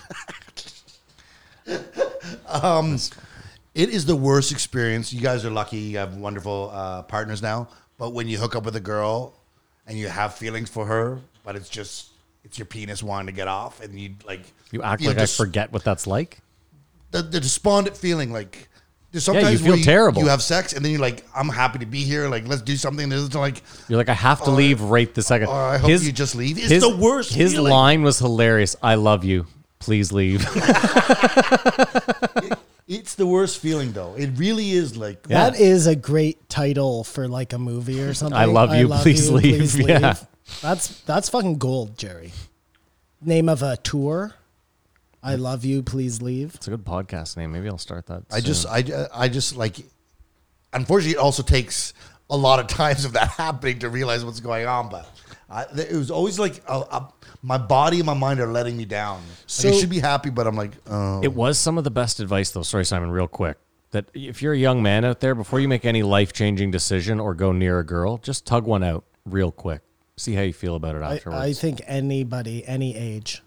[laughs] um, it is the worst experience. You guys are lucky. You have wonderful uh, partners now. But when you hook up with a girl and you have feelings for her, but it's just it's your penis wanting to get off, and you like You act feel like dis- I forget what that's like. the, the despondent feeling like there's sometimes you feel where terrible. You have sex and then you're like, I'm happy to be here. Like, let's do something. There's like, You're like, I have to leave right the second. oh, I hope you just leave. It's the worst His feeling. line was hilarious. I love you. Please leave. [laughs] It's the worst feeling though. It really is like That is a great title for like a movie [laughs] or something. love you, please leave." [laughs] Yeah. That's that's fucking gold, Jerry. Name of a tour. I Mm. love you, please leave. it's a good podcast name. Maybe I'll start that. I just I ju- I just like unfortunately it also takes a lot of times of that [laughs] happening to realize what's going on, but I, th- it was always like uh, uh, my body and my mind are letting me down. Like, So- I should be happy, but I'm like, oh. It was some of the best advice, though. Sorry, Simon, real quick. That if you're a young man out there, before you make any life changing decision or go near a girl, just tug one out real quick. See how you feel about it I, afterwards. I think anybody, any age,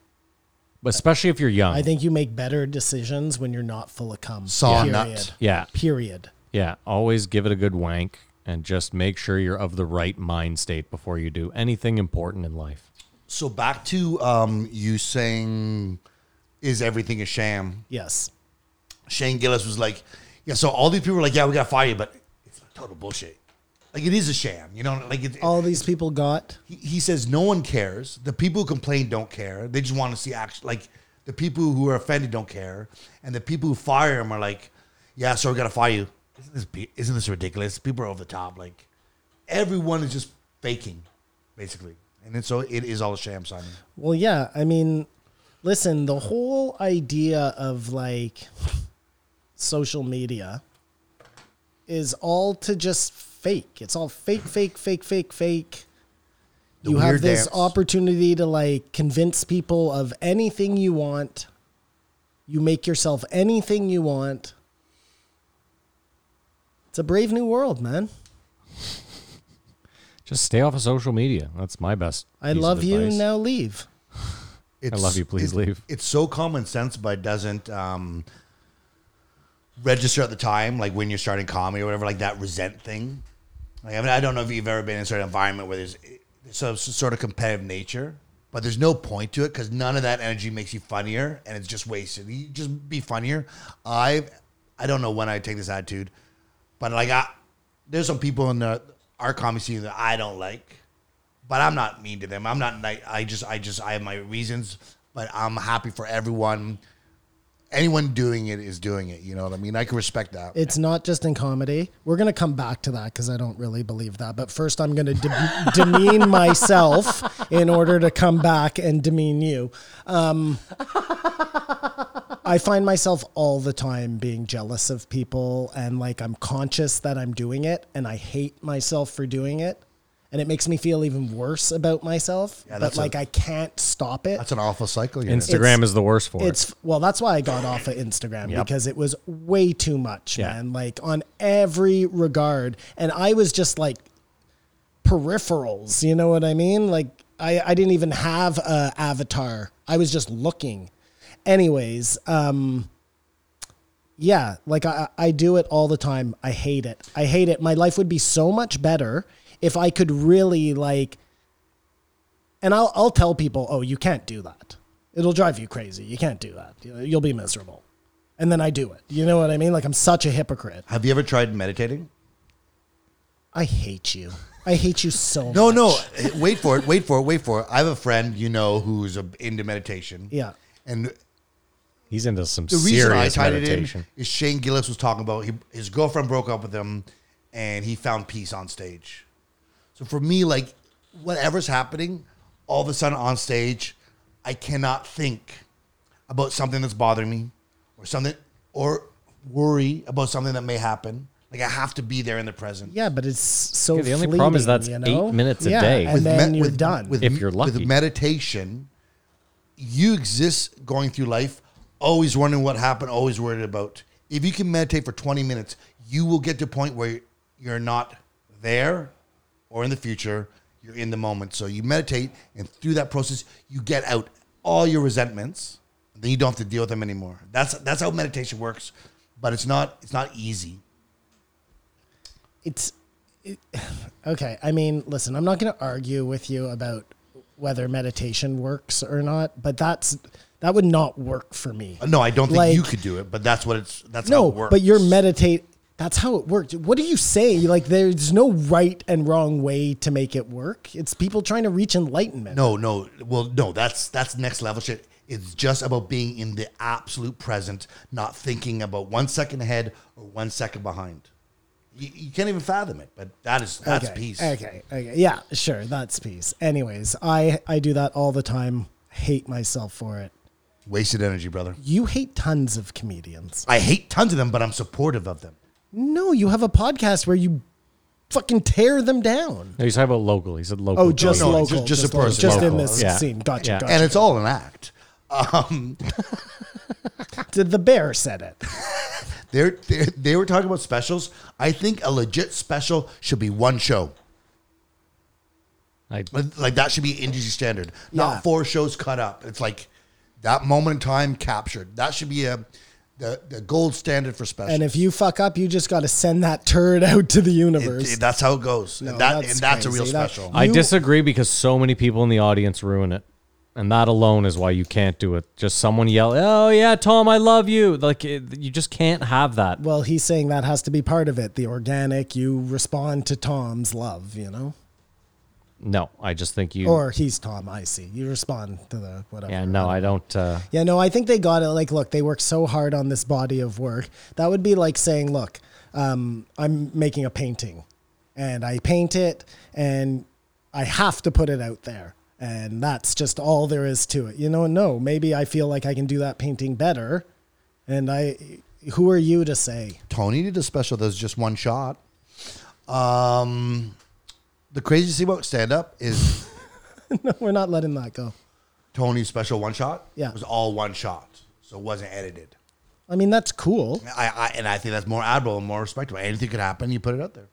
especially if you're young. I think you make better decisions when you're not full of cum. Saw period. nut. Yeah. Period. Yeah, always give it a good wank and just make sure you're of the right mind state before you do anything important in life. So back to um, you Mm. saying, "Is everything a sham?" Yes. Shane Gillis was like, "Yeah." So all these people were like, "Yeah, we gotta fire you," but it's like total bullshit. Like it is a sham, you know. Like it, All these people got he, he says no one cares. The people who complain don't care. They just want to see action. Like the people who are offended don't care, and the people who fire him are like, "Yeah, so we gotta fire you." Isn't this be- isn't this ridiculous? People are over the top. Like everyone is just faking, basically, and then so it is all a sham, Simon. Well, yeah. I mean, listen, the whole idea of like social media is all to just fake. It's all fake, fake, fake, fake, fake. The you have weird this dance. opportunity to like convince people of anything you want. You make yourself anything you want. It's a brave new world, man. Just stay off of social media. That's my best. I piece of love you. advice. Now leave. It's, love you, please it's- leave. It's so common sense, but it doesn't um, register at the time, like when you're starting comedy or whatever, like that resent thing. Like, I mean, I don't know if you've ever been in a certain environment where there's eh, so sort of competitive nature, but there's no point to it because none of that energy makes you funnier, and it's just wasted. You just be funnier. I, I don't know when I take this attitude, but like I, there's some people in the our comedy scene that I don't like but I'm not mean to them. I'm not. ni- I just, I just, I have my reasons. But I'm happy for everyone. Anyone doing it is doing it. You know what I mean? I can respect that. It's not just in comedy. We're going to come back to that because I don't really believe that. But first, I'm going [laughs] to de- demean myself in order to come back and demean you. Um, I find myself all the time being jealous of people and like I'm conscious that I'm doing it and I hate myself for doing it. And it makes me feel even worse about myself. Yeah, but that's a- like I I can't stop it. That's an awful cycle. You're in. Instagram is the worst for it. It's well, that's why I got off of Instagram Yep. because it was way too much, Yeah. man. Like on every regard, and I was just like peripherals. You know what I mean? Like I, I didn't even have a avatar. I was just looking. Anyways, um, yeah, like I, I do it all the time. I hate it. I hate it. My life would be so much better if I could really like and I'll I'll tell people, oh, you can't do that. It'll drive you crazy. You can't do that. You- You'll be miserable. And then I do it. You know what I mean? Like I'm such a hypocrite. Have you ever tried meditating? I hate you. I hate you so No, much. no. wait for it. Wait for it. Wait for it. I have a friend you know who's a, into meditation. Yeah. And He's into some the reason I serious tied meditation. it in is Shane Gillis was talking about he, his girlfriend broke up with him, and he found peace on stage. So for me, like whatever's happening, all of a sudden on stage, I cannot think about something that's bothering me, or something, or worry about something that may happen. Like I have to be there in the present. Yeah, but it's so. Yeah, the only problem is fleeting, that's you know? eight minutes a Yeah, day. and With then me- you're done. With, If you're lucky. with meditation, you exist going through life, always wondering what happened, always worried about. If you can meditate for 20 minutes, you will get to a point where you're not there or in the future, you're in the moment. So you meditate, and through that process, you get out all your resentments. Then you don't have to deal with them anymore. That's that's how meditation works, but it's not it's not easy. it's it, [sighs] okay. I mean, listen, I'm not going to argue with you about whether meditation works or not, but that's that would not work for me. No, I don't think Like- you could do it, but that's what it's that's how No, it works. but you're meditate. That's how it worked. What are you saying? Like, there's no right and wrong way to make it work. It's people trying to reach enlightenment. No, no. Well, no. That's that's next level shit. It's just about being in the absolute present, not thinking about one second ahead or one second behind. You, you can't even fathom it, but that is that's okay, peace. Okay, okay, yeah, sure, that's peace. Anyways, I I do that all the time. Hate myself for it. Wasted energy, brother. You hate tons of comedians. I hate tons of them, but I'm supportive of them. No, you have a podcast where you fucking tear them down. No, he's talking about local. He said local. Oh, just no, local, just- just a local, person. just in Local, this yeah. scene. Gotcha, Yeah. gotcha. And it's all an act. Did the bear said it? They're, they they were talking about specials. I think a legit special should be one show. I, Like like that should be industry standard, Yeah. not four shows cut up. It's like That moment in time captured. That should be a the, the gold standard for special. And if you fuck up, you just got to send that turd [laughs] out to the universe. that's how it goes. and that that's and that's a real crazy. That- special. I You- disagree because so many people in the audience ruin it. And that alone is why you can't do it. Just someone yell, "Oh yeah, Tom, I love you!" Like it, you just can't have that. well, he's saying that has to be part of it. The organic, you respond to Tom's love, you know? No, I just think you. Or he's Tom, I see. You respond to the whatever. yeah, no, I don't. Uh, Yeah, no, I think they got it. Like, look, they worked so hard on this body of work. That would be like saying, look, um, I'm making a painting and I paint it and I have to put it out there. And that's just all there is to it. You know, no, maybe I feel like I can do that painting better. And I, who are you to say? Tony did a special that's just one shot. Um, the craziest thing about stand up [sighs] is No, we're not letting that go. Tony's special one shot. Yeah. was all one shot, so it wasn't edited. I mean, that's cool. I, I and I think that's more admirable and more respectable. Anything could happen. You put it out there.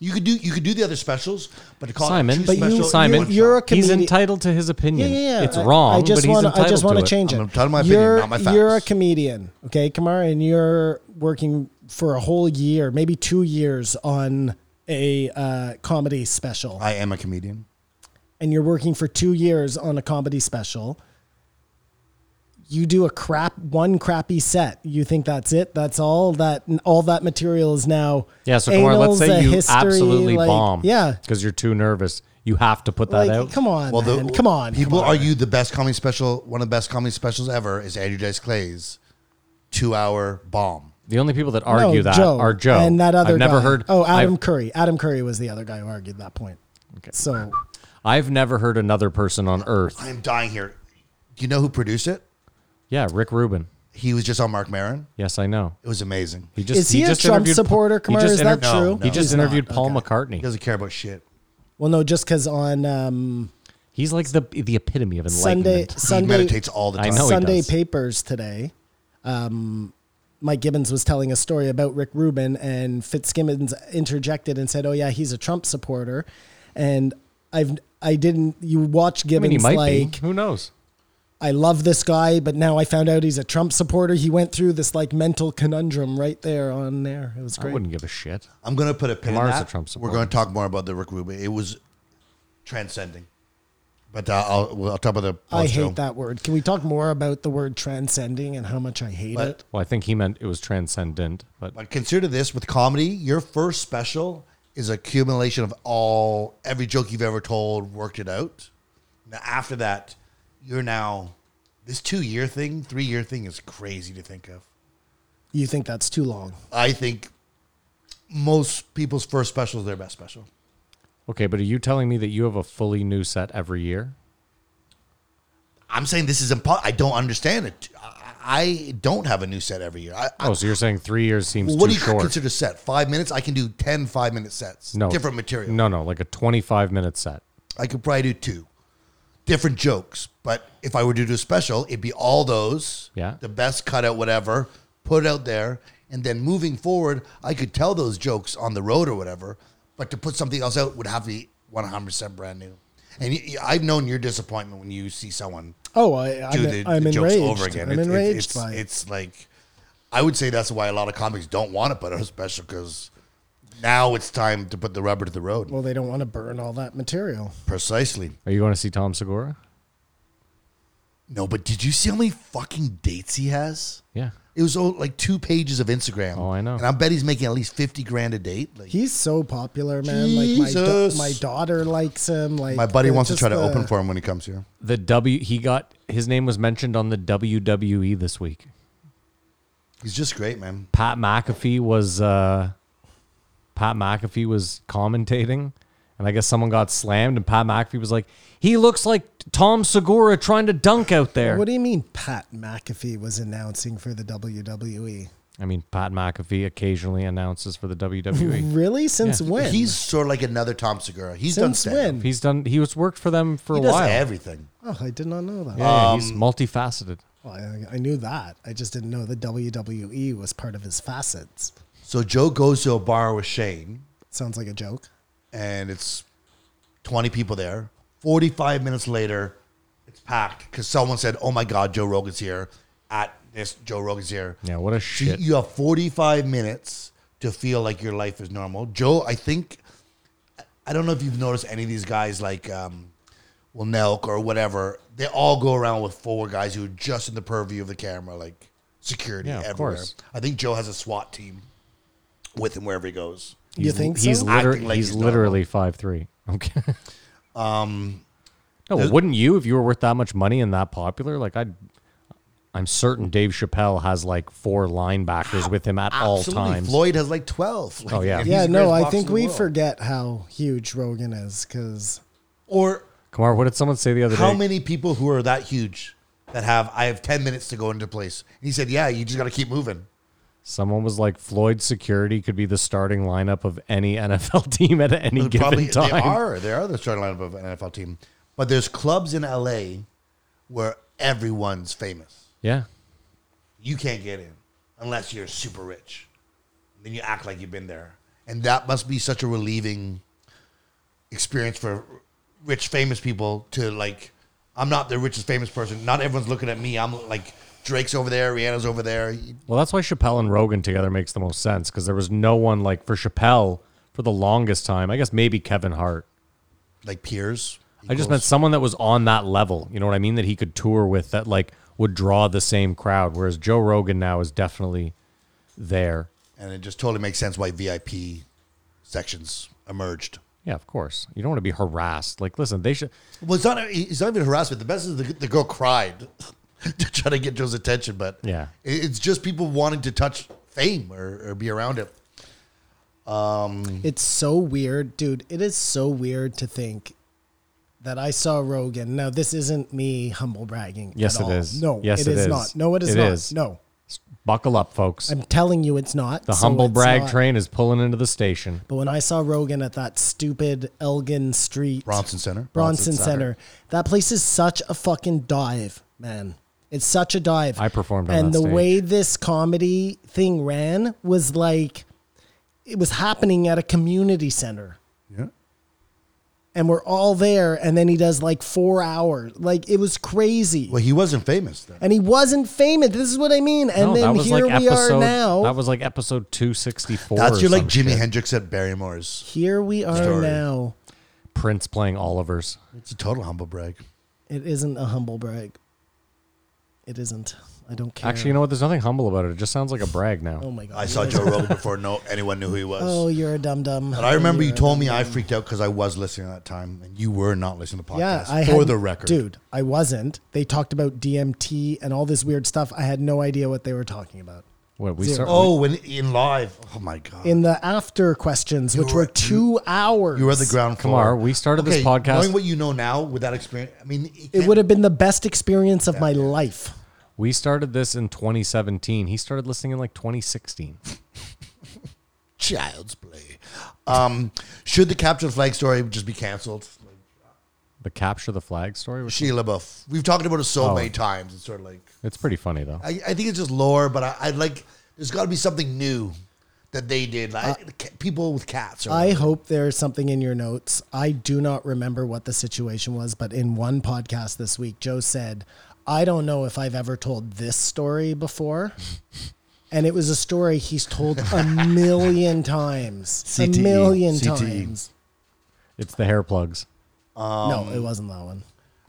You could do you could do the other specials, but to call Simon, it two But you- special, Simon, one you're shot. a he's comedian. entitled to his opinion. Yeah, yeah, yeah. It's wrong, I just but he's wanna- entitled I just to wanna it. change it. I'm entitled to my opinion, You're- not my You're a facts. comedian, okay, Kamara, and you're working for a whole year, maybe two years on a uh, comedy special, I am a comedian. and you're working for two years on a comedy special. You do a crap one crappy set. You think that's it? That's all that all that material is now. Yeah, so Kumar, let's anals, a say you history, absolutely like- bomb. Yeah, because you're too nervous. You have to put that like out. come on, Well, man, come on, come People on. argue the best comedy special, one of the best comedy specials ever, is Andrew Dice Clay's two hour bomb. The only people that argue that are Joe Oh, and that other. I've never guy. heard. Oh, Adam I've, Curry. Adam Curry was the other guy who argued that point. Okay. So I've never heard another person on earth. I'm dying here. Do you know who produced it? Yeah, Rick Rubin. He was just on Mark Maron. Yes, I know. It was amazing. He He just Is he a just Trump interviewed- supporter, he Kumar? just Is that inter- true? He No, just he's not. interviewed Paul Okay. McCartney. doesn't care about shit. well, no, just because on um, He's like the the epitome of Sunday enlightenment. He Sunday meditates all the I time. know. he Sunday does. papers today. Um, Mike Gibbons was telling a story about Rick Rubin, and Fitzgibbons interjected and said, "Oh yeah, he's a Trump supporter," and I've I didn't. You I watch mean, Gibbons he might like be. Who knows? I love this guy, but now I found out he's a Trump supporter. He went through this like mental conundrum right there on there. It was I great. wouldn't give a shit. I'm going to put a pin in Lamar's that. a Trump supporter. We're going to talk more about the Rick Rubin. It was transcending. But uh, I'll, we'll- I'll talk about the. I hate post-show. that word. Can we talk more about the word transcending and how much I hate it? But, Well, I think he meant it was transcendent, but but consider this with comedy, your first special is accumulation of all every joke you've ever told, worked it out. Now after that, you're now this two year thing, three year thing is crazy to think of. You think that's too long? I think most people's first special is their best special. okay. But are you telling me that you have a fully new set every year? I'm saying this is impossible. I don't understand it. I, I don't have a new set every year. I, I, Oh, so you're saying three years seems what too do you short? consider set? Five minutes? I can do 10 five minute sets. no Different material. No, no, like a 25 minute set. I could probably do two different jokes, but if I were to do a special, it'd be all those. Yeah. The best cutout, whatever, put it out there. And then moving forward, I could tell those jokes on the road or whatever, but to put something else out would have to be 100% brand new. And y- y- I've known your disappointment when you see someone Oh, I, do I'm, the, I'm the jokes enraged. over again. I'm It- it- enraged it's, by it. it's like, I would say that's why a lot of comics don't want to put out a special because now it's time to put the rubber to the road. Well, they don't want to burn all that material. Precisely. Are you going to see Tom Segura? No, but did you see how many fucking dates he has? Yeah. It was oh, like two pages of Instagram. Oh, I know. And I bet he's making at least fifty grand a date. Like He's so popular, man. Like my, da- Jesus. my daughter likes him. Like my buddy it's wants to just uh, try to the- open for him when he comes here. The W he got his name was mentioned on the WWE this week. He's just great, man. Pat McAfee was uh, Pat McAfee was commentating, and I guess someone got slammed, and Pat McAfee was like, "He looks like Tom Segura trying to dunk out there." What do you mean? Pat McAfee was announcing for the E? WWE. I mean, Pat McAfee occasionally announces for the E. WWE. Really? Since when? He's sort of like another Tom Segura. He's since done stand-up. when? he's done. He was worked for them for He a does Um, while. everything. Oh, I did not know that. yeah, yeah, he's multifaceted. Well, I, I knew that. I just didn't know the WWE was part of his facets. So Joe goes to a bar with Shane, Sounds like a joke. and it's twenty people there. Forty-five minutes later, it's It's packed because someone said, "Oh my God, Joe Rogan's here." At this, Joe Rogan's here. Yeah, what a So shit. you have 45 minutes to feel like your life is normal. Joe, I think I don't know if you've noticed any of these guys like um, well Nelk or whatever. They all go around with four guys who are just in the purview of the camera, like security Yeah, of everywhere. course. I think Joe has a SWAT team with him wherever he goes. you think he's so? literally Acting like he's, he's not literally five three. Okay. Um. Um, No, wouldn't you if you were worth that much money and that popular? Like I, would I'm certain Dave Chappelle has like four linebackers with him at all Absolutely. times. Floyd has like 12. Like, Oh, yeah. and he's yeah, the no, greatest I boxer think in the we world. forget how huge Rogan is because Or Kamar, what did someone say the other how day? many people who are that huge that have I have 10 minutes to go into place. And he said, "Yeah, you just got to keep moving." Someone was like, Floyd security could be the starting lineup of any [laughs] NFL team at any given probably time. they are they are the starting lineup of an NFL team. But there's clubs in LA where everyone's famous. Yeah. You can't get in unless you're super rich. Then you act like you've been there, and that must be such a relieving experience for rich famous people to like. I'm not the richest famous person. Not everyone's looking at me. I'm like Drake's over there, Rihanna's over there. Well, that's why Chappelle and Rogan together makes the most sense because there was no one like for Chappelle for the longest time. I guess maybe Kevin Hart. Like peers. I just equals. meant someone that was on that level. You know what I mean? That he could tour with that like would draw the same crowd. Whereas Joe Rogan now is definitely there. and it just totally makes sense why VIP sections emerged. Yeah, of course. You don't want to be harassed. Like, listen, they should. Well, it's not. It's not even harassment. The best is the, the girl cried [laughs] to try to get Joe's attention, but Yeah. it- it's just people wanting to touch fame or, or be around it. Mm-hmm. it's so weird, dude. It is so weird to think that I saw Rogan. Now, this isn't me humble bragging. Yes, at it all. is. No, Yes, it it is, is. not. No, it is It not. is. No, Buckle up, folks. I'm telling you, it's not. the so humble it's brag not. train is pulling into the station. But when I saw Rogan at that stupid Elgin Street Bronson Center. Bronson Center. That place is such a fucking dive, man. It's such a dive. I performed on and that the stage. way this comedy thing ran was like it was happening at a community center. Yeah. And we're all there, and then he does like four hours. Like it was crazy. Well, he wasn't famous then. And he wasn't famous. This is what I mean. No, And then here we are now. That was like episode two sixty four. That's your like Jimi Jimmy Hendrix at Barrymore's. here we are Story. now. Prince playing Oliver's. It's a total humble brag. It isn't a humble brag. It isn't. I don't care. Actually, you know what? There's nothing humble about it. It just sounds like a brag now. oh my god. I saw Joe Rogan [laughs] before no anyone knew who he was. Oh, you're a dum dum. but I remember you told me I freaked out because I was listening at that time, and you were not listening to podcasts. Yeah, I for had- the record, dude. I wasn't. They talked about DMT and all this weird stuff. I had no idea what they were talking about. What we Zero. start, Oh, when in live. Oh my god. In the after questions, which were, were- two hours, you were at the ground floor. Kamar, we started Okay, this podcast- Knowing what you know now with that experience, I mean, It would have been the best experience of my life. we started this in 2017. He started listening in like 2016. child's play. Um, should the capture the flag story just be canceled? Like, The capture the flag story. Was, Sheila Buff. We've talked about it so Oh. many times. It's sort of like it's pretty funny though. I, I think it's just lore, but I, I like. There's got to be something new that they did. Like ca- people with cats. Or I hope there's something in your notes. I do not remember what the situation was, but in one podcast this week, Joe said, I don't know if I've ever told this story [laughs] before. And it was a story he's told a [laughs] million times. A E. CTE. million CTE. times. It's the hair plugs. no, Um, it wasn't that one.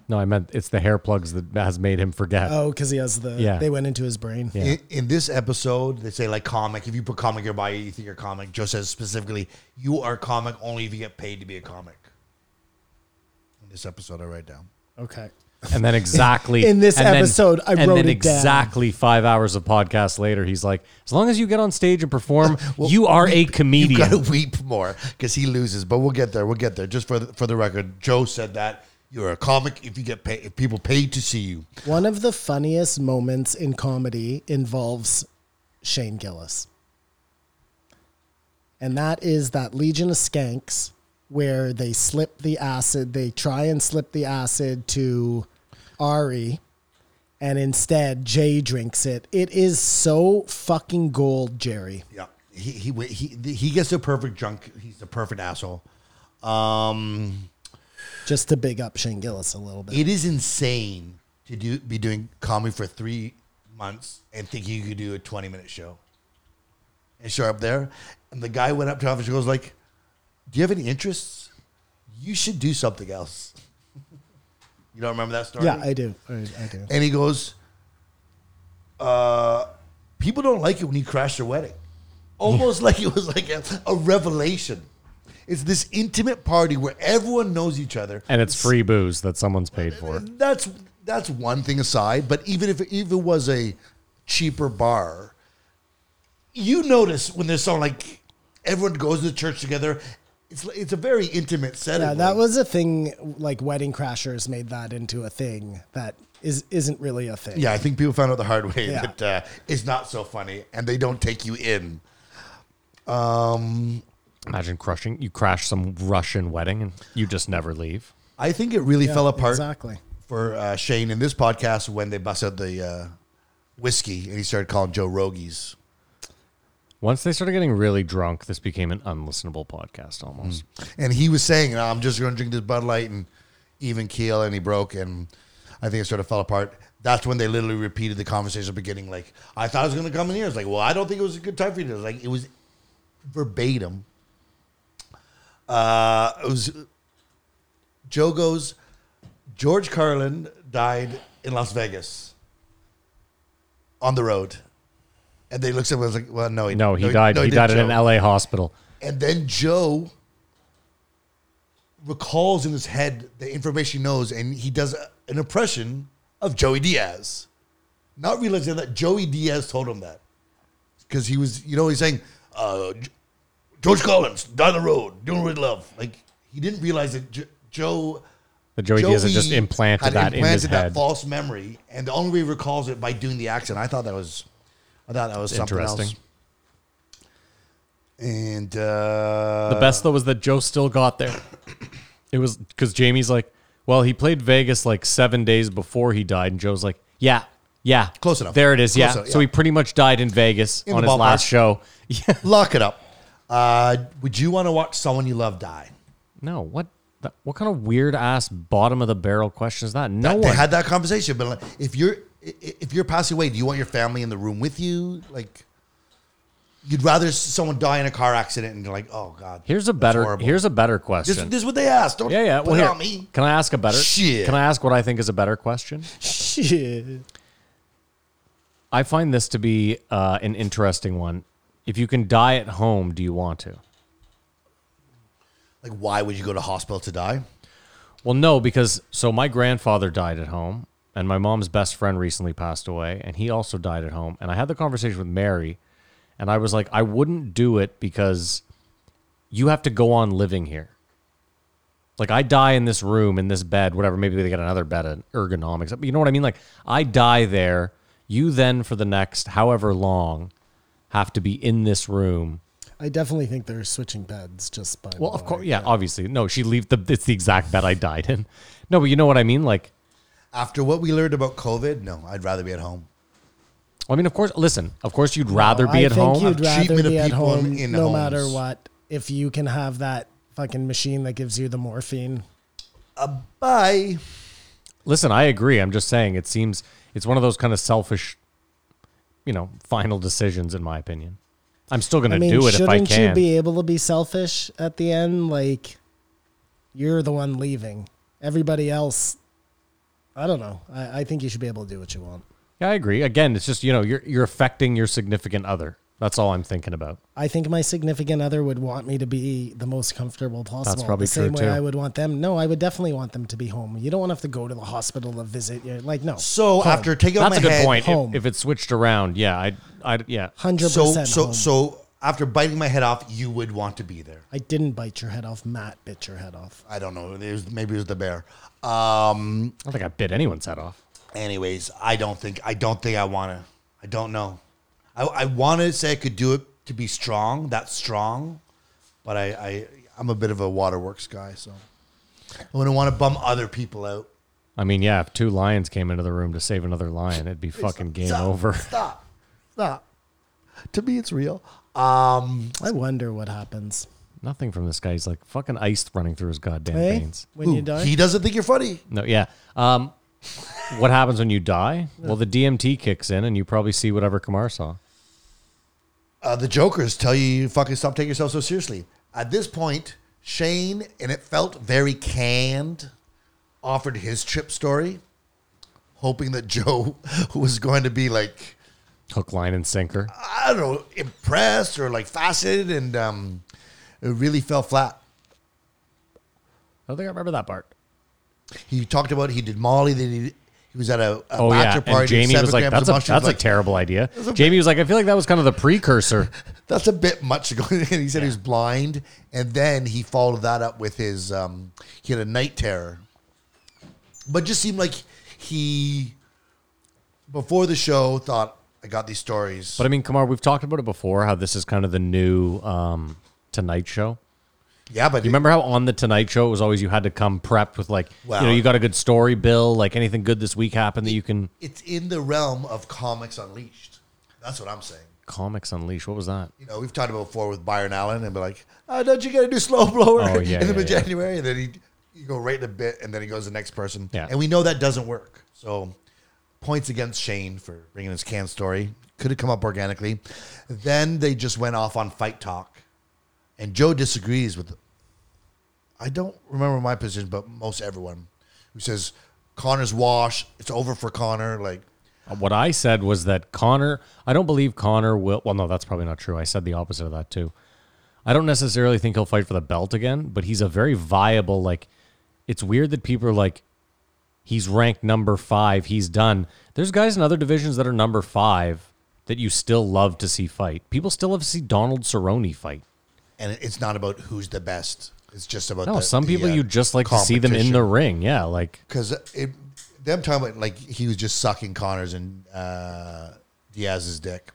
No, I meant it's the hair plugs that has made him forget. Oh, because he has the. Yeah. They went into his brain. Yeah. In, in this episode, they say like comic. If you put comic in your bio, you think you're comic. Joe says specifically, you are comic only if you get paid to be a comic. In this episode, I write down. Okay. And then exactly [laughs] In this and then- episode, I and wrote then it down. exactly five hours of podcast later, he's like, "As long as you get on stage and perform, [laughs] you are a comedian." You've got to [laughs] weep more because he loses. But we'll get there. We'll get there. Just for the, for the record, Joe said that you're a comic if you get paid. If people pay to see you, One of the funniest moments in comedy involves Shane Gillis. And that is that Legion of Skanks where they slip the acid, they try and slip the acid to Ari, and instead Jay drinks it. It is so fucking gold, Jerry. yeah, he he he he gets the perfect drunk. He's the perfect asshole. Um, Just to big up Shane Gillis a little bit. It is insane to do be doing comedy for three months and think you could do a twenty minute show. And show up there, and the guy went up to office and goes like, "Do you have any interests? You should do something else." [laughs] you don't remember that story? yeah, I do. I, I do. and he goes, uh, "People don't like it when you crash their [laughs] wedding." Almost like it was like a, a revelation. It's this intimate party where everyone knows each other, And it's free booze that someone's paid for. that's that's one thing aside. But even if, if it was a cheaper bar, you notice when there's something like everyone goes to the church together. It's li- it's a very intimate setting. Yeah, that was a thing. Like Wedding Crashers made that into a thing that is isn't really a thing. Yeah, I think people found out the hard way Yeah. that uh, it's not so funny, and they don't take you in. Imagine crushing. You crash some Russian wedding and you just never leave. I think it really fell apart exactly. for uh, Shane in this podcast when they bust out the uh, whiskey and he started calling Joe Rogies. Once they started getting really drunk, this became an unlistenable podcast almost. and he was saying, "No, "I'm just going to drink this Bud Light and even keel," and he broke, and I think it sort of fell apart. That's when they literally repeated the conversation at the beginning. Like, I thought I was going to come in here. It's like, well, I don't think it was a good time for you. to-" Like, it was verbatim. Uh, it was. Joe goes. George Carlin died in Las Vegas. On the road, and they looked at him and was like, "Well, no, he No, he died. he didn't, died in an Joe. LA hospital. And then Joe recalls in his head the information he knows, and he does a- an impression of Joey Diaz, not realizing that Joey Diaz told him that because he was, you know, he's saying, uh, J- George Collins down the road doing with love. Like he didn't realize that J- Joe. That Joey, Diaz had just Joey implanted had that in his implanted that head. false memory, and the only way he recalls it by doing the accent. I thought that was, I thought that was something Interesting. else. And uh, The best though was that Joe still got there. It was because Jamie's like, well, he played Vegas like seven days before he died, and Joe's like, yeah, yeah, Close enough. There it is. Close yeah. enough, So yeah. he pretty much died in Vegas In on the his ballpark. last show. [laughs] Yeah. Lock it up. Uh, would you want to watch someone you love die? No, what? That, what kind of weird ass bottom of the barrel question is that? No They one. had that conversation, but like, if you're i- i- if you're passing away, do you want your family in the room with you? Like, you'd rather s- someone die in a car accident and you're like, oh god. here's a that's better. horrible." Here's a better This, question. this is what they asked. Don't yeah, yeah. put Well, it here, on me. Can I ask a better? Shit. Can I ask what I think is a better question? Shit. I find this to be uh, an interesting one. If you can die at home, do you want to? Like, why would you go to hospital to die? Well, no, because so my grandfather died at home, and my mom's best friend recently passed away, and he also died at home. And I had the conversation with Mary, and I was like, I wouldn't do it because you have to go on living here. Like I die in this room, in this bed, whatever. Maybe they got another bed, an ergonomics. But you know what I mean? Like I die there. You then, for the next however long, have to be in this room I definitely think they're switching beds just by. well, of the course, way. yeah, obviously. No, she leave the. It's the exact bed I died in. No, but you know what I mean. Like, After what we learned about COVID, no, I'd rather be at home. I mean, of course. Listen, of course, you'd rather I be at think home. You'd rather treatment of be at people home in no homes. matter what. If you can have that fucking machine that gives you the morphine. Bye. Listen, I agree. I'm just saying, it seems it's one of those kind of selfish, you know, final decisions. In my opinion, I'm still going I to mean, do it if I shouldn't you can. be able to be selfish at the end? Like, you're the one leaving. Everybody else, I don't know. I, I think you should be able to do what you want. yeah, I agree. Again, it's just you know, you're you're affecting your significant other. That's all I'm thinking about. I think my significant other would want me to be the most comfortable possible. probably the same true, way too. I would want them. No, I would definitely want them to be home. You don't want to have to go to the hospital to visit. You're like, no, So after taking off That's my a good head, point. home. If, if it's switched around, yeah, I, I, yeah. hundred so percent so home. so after biting my head off, you would want to be there. I didn't bite your head off. Matt bit your head off. I don't know. It was, maybe it was the bear. Um, I don't think I bit anyone's head off. anyways, I don't think I don't think I want to. I don't know. I, I want to say I could do it to be strong, that strong, but I, I I'm a bit of a waterworks guy, so I wouldn't want to bum other people out. I mean, yeah, if two lions came into the room to save another lion, it'd be fucking game Stop, over. Stop. Stop. To me, it's real. Um, I wonder what happens. [laughs] Nothing from this guy. He's like fucking iced running through his goddamn Hey, veins. Eh? when you Who? die. He doesn't think you're funny. No, yeah. Um, what happens when you die? Well, the DMT kicks in, and you probably see whatever Kamar saw. Uh, the jokers tell you, you fucking stop taking yourself so seriously. At this point, Shane, and it felt very canned, offered his trip story, [laughs] hoping that Joe was going to be like, Hook, line, and sinker. I don't know, impressed or like fascinated, and um, it really fell flat. I don't think I remember that part. He talked about he did Molly, that he, he was at a, a Oh bachelor yeah, party. and Jamie seven was like, grams of "That's a mushrooms," that's a like, terrible [laughs] idea." Jamie was like, "I feel like that was kind of the precursor." [laughs] That's a bit much. [laughs] And he said he was blind, and then he followed that up with his um, he had a night terror, but just seemed like he before the show thought I got these stories. But I mean, Kamar, we've talked about it before. How this is kind of the new um, Tonight Show. yeah, but You remember how on the Tonight Show it was always you had to come prepped with like, Well- you know, you got a good story, Bill. Like anything good this week happened that you can. it's in the realm of comics unleashed. That's what I'm saying. Comics Unleash. What was that? You know, we've talked about before with Byron Allen, and be like, oh, don't you got to do slow [laughs] blower Oh, yeah, in the yeah, yeah. January? And then he you go right in a bit, and then he goes to the next person. Yeah. and we know that doesn't work. So points against Shane for bringing his can story. Could have come up organically. Then they just went off on fight talk, and Joe disagrees with. I don't remember my position, but most everyone who says Connor's wash. It's over for Connor. Like What I said was that Connor, I don't believe Connor will. Well, no, that's probably not true. I said the opposite of that too. I don't necessarily think he'll fight for the belt again, but he's a very viable. Like, it's weird that people are like, he's ranked number five. He's done. There's guys in other divisions that are number five that you still love to see fight. People still love to see Donald Cerrone fight. and it's not about who's the best. It's just about No, the- some the, people uh, you just like to see them in the competition. ring. Yeah, like because it them talking about like he was just sucking Connors and uh, Diaz's dick.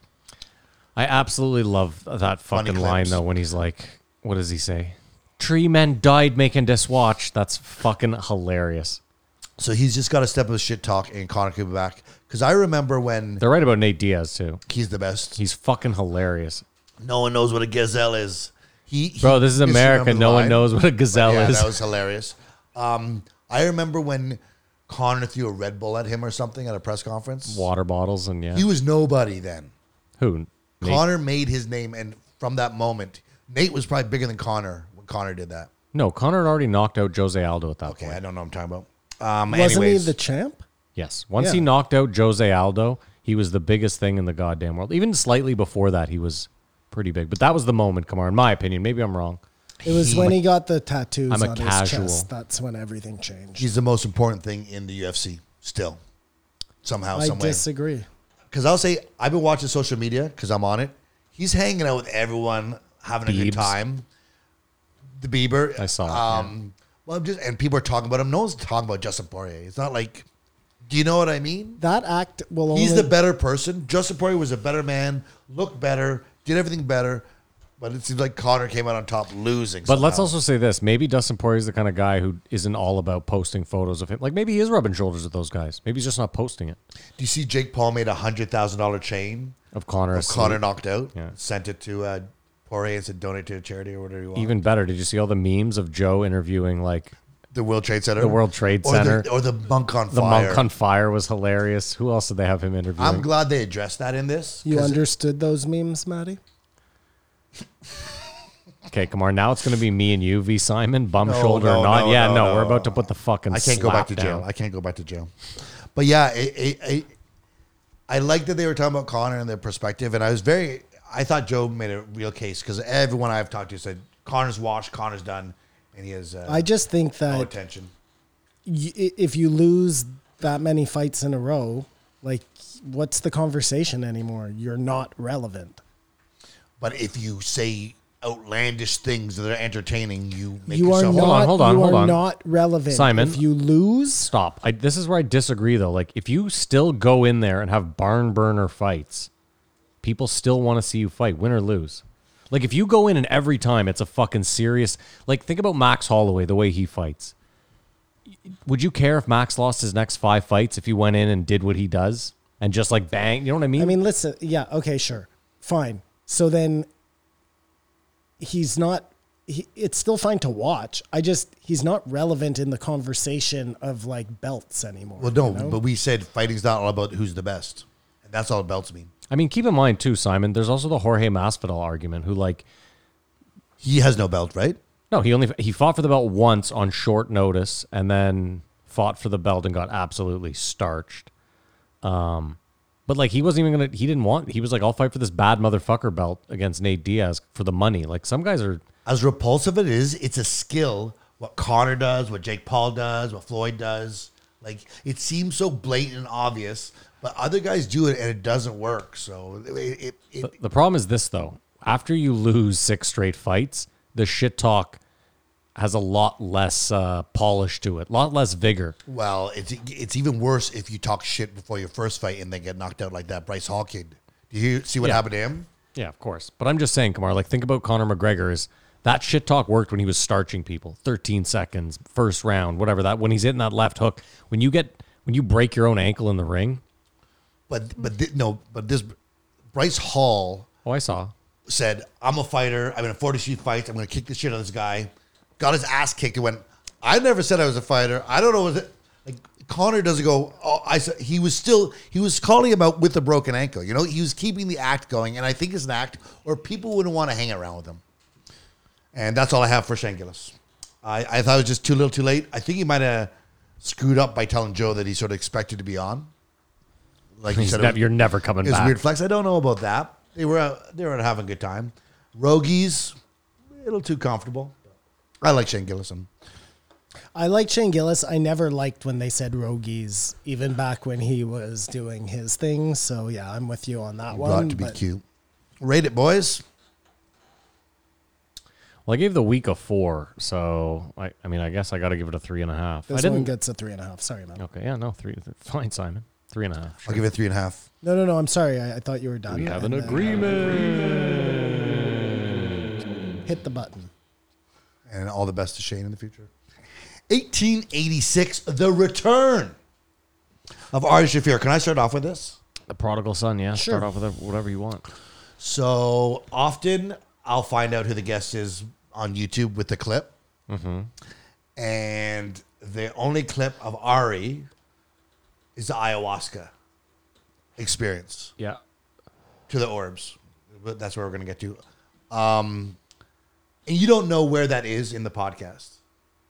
I absolutely love that fucking line clips. though when he's like, what does he say? Tree men died making this watch. That's fucking hilarious. So he's just got to step up his shit talk and Connor could be back. Because I remember when They're right about Nate Diaz too. he's the best. He's fucking hilarious. No one knows what a gazelle is. He, he- Bro, this is just remember America. the No one line. knows what a gazelle yeah, is. that was hilarious. Um, I remember when Connor threw a Red Bull at him or something at a press conference. Water bottles and yeah. He was nobody then. Who? Nate? Connor made his name, and from that moment, Nate was probably bigger than Connor when Connor did that. No, Connor had already knocked out Jose Aldo at that Okay, point. I don't know what I'm talking about. Um, Wasn't anyways. he the champ? Yes. Once he Yeah. knocked out Jose Aldo, he was the biggest thing in the goddamn world. Even slightly before that, he was pretty big. But that was the moment, Kamar, in my opinion. Maybe I'm wrong. It was when he got the tattoos I'm a on casual. his chest. That's when everything changed. he's the most important thing in the UFC still. Somehow, I some way. disagree. Because I'll say I've been watching social media because I'm on it. He's hanging out with everyone, having a good Biebs. time. The Bieber, I saw it, Um, Well, I'm just and people are talking about him. No one's talking about Justin Poirier. It's not like, do you know what I mean? That act will only. He's the better person. Justin Poirier was a better man, looked better, did everything better. But it seems like Connor came out on top losing. But let's somehow. also say this: maybe Dustin Poirier is the kind of guy who isn't all about posting photos of him. Like maybe he is rubbing shoulders with those guys. Maybe he's just not posting it Do you see Jake Paul made a hundred thousand dollar chain? of Connor. of asleep. Connor knocked out, Yeah. sent it to uh, Poirier and said donate to a charity or whatever you want. Even better, did you see all the memes of Joe interviewing? Like the World Trade Center, The World Trade or Center. the, or the monk on the fire. monk on fire was hilarious. Who else did they have him interviewing? I'm glad they addressed that in this. You 'cause understood those memes, Maddie? okay, come on. Now it's going to be me and you v Simon, bum No, shoulder no, or not. no, yeah, no, no, we're no. about to put the fucking. I can't go back slap to jail. down. I can't go back to jail. But yeah, it, it, it, I like that they were talking about Connor and their perspective, and I was very. I thought Joe made a real case because everyone I've talked to said Connor's washed, Connor's done, and he has uh, I just think no that attention. y- i- if you lose that many fights in a row, like, what's the conversation anymore? You're not relevant. But if you say outlandish things that are entertaining, you make you are yourself Hold on, not. hold on, you hold are on. not relevant. Simon. if you lose, Stop. I, this is where I disagree, though. Like, if you still go in there and have barn burner fights, people still want to see you fight, win or lose. Like, if you go in and every time it's a fucking serious. Like, think about Max Holloway, the way he fights. Would you care if Max lost his next five fights if he went in and did what he does and just like bang? You know what I mean? I mean, listen, yeah, okay, sure, fine. So then, he's not he, it's still fine to watch. I just he's not relevant in the conversation of like belts anymore. Well, no, but we said fighting's not all about who's the best. That's all belts mean. I mean, keep in mind too, Simon. There's also the Jorge Masvidal argument, who like, He has no belt, right? no, he only he fought for the belt once on short notice, and then fought for the belt and got absolutely starched. Um, but like he wasn't even gonna. He didn't want. He was like, I'll fight for this bad motherfucker belt against Nate Diaz for the money. Like some guys are. As repulsive it is, it's a skill. What Connor does, what Jake Paul does, what Floyd does. Like it seems so blatant and obvious, but other guys do it and it doesn't work. So it, it, it, The problem is this though. After you lose six straight fights, the shit talk has a lot less uh, polish to it, a lot less vigor. well, it's it's even worse if you talk shit before your first fight and then get knocked out like that. Bryce Hall kid. Do you see what Yeah. happened to him? Yeah, of course. But I'm just saying, Kamar, like think about Conor McGregor is that shit talk worked when he was starching people. 13 seconds, first round, whatever that when he's hitting that left hook, when you get when you break your own ankle in the ring. But but thi- no, but this Bryce Hall Oh, I saw. shoot said, I'm a fighter. I'm in a 40 shoot fights. I'm going to kick the shit out of this guy. Got his ass kicked and went, I never said I was a fighter. I don't know. What it, like, Connor doesn't go, oh, I said, he was still, he was calling him out with a broken ankle. You know, he was keeping the act going. And I think it's an act, or people wouldn't want to hang around with him. And that's all I have for Shangulis. I, I thought it was just too little too late. I think he might have screwed up by telling Joe that he sort of expected to be on. Like he He's said, nev- it was- you're never coming it was back. a weird flex. I don't know about that. They were uh, out, they were out having a good time. Rogies, a little too comfortable. I like Shane Gillison. I like Shane Gillis. I never liked when they said rogies, even back when he was doing his thing. So yeah, I'm with you on that one. Got to be but cute. Rate it, boys. Well, I gave the week a four, so I, I mean I guess I gotta give it a three and a half. I This didn't one gets a three and a half. Sorry, man. Okay, yeah, no, three th- fine, Simon. Three and a half. I'll give it three and a half. No, no, no. I'm sorry. I, I thought you were done. We have an And uh, then agreement. Hit the button. And all the best to Shane in the future. 1886, The Return of Ari Shafir. Can I start off with this? The prodigal son, yeah. Sure. Start off with whatever you want. So often I'll find out who the guest is on YouTube with the clip. And the only clip of Ari is the ayahuasca experience Yeah. to the orbs. But that's where we're going to get to. Um, and you don't know where that is in the podcast,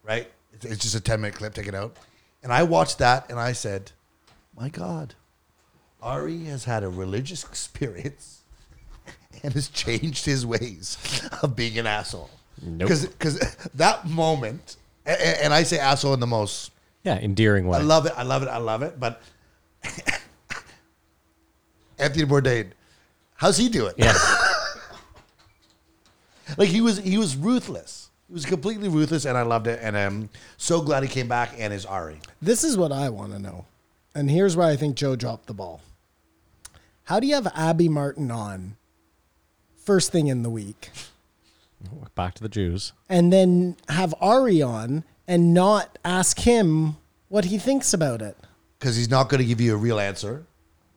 right? It's, it's just a 10 minute clip, take it out. And I watched that and I said, my God, Ari has had a religious [laughs] experience and has changed his ways of being an asshole. Nope. Because that moment, a- a- and I say asshole in the most Yeah, endearing way. I love it. I love it. I love it. But Anthony Bourdain, how's he doing? yeah. Like he was he was ruthless. He was completely ruthless, and I loved it. And I'm so glad he came back and is Ari. This is what I want to know. And here's where I think Joe dropped the ball. How do you have Abby Martin on first thing in the week Back to the Jews. and then have Ari on and not ask him what he thinks about it? Because he's not going to give you a real answer.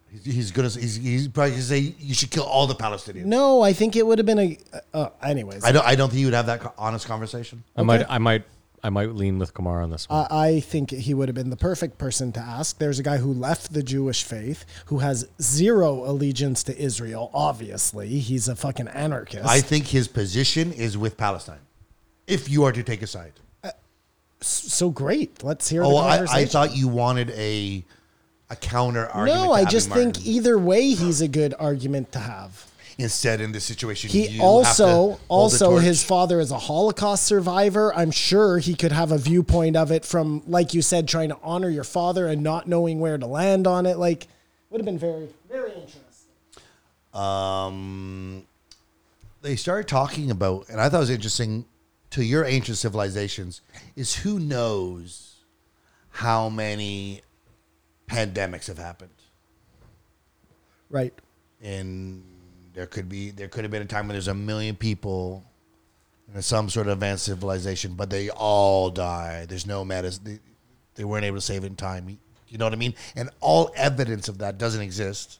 He's, he's gonna he's, he's probably gonna say you should kill all the Palestinians. No, I think it would have been a. Uh, anyways, I I, don't I don't think you would have that co- honest conversation. I might, I might, I might lean with Kamara on this one. I think he would have been the perfect person to ask. There's a guy who left the Jewish faith who has zero allegiance to Israel. Obviously, he's a fucking anarchist. I think his position is with Palestine. If you are to take a side. so great. Let's hear. Oh, the I, conversation. I thought you wanted a a counter argument. No, to I Abby just Martin. think either way he's a good argument to have. instead in this situation He you have to also hold the also torch. his father is a Holocaust survivor. I'm sure he could have a viewpoint of it from like you said trying to honor your father and not knowing where to land on it like would have been very very interesting. Um, they started talking about and i thought it was interesting to your ancient civilizations is who knows how many pandemics have happened Right. and there could be there could have been a time when there's a million people in some sort of advanced civilization but they all die there's no medicine they, they weren't able to save it in time you know what i mean and all evidence of that doesn't exist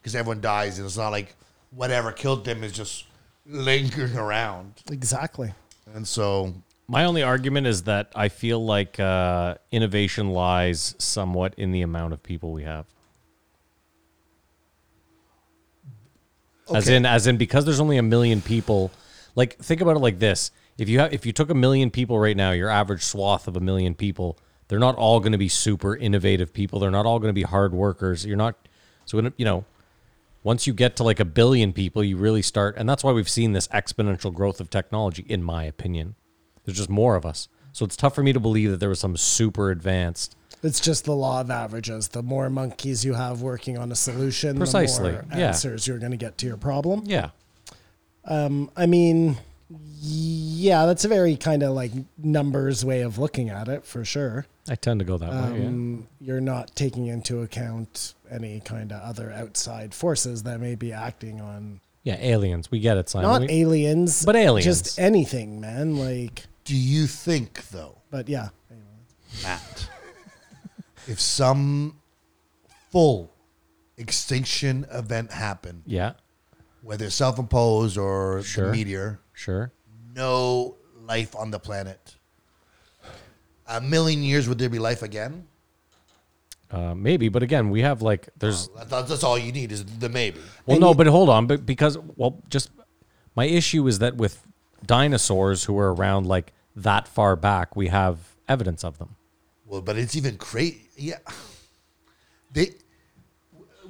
because everyone dies and it's not like whatever killed them is just lingering around Exactly. And so My only argument is that I feel like uh, innovation lies somewhat in the amount of people we have. As in, as in, because there's only a million people. Like, think about it like this: if you have, if you took a million people right now, your average swath of a million people, they're not all going to be super innovative people. They're not all going to be hard workers. You're not, so when it- you know, once you get to like a billion people, you really start, and that's why we've seen this exponential growth of technology, in my opinion. There's just more of us, so it's tough for me to believe that there was some super advanced. It's just the law of averages. The more monkeys you have working on a solution, Precisely, the more yeah. answers you're going to get to your problem. Yeah, I mean, yeah, that's a very kind of like numbers way of looking at it for sure. I tend to go that way. Um, Yeah. You're not taking into account any kind of other outside forces that may be acting on Yeah, aliens. We get it, Simon. not We- aliens, But aliens. just anything, man. Like, do you think though, but yeah, Matt, if some full extinction event happened, yeah, whether self imposed or Sure. the meteor, sure. no life on the planet. A million years would there be life again? Uh, maybe, but again, we have like there's That- That's, that's all you need is the maybe. Oh, well, no, but hold on, but because well, just my issue is that with dinosaurs who were around like that far back, we have evidence of them. Well, but it's even crazy. Yeah, they.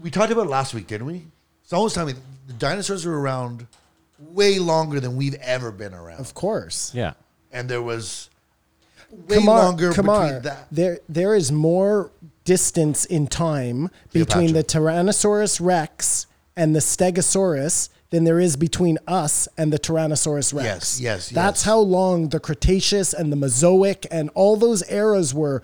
We talked about it last week, didn't we? Someone was telling me the dinosaurs were around way longer than we've ever been around, of course. Yeah, and there was way Kamar, longer Kamar, between that. There, there is more distance in time between the Tyrannosaurus Rex and the Stegosaurus than there is between us and the Tyrannosaurus Rex. Yes, yes, That's yes. how long the Cretaceous and the Mesoic and all those eras were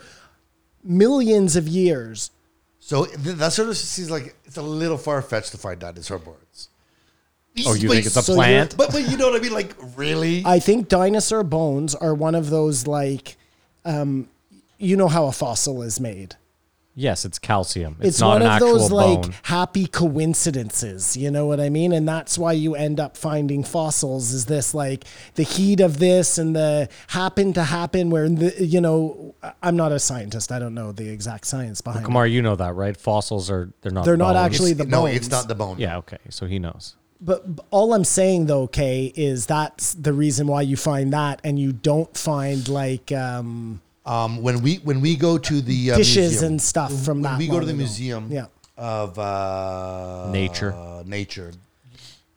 millions of years. So th- that sort of seems like it's a little far fetched to find dinosaur bones. Oh, you But- think it's a so you're- plant? But but you know what I mean? Like really? I think dinosaur bones are one of those like, um, you know how a fossil is made. yes, it's calcium. It's, it's, not one an of actual those bone. like happy coincidences you know what i mean and that's why you end up finding fossils is this like the heat of this and the happen to happen where the, you know I- i'm not a scientist i don't know the exact science behind it Kamar, you know that, right? Fossils are they're not. They're not bones. actually the no, bones. it's not the bone. Yeah. Okay. So he knows. but but all i'm saying though kay is that's the reason why you find that and you don't find like um, Um, when we when we go to the uh, dishes museum, and stuff from when that we go to long the ago. museum yeah of uh, Nature. nature.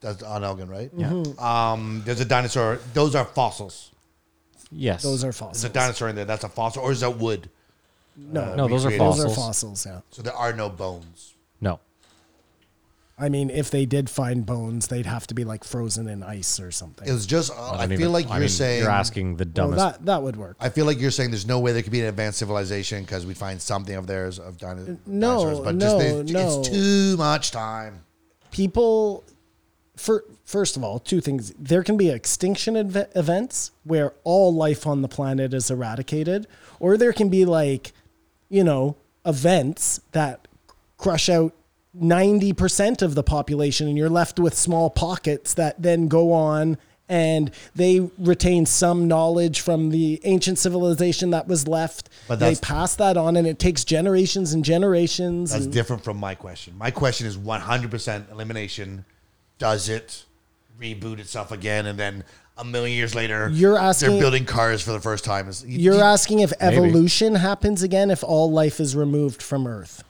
That's on Elgin, right? Yeah. Mm-hmm. Um, there's a dinosaur. Those are fossils. Yes. those are There's a fossils dinosaur in there. That's a fossil, or is that wood? no no. Those are recreated. those fossils. are fossils yeah So there are no bones. No. I mean, if they did find bones, they'd have to be like frozen in ice or something. It was just. Uh, I, don't feel even- like I you're mean, saying. You're asking the well, dumbest. that that would work. I feel like you're saying there's no way there could be an advanced civilization because we find something of theirs of dino- no, dinosaurs. But no, just they, no. it's too much time. People, for first of all, two things: there can be extinction ev- events where all life on the planet is eradicated, or there can be like, you know, events that crush out. 90% of the population and you're left with small pockets that then go on and they retain some knowledge from the ancient civilization that was left But they that's- pass that on and it takes generations and generations That's and- different from my question. My question is 100% elimination. Does it reboot itself again? And then a million years later, You're asking- they're building cars for the first time. Is- you- You're you- asking if evolution happens again if all life is removed from Earth.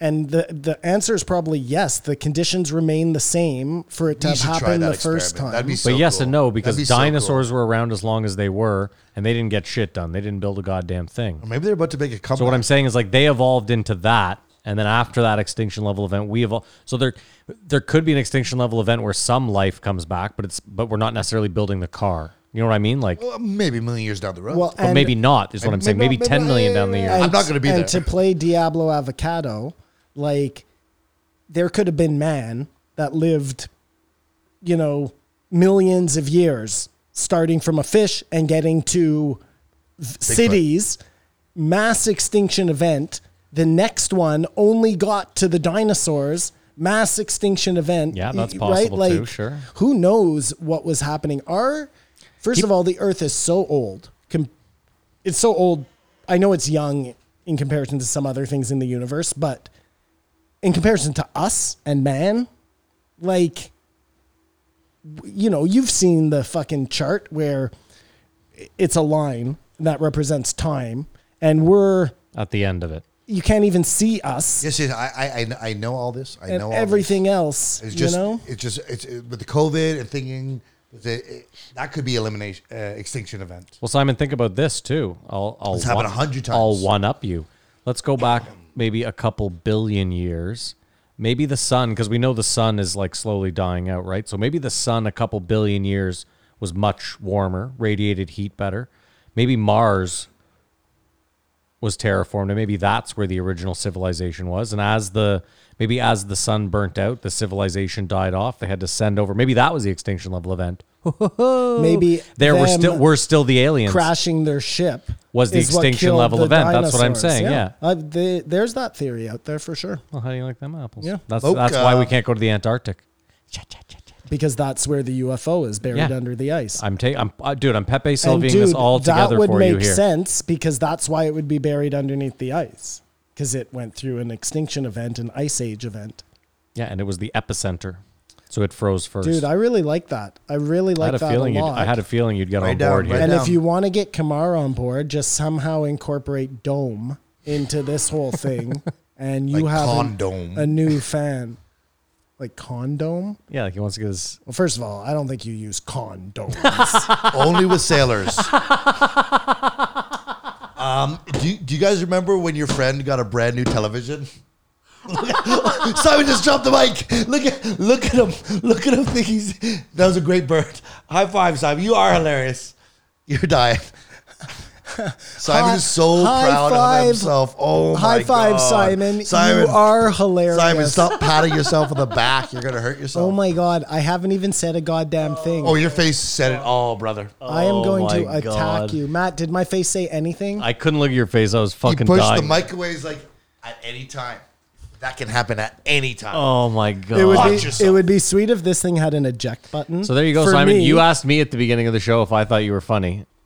And the, the answer is probably yes. The conditions remain the same for it to you have should try happened that the first time. experiment. That'd be so But yes cool. and no, That'd because be so dinosaurs cool. were around as long as they were, and they didn't get shit done. They didn't build a goddamn thing. Maybe they're about to make a comeback. So what I'm saying is like they evolved into that, and then after that extinction level event, we evolved. So there, there could be an extinction level event where some life comes back, but it's but we're not necessarily building the car. You know what I mean? Like, Well, maybe a million years down the road. well, but and- maybe not is what I'm saying. Maybe 10 million down the year. I'm not going to be and there. to play Diablo Avocado, like there could have been man that lived, you know, millions of years, starting from a fish and getting to v- cities, mass extinction event. The next one only got to the dinosaurs. Mass extinction event. Yeah, that's y- possible too, sure. Who knows what was happening? Our First of all, the Earth is so old. Com- it's so old. I know it's young in comparison to some other things in the universe, but in comparison to us and man, like, w- you know, you've seen the fucking chart where i- it's a line that represents time, and we're at the end of it. you can't even see us Yes, yes, I, I, I- I know all this. I and know all everything This. else. It's just, you know, it's just, it's it, with the COVID and thinking that, it, that could be elimination, uh, extinction event. Well, Simon, think about this too. I'll, I'll It's happened a hundred times. I'll one up you. Let's go back maybe a couple billion years. Maybe the sun, because we know the sun is like slowly dying out, right? So maybe the sun a couple billion years was much warmer, radiated heat better. Maybe Mars was terraformed, and maybe that's where the original civilization was. And as the maybe as the sun burnt out, the civilization died off. They had to send over. Maybe that was the extinction level event. maybe There were them still we're still the aliens. crashing their ship Was the is what extinction killed level the event. That's what I'm dinosaurs. saying, yeah. Uh, the- there's that theory out there for sure Well, how do you like them apples? Yeah. uh, that's Boca. that's why we can't go to the Antarctic. because that's where the UFO is buried Yeah. under the ice. I'm taking, I'm uh, dude, I'm Pepe And Sylviaing this all together that would for make you here. sense because that's why it would be buried underneath the ice because it went through an extinction event, an ice age event. Yeah, and it was the epicenter, so it froze first. Dude, I really like that. I really I like had a that feeling a you'd, lot. I had a feeling you'd get Right on down, board right here. and if down. you want to get Kamara on board, just somehow incorporate Dome into this [laughs] whole thing, and you Like have an- condom. a new fan, like condom. Yeah, like he wants to get his. Well, first of all, I don't think you use [laughs] condoms. Only with sailors. um, do, you- do you guys remember when your friend got a brand new television? [laughs] Simon just dropped the mic. Look at look at him. Look at him. Think he's that was a great bird. High five, Simon. You are hilarious. You're dying. Simon Hi- is so high proud five. of himself. Oh my High five, God. Simon. Simon, You are hilarious. Simon, stop [laughs] patting yourself on the back. You're gonna hurt yourself. Oh my god, I haven't even said a goddamn thing. Oh, your face said it all, brother. I am going to my attack God. you. Matt, did my face say anything? I couldn't look at your face. I was He fucking pushed dying. the mic away. He's like, at any time. That can happen at any time. Oh my god! it would Watch be yourself. it would be sweet if this thing had an eject button. so there you go, For Simon. me- You asked me at the beginning of the show if I thought you were funny. [laughs]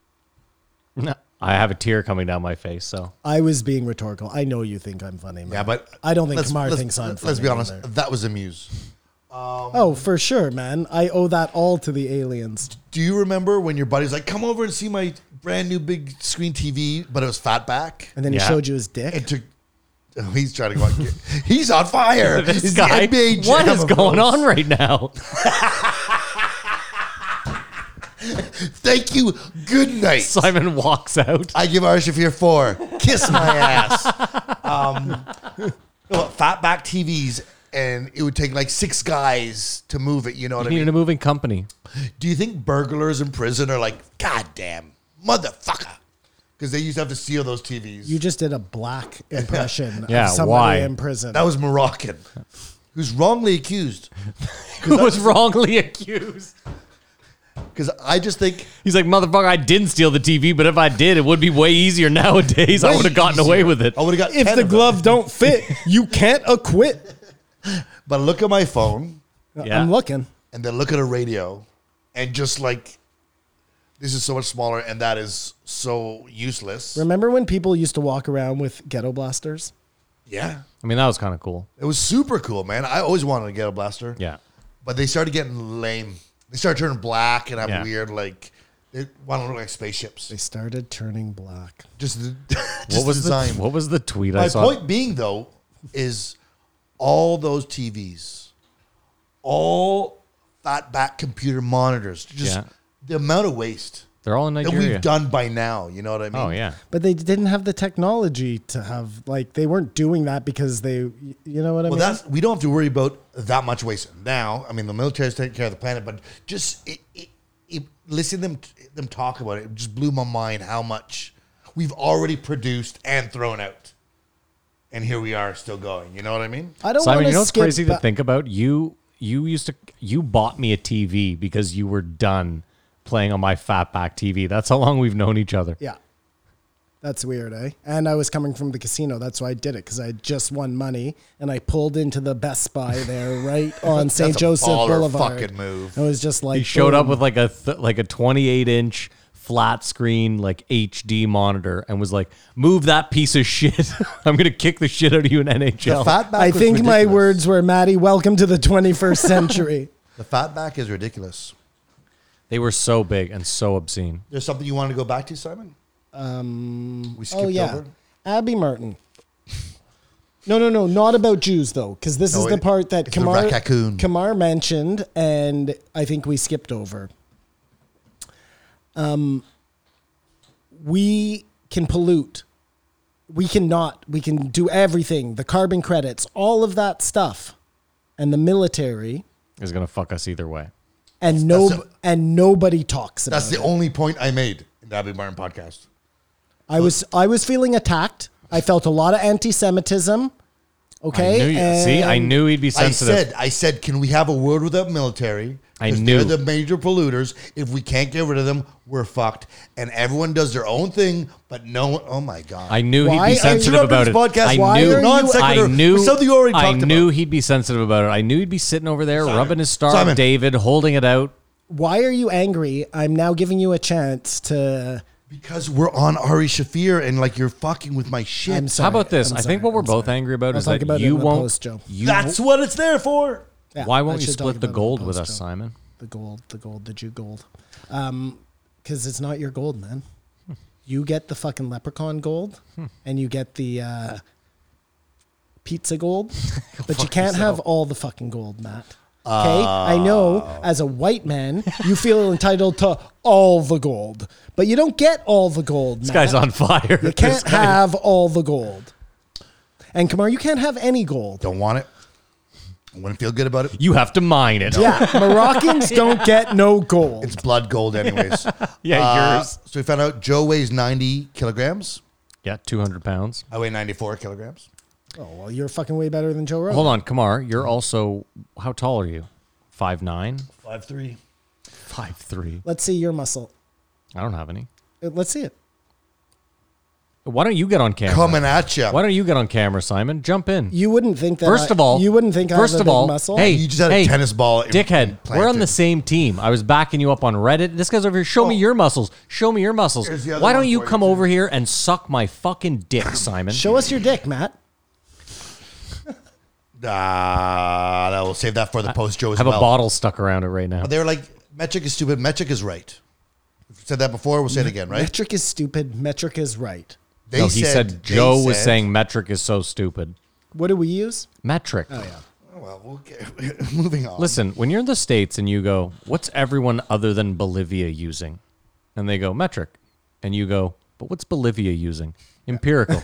No, I have a tear coming down my face. [laughs] So I was being rhetorical. I know you think I'm funny, Matt. Yeah, but I don't think let's- Kamara let's- thinks I'm Let's funny. be honest. either. That was a muse. Oh, for sure, man. I owe that all to the aliens. Do you remember when your buddy's like, "Come over and see my brand new big screen TV," but it was fat back? And then he Yeah. showed you his dick. It took. Oh, he's trying to go. Out and get- [laughs] he's on fire. this He's the guy, NBA what Jam is of going those. on right now? [laughs] Thank you. Good night. Simon walks out. I give Irish Shafir four. [laughs] Kiss my ass. Um, no, fat back TVs, and it would take like six guys to move it. You know what I mean? Needed a moving company. Do you think burglars in prison are like, goddamn, motherfucker? Because they used to have to steal those TVs. you just did [laughs] a black impression Yeah, of somebody why? in prison. that was Moroccan, [laughs] who's wrongly accused. Who was wrongly accused? Because I just think He's like, motherfucker, I didn't steal the TV, but if I did, it would be way easier nowadays. I way would have gotten away easier. with it. I would have got if the glove glove. don't fit, you can't acquit. But look at my phone, [laughs] Yeah. I'm looking. and then look at a radio, and just like, this is so much smaller, and that is so useless. Remember when people used to walk around with ghetto blasters? yeah, I mean, that was kind of cool. it was super cool, man. I always wanted to get a blaster. Yeah. but they started getting lame. They started turning black and have Yeah. weird like. They want to look like spaceships. They started turning black. Just the, [laughs] just What was the the, design. what was the tweet I My saw? point being, though, is all those TVs, all fat back computer monitors, just Yeah. the amount of waste They're all in that Nigeria. we've done by now. You know what I mean? oh yeah. But they didn't have the technology to have like they weren't doing that because they you know what I Well, mean? that's we don't have to worry about that much waste now. I mean, the military's taking care of the planet, but just it, it, it, listening to them them talk about it, it just blew my mind how much we've already produced and thrown out, and here we are still going. You know what I mean? I don't Simon, want you know to what's skip crazy to ba- think about? You you used to you bought me a TV because you were done playing on my fat back TV. That's how long we've known each other. Yeah. That's weird, eh? And I was coming from the casino. That's why I did it because I had just won money and I pulled into the Best Buy there [laughs] right on St. a Joseph baller Boulevard. fucking move. I was just like, He showed up boom. with like a th- like a 28 inch flat screen like HD monitor and was like, "Move that piece of shit! [laughs] I'm gonna kick the shit out of you in NHL." Fatback I was think my ridiculous. words were, Maddie, welcome to the [laughs] 21st century. The fatback is ridiculous. they were so big and so obscene. There's something you want to go back to, Simon? Um, we skipped oh, yeah. over. Abby Martin. No, no, no, not about Jews though, because this No, is the it- part that it's the Kamar, raccoon. Kamar mentioned, and I think we skipped over. Um, we can pollute. We cannot. We can do everything. The carbon credits, all of that stuff, and the military, Is gonna fuck us either way. and no, that's a- and nobody talks about That's the it. only point I made in the Abby Martin podcast. I was I was feeling attacked. I felt a lot of anti-Semitism. Okay, I knew you, see, I and- knew he'd be I sensitive. said, I said, can we have a word without military? I 'Cause knew. they're the major polluters. If we can't get rid of them, we're fucked. And everyone does their own thing, but no one. Oh my god! I knew Why he'd are be you- sensitive Throughout about this it. podcast, I why knew, are you- Non I sequitur. knew, Something you already I talked knew about. he'd be sensitive about it. I knew he'd be sitting over there rubbing his star, Simon. David, holding it out. Why are you angry? I'm now giving you a chance to. because we're on Ari Shafir, and like you're fucking with my shit. I'm sorry. How about this? I'm I sorry, think what we're I'm both sorry. angry about I'll is talk that about it you in the won't. post, Joe. you That's what it's there for. Yeah, Why I won't you should talk split the about it in gold with us, post, Joe. Simon? The gold, the gold, the Jew gold. Um, because it's not your gold, man. You get the fucking leprechaun gold, and you get the uh, pizza gold, but you can't have all the fucking gold, Matt. Okay, I know. As a white man, you feel entitled to all the gold, but you don't get all the [laughs] gold. This guy's on fire. You can't have all the gold. And Kamar, you can't have any [laughs] gold. Don't want it. I wouldn't feel good about it. You have to mine it. Yeah, Moroccans don't get no gold. It's blood gold, [laughs] anyways. [laughs] Yeah, Uh, yours. So we found out Joe weighs 90 kilograms. Yeah, 200 pounds. I weigh 94 kilograms. oh well, you're fucking way better than Joe Rogan. Hold on, Kamar. You're also, how tall are you? Five nine, 5'3. five three. Let's see your muscle. I don't have any. Uh, Let's see it. Why don't you get on camera? Coming at you. Why don't you get on camera, Simon? Jump in. You wouldn't think that. First I- of all, you wouldn't think I First of have a big all, muscle. hey, You just had a hey, tennis ball in- Dickhead, implanted. we're on the same team. I was backing you up on Reddit. This guy's over here. Show me your muscles. Show me your muscles. Oh. Here's the other Why don't one you for you, come too. over here and suck my fucking dick, Simon? show us your dick, Matt. Ah, Uh, I will save that for the post Joe's have a mouth. bottle stuck around it right now. They were like, metric is stupid. Metric is right. We've said that before. We'll say it again, right? Metric is stupid. Metric is right. They no, he said, they Joe was said- saying metric is so stupid. What do we use? Metric. Oh, well, we'll get, [laughs] moving on. Listen, when you're in the States and you go, what's everyone other than Bolivia using? And they go, metric. And you go, but what's Bolivia using? [laughs] Empirical.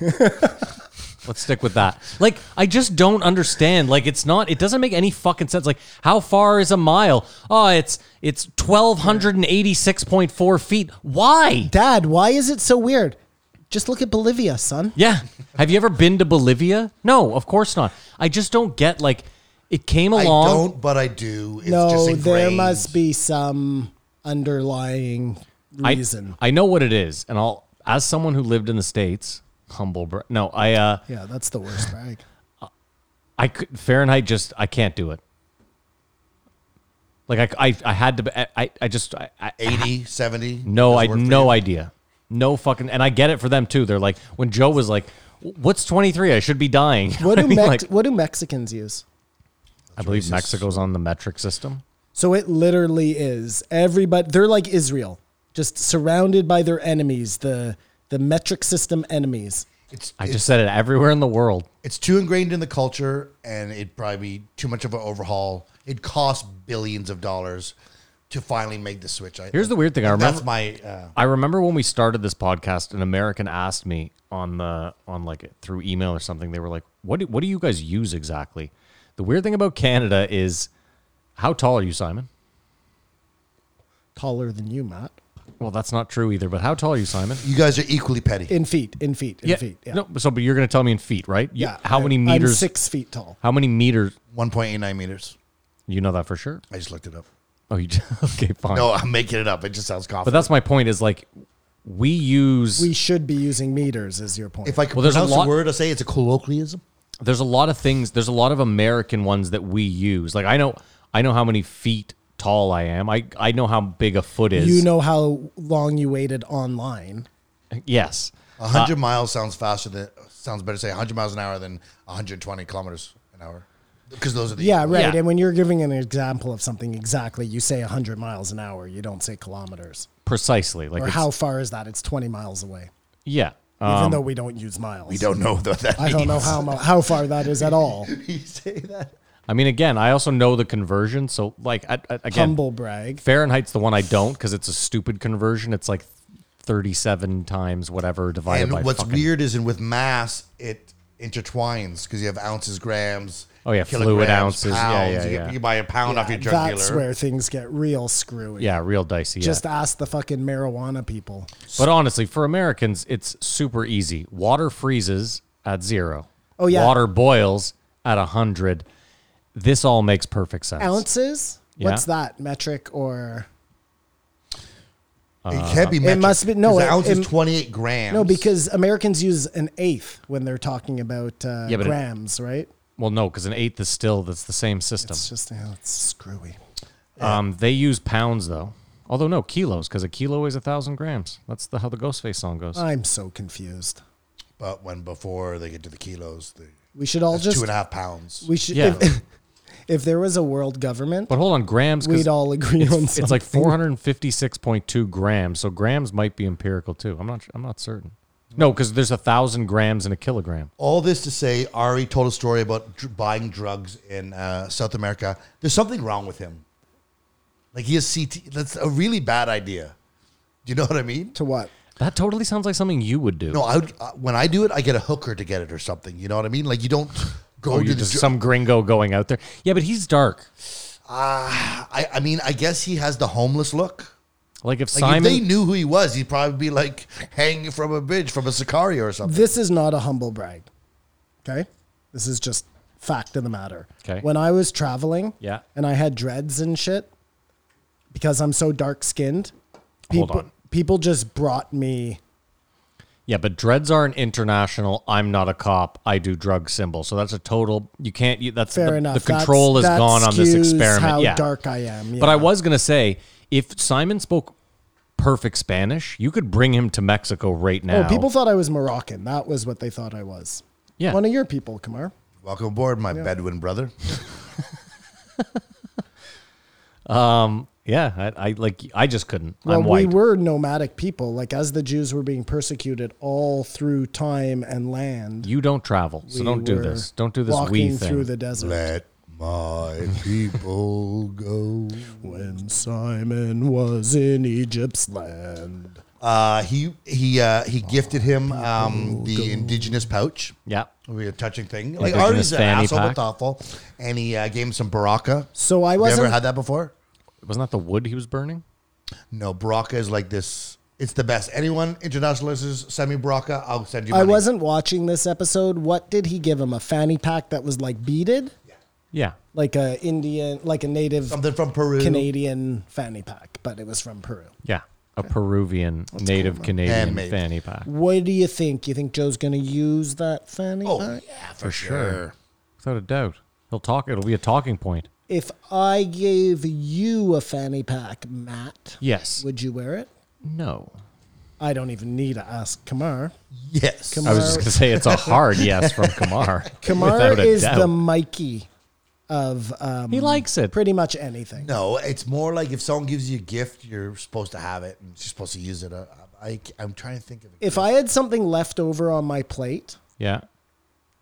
Let's stick with that. Like, I just don't understand. Like, it's not, it doesn't make any fucking sense. Like, how far is a mile? Oh, it's, it's 1,286.4 feet. Why? Dad, why is it so weird? Just look at Bolivia, son. Yeah. Have you ever been to Bolivia? No, of course not. I just don't get, like, it came I along. don't, but I do. It's just no, ingrained. there must be some underlying reason. I, I know what it is, and I'll as someone who lived in the states, humble. Br- no, I uh, yeah, that's the [laughs] worst brag. I could Fahrenheit just I can't do it. Like I, I, I had to. be- I, I- I just I, I 80, 70. no, I Doesn't work for no you. idea, no fucking, and I get it for them too. They're like when Joe was like, "What's twenty three? I should be dying." [laughs] What do I, mean, Mex- like, what do Mexicans use? I believe Mexico's on the metric system. So it literally is everybody. They're like Israel, just surrounded by their enemies, the the metric system enemies. It's, I it's- just said it everywhere in the world. it's too ingrained in the culture and it'd probably be too much of an overhaul. It costs billions of dollars to finally make the switch. I, Here's the weird thing. I remember that's my uh, I remember when we started this podcast, an American asked me on the on like through email or something. They were like, "What do, what do you guys use exactly?" The weird thing about Canada is, how tall are you, Simon? Taller than you, Matt. Well, that's not true either. But how tall are you, Simon? you guys are equally petty. In feet, in feet, in feet. Yeah. No. So, but you're going to tell me in feet, right? You- yeah. How many I'm meters? six feet tall. How many meters? 1.89 meters. You know that for sure. I just looked it up. Oh, you [laughs] okay? Fine. No, I'm making it up. It just sounds But confident. that's my point. Is like we use We should be using meters, is your point. If I could Well, there's a pronounce lot- a word, I say it's a colloquialism. there's a lot of things there's a lot of american ones that we use like i know i know how many feet tall i am i i know how big a foot is you know how long you waited online. yes A hundred miles sounds faster than sounds better. to Say hundred miles an hour than one hundred twenty kilometers an hour, because those are [laughs] the Yeah, right. Yeah. And when you're giving an example of something exactly, you say 100 miles an hour. You don't say kilometers. Uh, precisely like Or it's- how far is that? It's 20 miles away, yeah even um, though we don't use miles. We don't know what that. I don't know how, mo- how far that is at [laughs] all. you say that. i mean again i also know the conversion so like I, I- again Humble brag. fahrenheit's the one i don't because it's a stupid conversion it's like 37 times whatever divided And by what's fucking- weird is, and with mass, it intertwines because you have ounces, grams. Oh, yeah, fluid kilograms, ounces. Yeah, pounds. yeah, you, get- yeah. you buy a pound off your drug That's dealer. where things get real screwy. yeah real dicey yeah. Just ask the fucking marijuana people. But honestly, for Americans, it's super easy. Water freezes at zero. Oh, yeah. Water boils at a hundred. This all makes perfect sense. Ounces? Yeah. What's that? Metric or. it can't be. Metric, must be- no, 'cause Uh-huh. it- an ounce it- is twenty eight grams. No, because Americans use an eighth when they're talking about uh, Yeah, but it- grams, right? Well, no, because an eighth is still that's the same system. It's just, you know, it's screwy. Um, they use pounds though. Although no kilos, because a kilo is a thousand grams. That's the how the Ghostface song goes. I'm so confused. but when before they get to the kilos, they, We should all that's just. two and a half pounds. We should. Yeah. If, [laughs] if there was a world government, but hold on, grams. 'cause we'd all [laughs] agree on It's, something. it's like four hundred fifty-six point two grams. So grams might be empirical too. I'm not. I'm not certain. No, because there's a thousand grams in a kilogram. Oh. All this to say, Ari told a story about dr- buying drugs in uh, South America. There's something wrong with him. Like he has CT. That's a really bad idea. Do you know what I mean? to what? That totally sounds like something you would do. No, I would, uh, when I do it, I get a hooker to get it or something. You know what I mean? Like you don't go Oh, to you're the just dr- some gringo going out there. Yeah, but he's dark. I, I mean, I guess he has the homeless look. Like if Like Simon, if they knew who he was, he'd probably be like hanging from a bridge from a Sicario or something. This is not a humble brag. Okay? This is just fact of the matter. 'Kay. When I was traveling Yeah. and I had dreads and shit, because I'm so dark skinned, Hold people, on. people just brought me. yeah, but dreads aren't international. I'm not a cop. I do drug symbol. So that's a total. You can't. You, that's Fair the, enough. The That- control is that gone on this skews experiment. How yeah, dark I am. But yeah. I was gonna say, if Simon spoke perfect Spanish, you could bring him to Mexico right now. Oh, people thought I was Moroccan. That was what they thought I was. Yeah. One of your people, Kamar. Welcome aboard, my Bedouin brother. yeah, I, I like. I just couldn't. Well, I'm white. we were nomadic people. Like as the Jews were being persecuted all through time and land. you don't travel, so we don't do were this. Don't do this. Walking We through thing. the desert. Let my people go. When Simon was in Egypt's land. Uh, he he uh, he gifted him um, the indigenous pouch. yeah. We were touching thing. Like Indigenous Ari's an fanny asshole pack. but thoughtful, and he uh, gave him some baraka. So I You ever wasn't. had that before? Wasn't that the wood he was burning? No, Baraka is like this. It's the best. Anyone international listeners, send me Baraka. I'll send you. I Money. wasn't watching this episode. What did he give him? A fanny pack that was like beaded, Yeah. like a Indian, like a native something from Peru, Canadian fanny pack, but it was from Peru. Yeah. A Peruvian native Canadian Handmade. fanny pack. What do you think? You think Joe's going to use that fanny Oh pack? yeah, for, sure. Without a doubt. He'll talk it'll be a talking point. If I gave you a fanny pack, Matt, Yes. would you wear it? no. I don't even need to ask Kamar. Yes. Come I was just Kamar- gonna say it's [laughs] a hard yes from Kamar. Kamar Without a is doubt. the Mikey of um, He likes it. pretty much anything. No, it's more like if someone gives you a gift, you're supposed to have it and you're supposed to use it. Uh, I, I'm trying to think of it. If I had something left over on my plate, Yeah.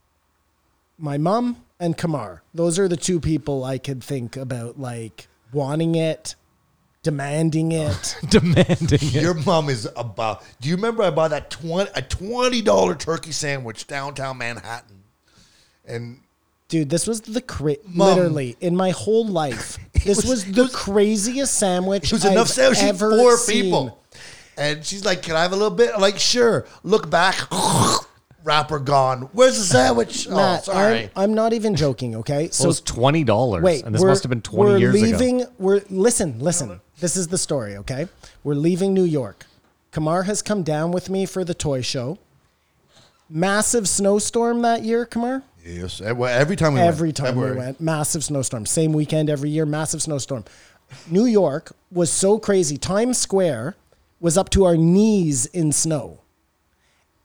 [laughs] my mom and Kamar, those are the two people I could think about like wanting it, demanding [laughs] it. Demanding it. Your mom is about. Do you remember I bought that twenty a twenty dollar turkey sandwich downtown Manhattan, and Dude, this was the cra- Mom. literally in my whole life. This was, was- [laughs] it the was- craziest sandwich. It was enough I've sandwiches ever for seen. people. And she's like, Can I have a little bit? I'm like, sure. Look back. [laughs] Wrapper gone. Where's the sandwich? Matt, oh, sorry. I'm, I'm not even joking. [laughs] Okay, So so it's twenty dollars. wait, And this we're- must have been 20 we're years leaving, ago. We're listen, listen. This is the story. Okay, we're leaving New York. Kamar has come down with me for the toy show. Massive snowstorm that year, Kamar. Yes. ev- well, Every time we went. Every time February. we went, massive snowstorm. Same weekend every year, massive snowstorm. New York was so crazy. Times Square was up to our knees in snow.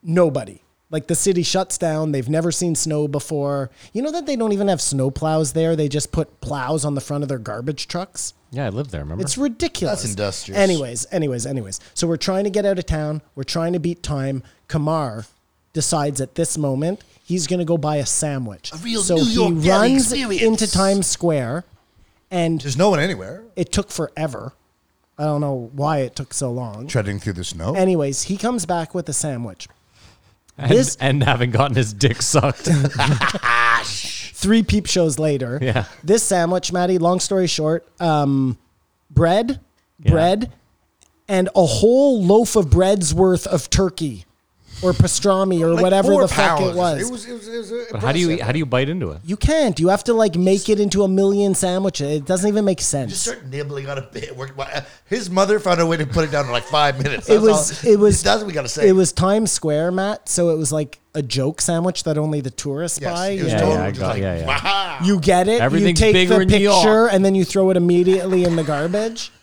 Nobody. Like the city shuts down. They've never seen snow before. You know that they don't even have snow plows there. They just put plows on the front of their garbage trucks. Yeah, I lived there. Remember? It's ridiculous. That's industrious. Anyways, anyways, anyways. So we're trying to get out of town. We're trying to beat time. Kamar decides at this moment he's going to go buy a sandwich. A real so New York he deli runs experience. into Times Square, and There's no one anywhere. it took forever. I don't know why it took so long. Treading through the snow. Anyways, he comes back with a sandwich. [laughs] and, this- and having gotten his dick [laughs] sucked. Three peep shows later, Yeah. this sandwich, Maddie. Long story short, um, bread, Yeah. bread, and a whole loaf of bread's worth of turkey, or pastrami, or Like whatever four the fuck it pounds. was. It was, it was, it was but how do you eat, how do you bite into it? You can't. You have to like make it into a million sandwiches. It doesn't even make sense. Just start nibbling on a bit. Work. His mother found a way to put it down in like five minutes. it That's was. all- It was. That's what we gotta say. It was Times Square, Matt. So it was like a joke sandwich that only the tourists Yes, buy. it was Yeah, total. yeah, I just got- like, yeah, yeah. wow. You get it. Everything's you take bigger the in New York. picture and then you throw it immediately in the garbage.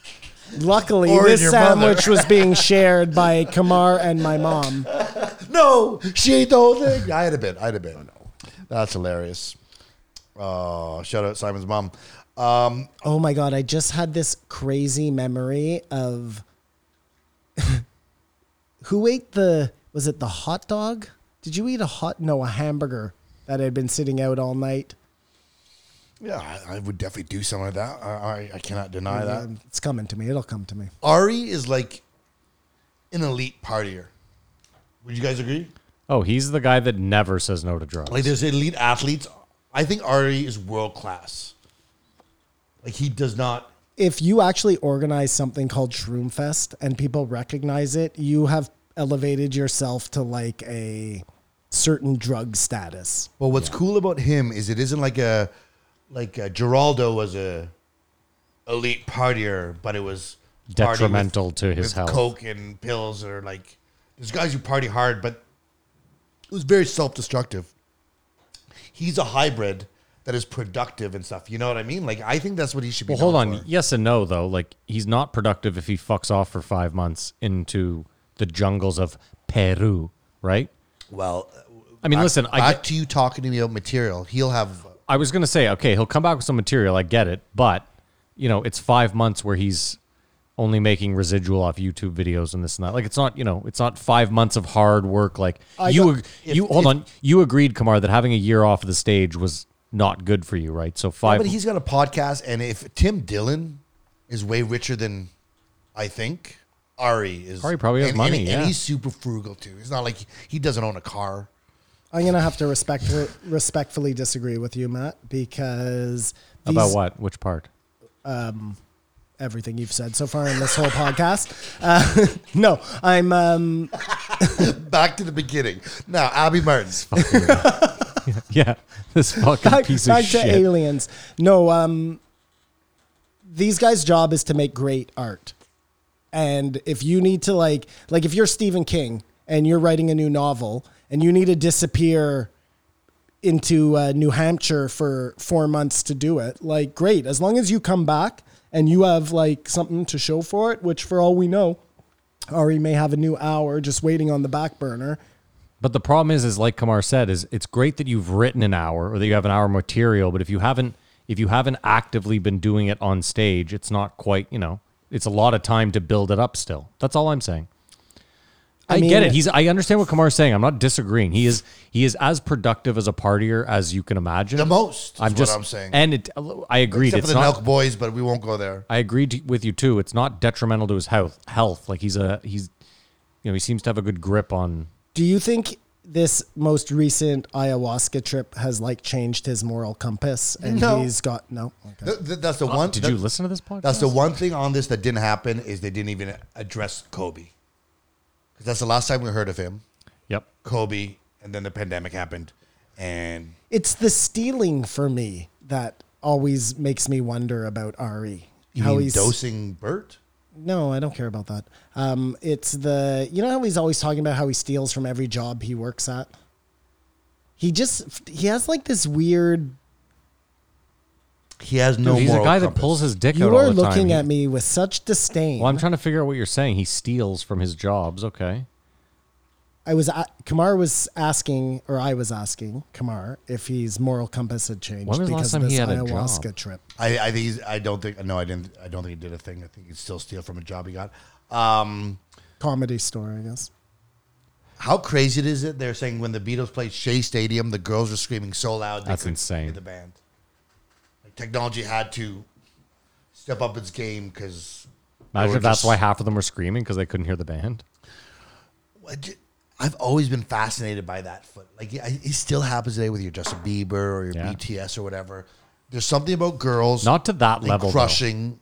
Luckily, Or in this your sandwich was being shared by Kamar and my mom. No, she ate the whole thing. I had a bit. I had a bit. That's hilarious. Oh, shout out Simon's mom. Um, Oh my god, I just had this crazy memory of [laughs] who ate the was it the hot dog? Did you eat a hot no, a hamburger that had been sitting out all night? yeah, I, I would definitely do something like that. I, I, I cannot deny that. Um, It's coming to me. It'll come to me. Ari is like an elite partier. Would you guys agree? Oh, he's the guy that never says no to drugs. Like, there's elite athletes. I think Ari is world class. Like, he does not. If you actually organize something called Shroomfest and people recognize it, you have elevated yourself to like a certain drug status. But what's cool about him is it isn't like a like a, Geraldo was a elite partier, but it was party with- Detrimental to his with health. Coke and pills or like there's guys who party hard, but it was very self destructive. He's a hybrid that is productive and stuff. You know what I mean? Like I think that's what he should be. well, hold known on. for. Yes and no, though. Like he's not productive if he fucks off for five months into the jungles of Peru, right? Well, I mean, listen, I back get- to you talking to me about material. He'll have I was gonna say, okay, he'll come back with some material. I get it, but you know, it's five months where he's only making residual off YouTube videos and this and that. Like, it's not you know, it's not five months of hard work. Like you, got- ag- you hold on, you agreed, Kamar, that having a year off the stage was not good for you, right? So Yeah, five. but he's got a podcast, and if Tim Dillon is way richer than I think, Ari is. Ari probably has and, money, and, yeah. and he's super frugal too. It's not like he doesn't own a car. I'm gonna have to respect, respectfully disagree with you, Matt, because these, about what? Which part? [laughs] everything you've said so far in this whole podcast. Uh, [laughs] no, I'm um, Back to the beginning. Now, Abby [laughs] Martins. Yeah, this fucking back, piece back of to shit. aliens. No, um, these guys' job is to make great art, and if you need to like, like if you're Stephen King and you're writing a new novel and you need to disappear into uh, New Hampshire for four months to do it, like great. As long as you come back and you have like something to show for it, which for all we know. Ari may have a new hour just waiting on the back burner. But the problem is, is like Kamar said, is it's great that you've written an hour or that you have an hour material, but if you haven't, if you haven't actively been doing it on stage, it's not quite, you know, it's a lot of time to build it up. Still, that's all I'm saying. I, mean- get it. He's. I understand what Kamar's saying. I'm not disagreeing. He is. He is as productive as a partier as you can imagine. The most, is I'm what just. I'm saying. And it. I agreed. Except it's for the not, Nelk Boys, but we won't go there. I agree to, with you too. It's not detrimental to his health. Health, like he's a he's, you know, he seems to have a good grip on. Do you think this most recent ayahuasca trip has like changed his moral compass and No. he's got no? Okay. Th- th- that's the Uh, one. Did that- you listen to this podcast? That's the one thing on this that didn't happen is they didn't even address Kobe. Because that's the last time we heard of him, Yep. Kobe, and then the pandemic happened, and It's the stealing for me that always makes me wonder about Ari. you mean dosing Bert. No, I don't care about that. Um, it's the you know how he's always talking about how he steals from every job he works at. He just he has like this weird. He has no. He's a moral guy that compass. pulls his dick out You all are the time. looking He- at me with such disdain. Well, I'm trying to figure out what you're saying. He steals from his jobs. Okay. I was a Kamar was asking, or I was asking Kamar if his moral compass had changed When was the last because time of he this had a ayahuasca job? trip. I, I think he's, I don't think no I didn't I don't think he did a thing I think he'd still steal from a job he got. Um, Comedy store, I guess. how crazy it is it? They're saying when the Beatles played Shea Stadium, the girls were screaming so loud. They That's couldn't insane. hear The band, like, technology had to step up its game because Imagine if that's why half of them were screaming because they couldn't hear the band. I've always been fascinated by that foot. Like I, it still happens today with your Justin Bieber or your Yeah. BTS or whatever. There's something about girls Not to that and level. though. crushing.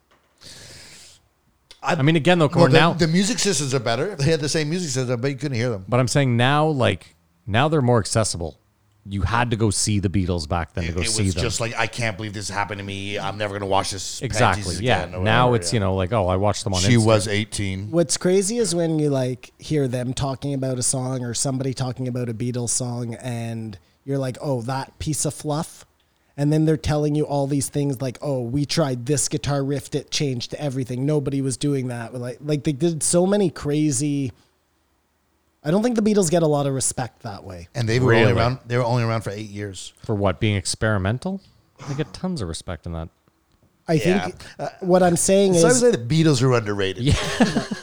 I mean, again, though, Well, Kamar, the, now, the music systems are better. If they had the same music system, but you couldn't hear them. but I'm saying now, like, now they're more accessible. You had to go see the Beatles back then to It, go it see was them. just like I can't believe this happened to me. I'm never gonna watch this. exactly. Yeah. now it's, you know, like, oh, I watched them on she Instagram. was 18. What's crazy is when you like hear them talking about a song or somebody talking about a Beatles song and you're like, oh, that piece of fluff. And then they're telling you all these things like, oh, we tried this guitar riff, it changed everything. Nobody was doing that. Like, like they did so many crazy. I don't think the Beatles get a lot of respect that way. And they were Really? only around. They were only around for eight years. For what? Being experimental? They get tons of respect in that. I think uh, what I'm saying So I would is say the Beatles are underrated. Yeah.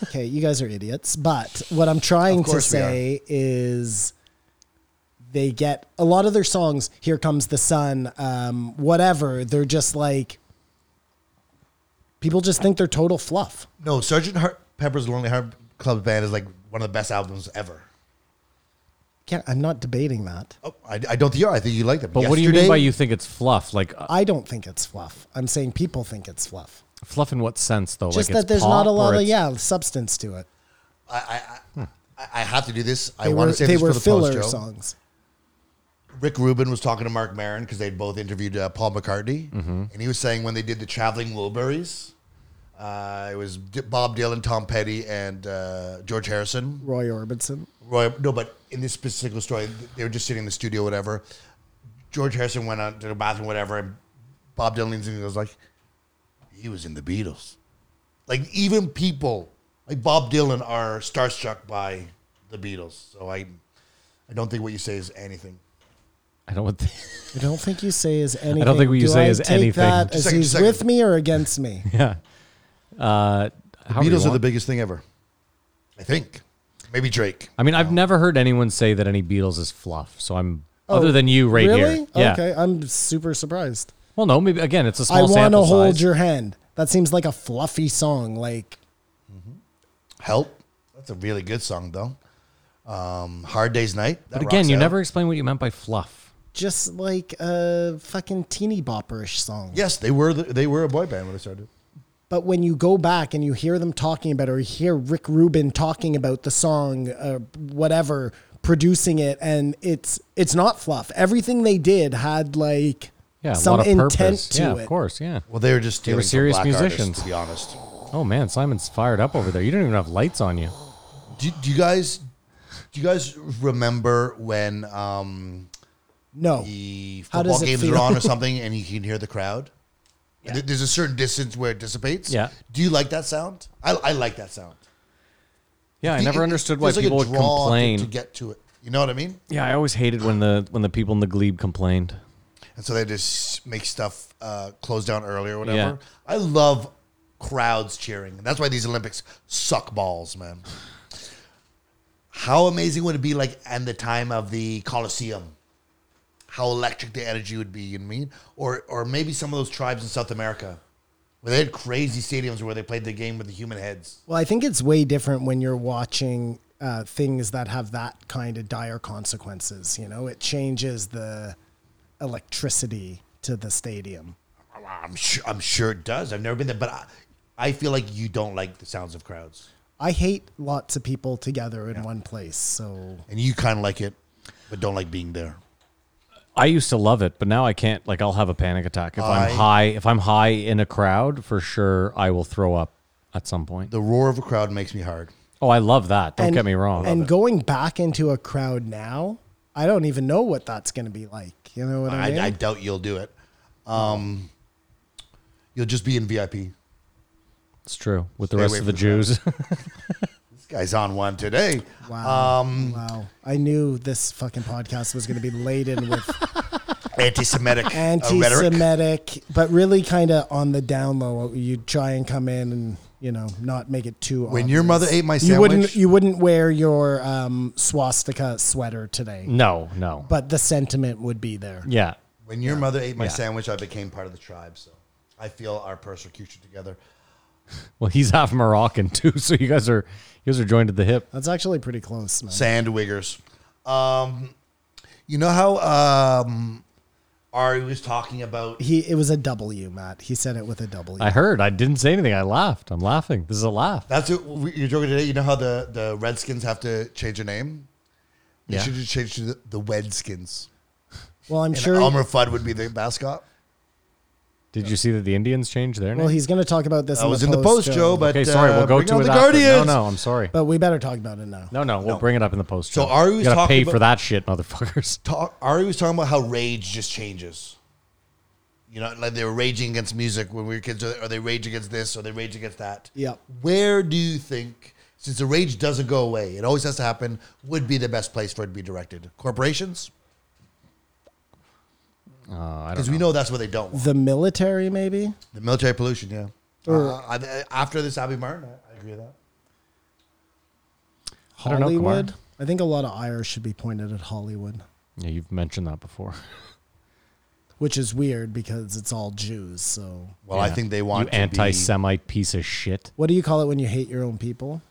okay, you guys are idiots, but what I'm trying to course we say is they get a lot of their songs, Here Comes the Sun, um, whatever, they're just like people just think they're total fluff. No, Sergeant Heart, Pepper's Lonely Heart Club Band is like one of the best albums ever. Can't, I'm not debating that. Oh, I, I don't think you are. I think you like them. But what do you mean by you think it's fluff? Like, uh, I don't think it's fluff. I'm saying people think it's fluff. fluff in what sense, though? Just like it's that there's pop not a or lot of it's- yeah substance to it. Hmm. I, I have to do this. I They want were to say they this were for the filler filler post, Joe. songs. Rick Rubin was talking to Mark Maron because they'd both interviewed uh, Paul McCartney, Mm-hmm. and he was saying when they did the Traveling Wilburys, uh, it was D- Bob Dylan, Tom Petty, and uh, George Harrison. Roy Orbison. Roy, no, but in this particular story, they were just sitting in the studio, whatever. George Harrison went out to the bathroom, whatever, and Bob Dylan leans in and goes like, "He was in the Beatles." Like even people like Bob Dylan are starstruck by the Beatles. So I, I don't think what you say is anything. I don't think. I don't think you say is anything. think what you Do say I is take anything. That Just as second, he's just second. with me or against me? yeah. Uh, however you Beatles are the want. biggest thing ever. I think. Maybe Drake. I mean, I've never heard anyone say that any Beatles is fluff. So I'm other than you [laughs] right really? here. Yeah. Okay, I'm super surprised. Well, no, maybe again, it's a small I want to sample hold size. your hand. That seems like a fluffy song. Like Help. That's a really good song though. Um, Hard Day's Night. but again, you never explain what you meant by fluff. just like a fucking teeny bopperish song. Yes, they were the, they were a boy band when they started. But when you go back and you hear them talking about, it, or you hear Rick Rubin talking about the song, uh, whatever, producing it, and it's it's not fluff. Everything they did had like Yeah, a some lot of intent purpose. to yeah, it. of course. Yeah. Well, they were just stealing were serious from black musicians. artists, to be honest. Oh man, Simon's fired up over there. You don't even have lights on you. Do, do you guys do you guys remember when um, No, the How does football it games feel? are [laughs] [laughs] on or something, and you can hear the crowd? And th- There's a certain distance where it dissipates. Yeah. Do you like that sound? I, I like that sound. Yeah, I It- never it- it understood why feels like a people would draw to- complain. to get to it. You know what I mean? yeah, I always hated when the when the people in the glebe complained. And so they just make stuff uh, close down early or whatever. Yeah. I love crowds cheering. And that's why these Olympics suck balls, man. How amazing would it be like at the time of the Coliseum? How electric the energy would be, you know what I mean? Or or maybe some of those tribes in South America where they had crazy stadiums where they played the game with the human heads. Well, I think it's way different when you're watching uh, things that have that kind of dire consequences. You know, it changes the electricity to the stadium. I'm sure I'm sure it does. I've never been there, but I, I feel like you don't like the sounds of crowds. I hate lots of people together in one place. So And you kinda like it, but don't like being there. I used to love it, but now I can't. Like, I'll have a panic attack if I, I- am high. If I'm high in a crowd, for sure, I will throw up. at some point. The roar of a crowd makes me hard. Oh, I love that. Don't get me wrong. And going back into a crowd now, I don't even know what that's going to be like. You know what I, mean? I, I doubt you'll do it. Um, you'll just be in VIP. This it's true. With the Stay rest away of from the the Jews. [laughs] guy's on one today. wow. um, wow. I knew this fucking podcast was going to be laden with Anti-Semitic uh, rhetoric. anti-Semitic, but really kind of on the down low. You try and come in and you know not make it too. When your mother ate my you wouldn't sandwich, you wouldn't wear your um, swastika sweater Mm. today, no, no. but the sentiment would be there. yeah. when your mother ate my Yeah. sandwich, I became part of the tribe. So I feel our persecution together. Well, he's half Moroccan [laughs] too, so you guys are you guys are joined at the hip. That's actually pretty close, man. Sandwiggers. Um, you know how um, Ari was talking about He it was a W, Matt. He said it with a W. I heard. I didn't say anything. I laughed. I'm laughing. This is a laugh. That's it. We- You're joking today. You know how the, the Redskins have to change their name? They Yeah. should just change to the, the Wedskins. well, I'm And sure. Elmer Fudd would be the mascot. Did you see that the Indians changed their name? well, he's going to talk about this. I was in the post, Joe, but okay, sorry. uh, we'll go bring to on it the after. Guardians. No, no. I'm sorry. but we better talk about it now. No, no. We'll bring it up in the post. So Joe. Ari was you gotta talking pay about- for that shit, [laughs] motherfuckers. Talk, Ari was talking about how rage just changes. You know, like they were raging against music when we were kids, or they rage against this, or they rage against that. Yep. Where do you think, since the rage doesn't go away, it always has to happen, would be the best place for it to be directed? Corporations? Uh, Because we know that's what they don't want. The military, maybe. The military pollution, yeah. Uh, I- after this, Abby Martin, I, I agree with that. I don't know, Kumar. Hollywood. I think a lot of ire should be pointed at Hollywood, Yeah, you've mentioned that before. which is weird because it's all Jews. So Well, I Yeah. think they You want to be anti-Semite piece of shit. What do you call it when you hate your own people?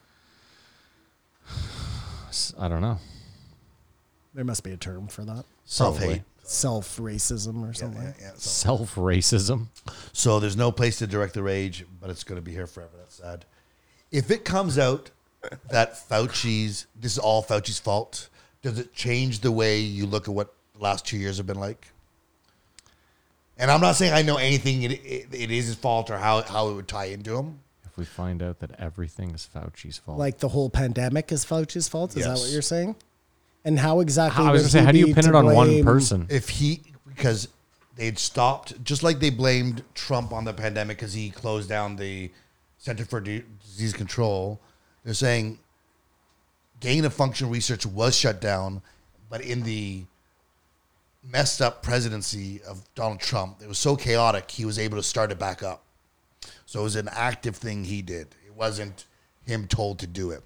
S- I don't know. There must be a term for that. self-hate. Self racism or something. Yeah, yeah, so. Self racism. so there's no place to direct the rage, but it's going to be here forever. That's sad. If it comes out that Fauci's, this is all Fauci's fault, does it change the way you look at what the last two years have been like? And I'm not saying I know anything. It, it, it is his fault or how, how it would tie into him. If we find out that everything is Fauci's fault, Like the whole pandemic is Fauci's fault. Is that what Yes. you're saying? And how exactly? I was would gonna say, he how do be you pin to it on one blame- person? if he because they'd stopped just like they blamed Trump on the pandemic because he closed down the Center for D- Disease Control. They're saying gain of function research was shut down, but in the messed up presidency of Donald Trump, it was so chaotic he was able to start it back up. So it was an active thing he did. It wasn't him told to do it.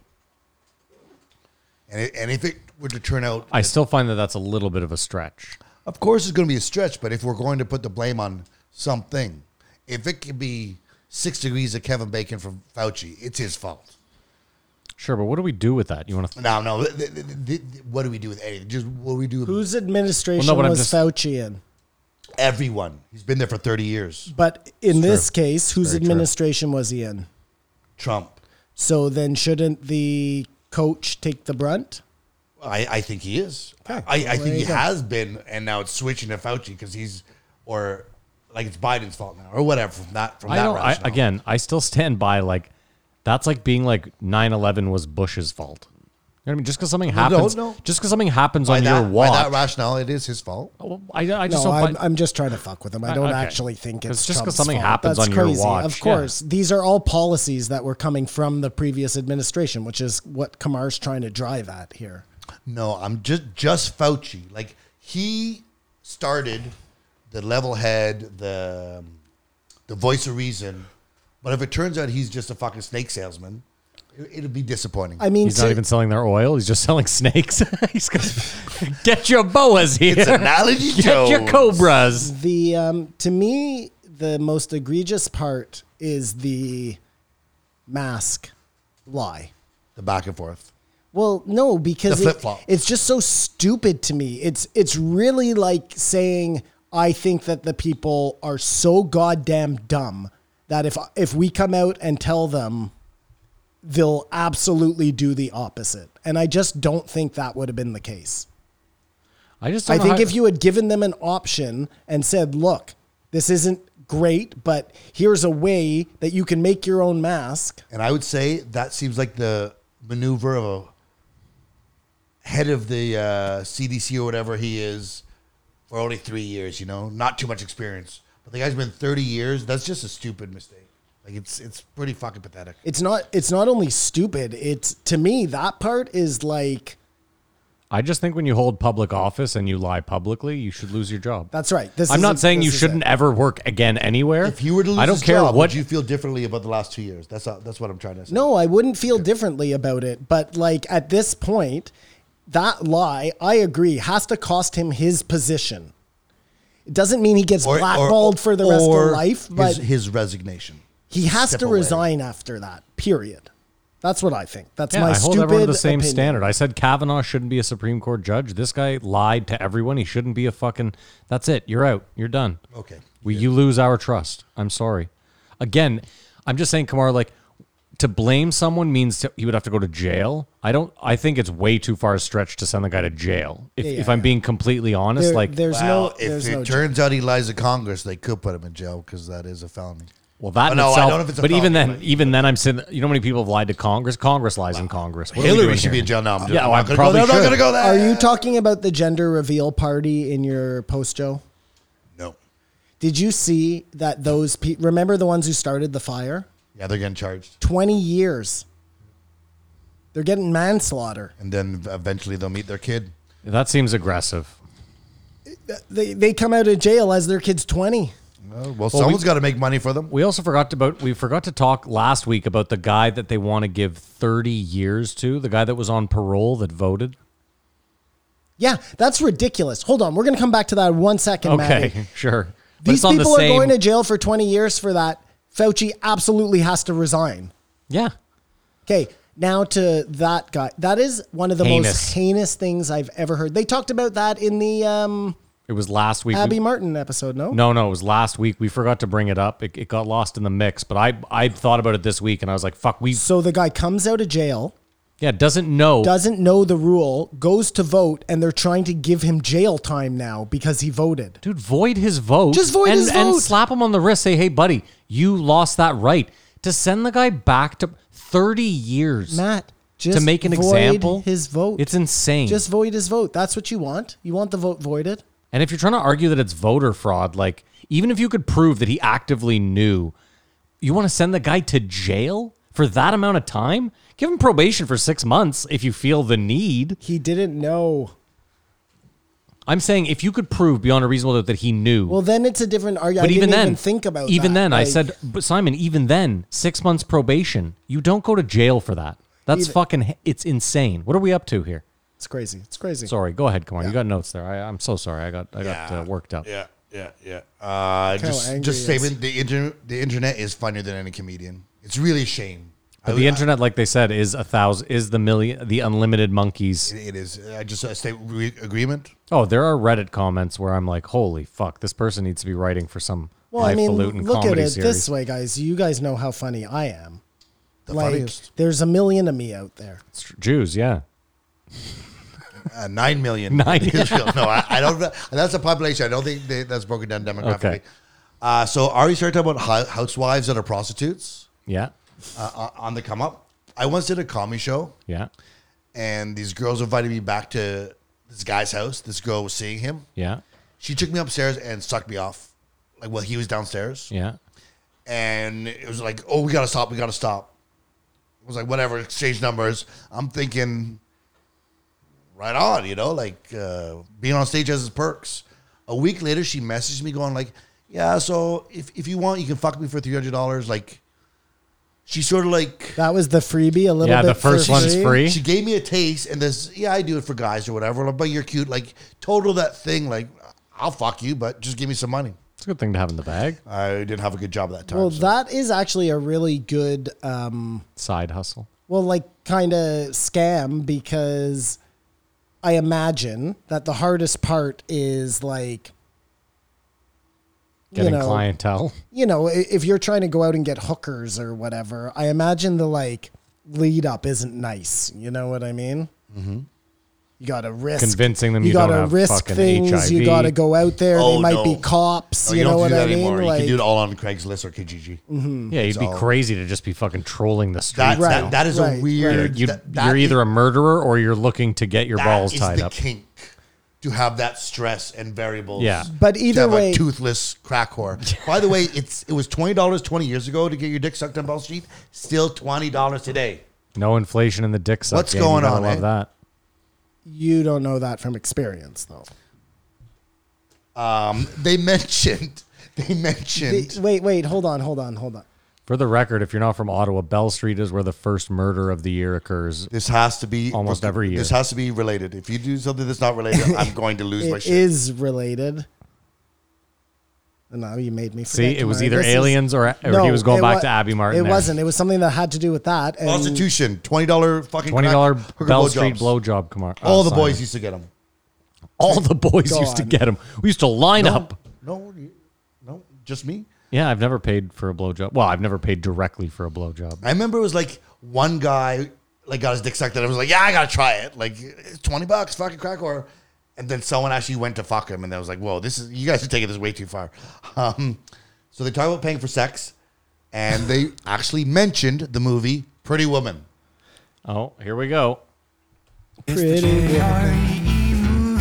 And, it, and if it were to turn out I still find that that's a little bit of a stretch. of course, it's going to be a stretch, but if we're going to put the blame on something, if it could be six degrees of Kevin Bacon from Fauci, it's his fault. Sure, but what do we do with that? You want to? No, no. th- th- th- th- what do we do with anything? Just what do we do with Whose administration Well, no, but I'm was just- Fauci in? everyone? He's been there for 30 years. But in this case, whose very true. administration was he in? Trump. So then, shouldn't the coach take the brunt? I, I think he is. Okay. I, I Well, there think he you go. has been, and now it's switching to Fauci because he's, or like it's Biden's fault now, or whatever from that, from I that don't. I, rationale. again, I still stand by like that's like being like 9-11 was Bush's fault. You know what I mean? Just because something happens, no. just because something happens by on that, your by that watch. rationale, it is his fault. Oh, I, I just No, don't. I'm, find- Uh, I'm just trying to fuck with him. I don't okay. actually think it's It's just 'cause Trump's something fault. happens That's on your crazy. watch, Of yeah. course, these are all policies that were coming from the previous administration, which is what Kamar's trying to drive at here. No, I'm just just Fauci. Like he started the level head, the um, the voice of reason. But if it turns out he's just a fucking snake salesman, it, it'll be disappointing. I mean, He's not to- even selling their oil. He's just selling snakes. [laughs] he's gonna get your boas here. [laughs] it's analogy get your Jones. cobras. the um, to me the most egregious part is the mask lie. The back and forth. Well, no, because The it- flip-flop. it's just so stupid to me. It's it's really like saying I think that the people are so goddamn dumb that if if we come out and tell them they'll absolutely do the opposite. And I just don't think that would have been the case. I just. Don't I know think how- if you had given them an option and said, "Look, this isn't great, but here's a way that you can make your own mask. And I would say that seems like the maneuver of a head of the uh, CDC or whatever he is for only three years. You know, not too much experience, but the guy's been thirty years. That's just a stupid mistake. Like it's it's pretty fucking pathetic. It's not it's not only stupid, it's to me that part is like I just think when you hold public office and you lie publicly, you should lose your job. that's right. This I'm is not a- saying this you is shouldn't it. ever work again anywhere. If you were to lose I don't his care job, what would you feel differently about the last two years. That's that's what I'm trying to say. No, I wouldn't feel differently about it, but like at this point, that lie, I agree, has to cost him his position. It doesn't mean he gets Or- or- blackballed for the rest or of life, his- but his resignation. he has step to away. resign after that. Period. That's what I think. That's Yeah, I my hold stupid. everyone to the same opinion. standard. I said Kavanaugh shouldn't be a Supreme Court judge. This guy lied to everyone. He shouldn't be a fucking. That's it. You're out. You're done. Okay. We, You lose our trust. I'm sorry. Again, I'm just saying, Kamara, like, to blame someone means to, he would have to go to jail. I don't. I think it's way too far a stretch to send the guy to jail. If, yeah, if I'm being completely honest, There- like, there's Well, no, if there's it no. turns out he lies to Congress, they could put him in jail because that is a felony. well, that in Oh, no, I itself. don't know if it's a but even felony, then, even then, I'm saying, you know, how many people have lied to Congress. Congress lies in Congress. What are we Hillary doing should be here? in jail now. I'm, Yeah, I'm well, I not gonna probably go there. I'm should. not going to go there. Are you talking about the gender reveal party in your post, Joe? No. Did you see that those pe- remember the ones who started the fire? Yeah, they're getting charged. 20 years. They're getting manslaughter. And then eventually they'll meet their kid. That seems aggressive. They, they come out of jail as their kid's 20. Oh, well, someone's got to make money for them. We also forgot to- about we forgot to talk last week about the guy that they want to give 30 years to, the guy that was on parole that voted. Yeah, that's ridiculous. Hold on. We're going to come back to that in one second, Okay, [laughs] Matty. sure. But These it's on the people are same- going to jail for 20 years for that. Fauci absolutely has to resign. Yeah. Okay, now to that guy. That is one of the Heinous. most heinous things I've ever heard. They talked about that in the um, It was last week. Abby we, Martin episode, no? Mm-hmm. no, no, it was last week. We forgot to bring it up. It, it got lost in the mix, but I I thought about it this week and I was like, fuck, we So the guy comes out of jail. yeah, doesn't know. doesn't know the rule, goes to vote, and they're trying to give him jail time now because he voted. Dude, void his vote. Just void and, his And vote. slap him on the wrist. Say, hey, buddy, you lost that right. To send the guy back to 30 years. Matt, just to make an void example, his vote. It's insane. just void his vote. That's what you want. You want the vote voided. And if you're trying to argue that it's voter fraud, like even if you could prove that he actively knew, you want to send the guy to jail for that amount of time? Give him probation for six months if you feel the need. He didn't know. I'm saying if you could prove beyond a reasonable doubt that he knew. Well, then it's a different argument. but I even didn't then, even think about even that. then, I Like, said, but Simon, even then, six months probation. You don't go to jail for that. That's Even- fucking. It's insane. What are we up to here? it's crazy. It's crazy. Sorry, go ahead. Come on, you got notes there. I, I'm so sorry. I got I got uh, worked up. Yeah, yeah, yeah. Uh, just angry just he is. statement. The inter- the internet is funnier than any comedian. It's really a shame. But the internet, like they said, is a thousand, is the million, the unlimited monkeys. It is. I just a state re- agreement. Oh, there are Reddit comments where I'm like, holy fuck, this person needs to be writing for some Well, I mean, highfalutin look at comedy it series. this way, guys. You guys know how funny I am. The like, funniest. there's a million of me out there. It's tr- Jews, yeah. Uh, Nine [laughs] million. Nine- in Israel. [laughs] no, I, I don't. That's the population. I don't think they, that's broken down demographically. Okay. Uh, so, are you started talking about hou- housewives that are prostitutes Yeah. uh, uh, on the come up? I once did a comedy show, Yeah. and these girls invited me back to this guy's house. This girl was seeing him. Yeah. She took me upstairs and sucked me off, like while he was downstairs. Yeah. and it was like, oh, we gotta stop, we gotta stop. I was like, whatever, exchange numbers. I'm thinking, right on, you know, like uh, being on stage has its perks. A week later, she messaged me going like, yeah, so if, if you want, you can fuck me for three hundred dollars. Like, she sort of like That was the freebie. A little Yeah, bit. the first for one's free. she gave me a taste, and this, yeah, I do it for guys or whatever. But you're cute, like total that thing. Like, I'll fuck you, but just give me some money. It's a good thing to have in the bag. I didn't have a good job that time. Well, so- that is actually a really good um, Side hustle. well, like kind of scam because I imagine that the hardest part is like Getting you know, clientele. You know, i- if you're trying to go out and get hookers or whatever, I imagine the like lead up isn't nice. You know what I mean? Mm-hmm. You got to risk Convincing them you got don't to have risk fucking things. You HIV. got to go out there. Oh, they might no. be cops. No, you, you, know don't what do that I mean? Like, anymore. Mm-hmm. you can do it all on Craigslist or Kijiji. Yeah, you'd be crazy to just be fucking trolling the streets. Mm, That, Right, that, that is right, a right. weird. you, that- are that either a murderer or you're looking to get your That balls is tied the up. kink to have that stress and variables. Yeah. But to either have way- a toothless crack whore. By [laughs] the way, it's it was twenty dollars twenty years ago to get your dick sucked on Bell Street. Still twenty dollars today. No inflation in the dick suck. What's game. You going gotta on, Love eh? that. you don't know that from experience, though. They [laughs] mentioned. They mentioned. Wait, wait, hold on, hold on, hold on. For the record, if you're not from Ottawa, Bell Street is where the first murder of the year occurs. this has to be Almost look, every year. This has to be related. If you do something that's not related, [laughs] I'm going to lose my It shit. is related. No, you made me. See, forget it was tomorrow. either This is- aliens or, or he No, was going it back wa- to Abbey Martin. It there. wasn't. It was something that had to do with that. and- Prostitution, twenty dollar fucking Twenty dollar crack, hooker Bell blowjobs. Street blowjob. Come on, Ah, All the boys used to get them. all the boys used to on. get him. We used to line up. No, you- no, just me. Yeah, I've never paid for a blowjob. Well, I've never paid directly for a blowjob. I remember it was like one guy like got his dick sucked and I was like, yeah, I gotta try it. Like it's twenty bucks, fucking crack or. And then someone actually went to fuck him, and I was like, whoa, this is you guys are taking this way too far. [laughs] Um, so they talk about paying for sex, and they actually mentioned the movie Pretty Woman. Oh, here we go. Pretty woman.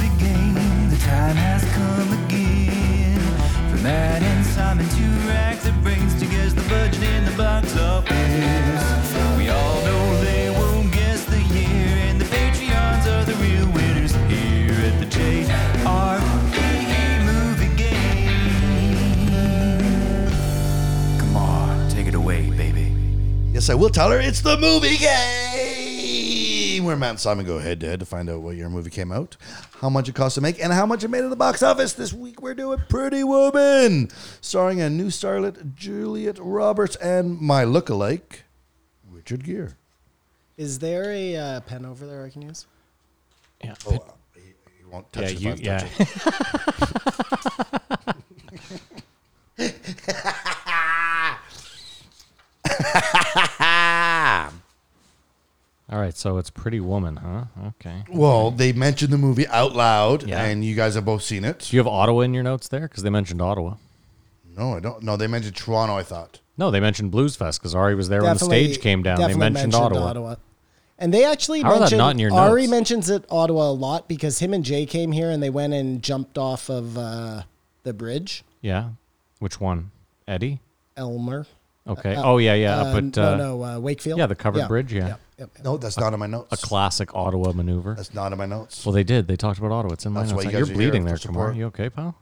Yes, I will tell her it's the movie game where Matt and Simon go head to head to find out what year a movie came out, how much it cost to make, and how much it made at the box office. This week we're doing Pretty Woman, starring a new starlet, Juliet Roberts, and my lookalike, Richard Gere. Is there a uh, pen over there I can use? Yeah, He won't yeah, touch you, yeah. [laughs] All right, so it's Pretty Woman, huh? Okay. Do Well, they mentioned the movie out loud, Yeah. and you guys have both seen it. you have Ottawa in your notes there? Because they mentioned Ottawa. No, I don't. No, they mentioned Toronto. I thought. No, they mentioned Blues Fest because Ari was there when the stage came down. They definitely mentioned, Ottawa. And they actually How are that mentioned not in your Ari notes? mentions it Ottawa a lot because him and Jay came here and they went and jumped off of uh, the bridge. Yeah. Which one? Eddie? Elmer. Okay. oh, yeah, yeah. Uh, up at, no, uh, no, uh, Wakefield. yeah, the covered bridge, yeah. Yep, yep, yep. No, that's not in my notes. a classic Ottawa maneuver. that's not in my notes. Well, they did. They talked about Ottawa. It's in my That's notes. why you You're guys are bleeding here, there, for Kamara. support. You okay, pal?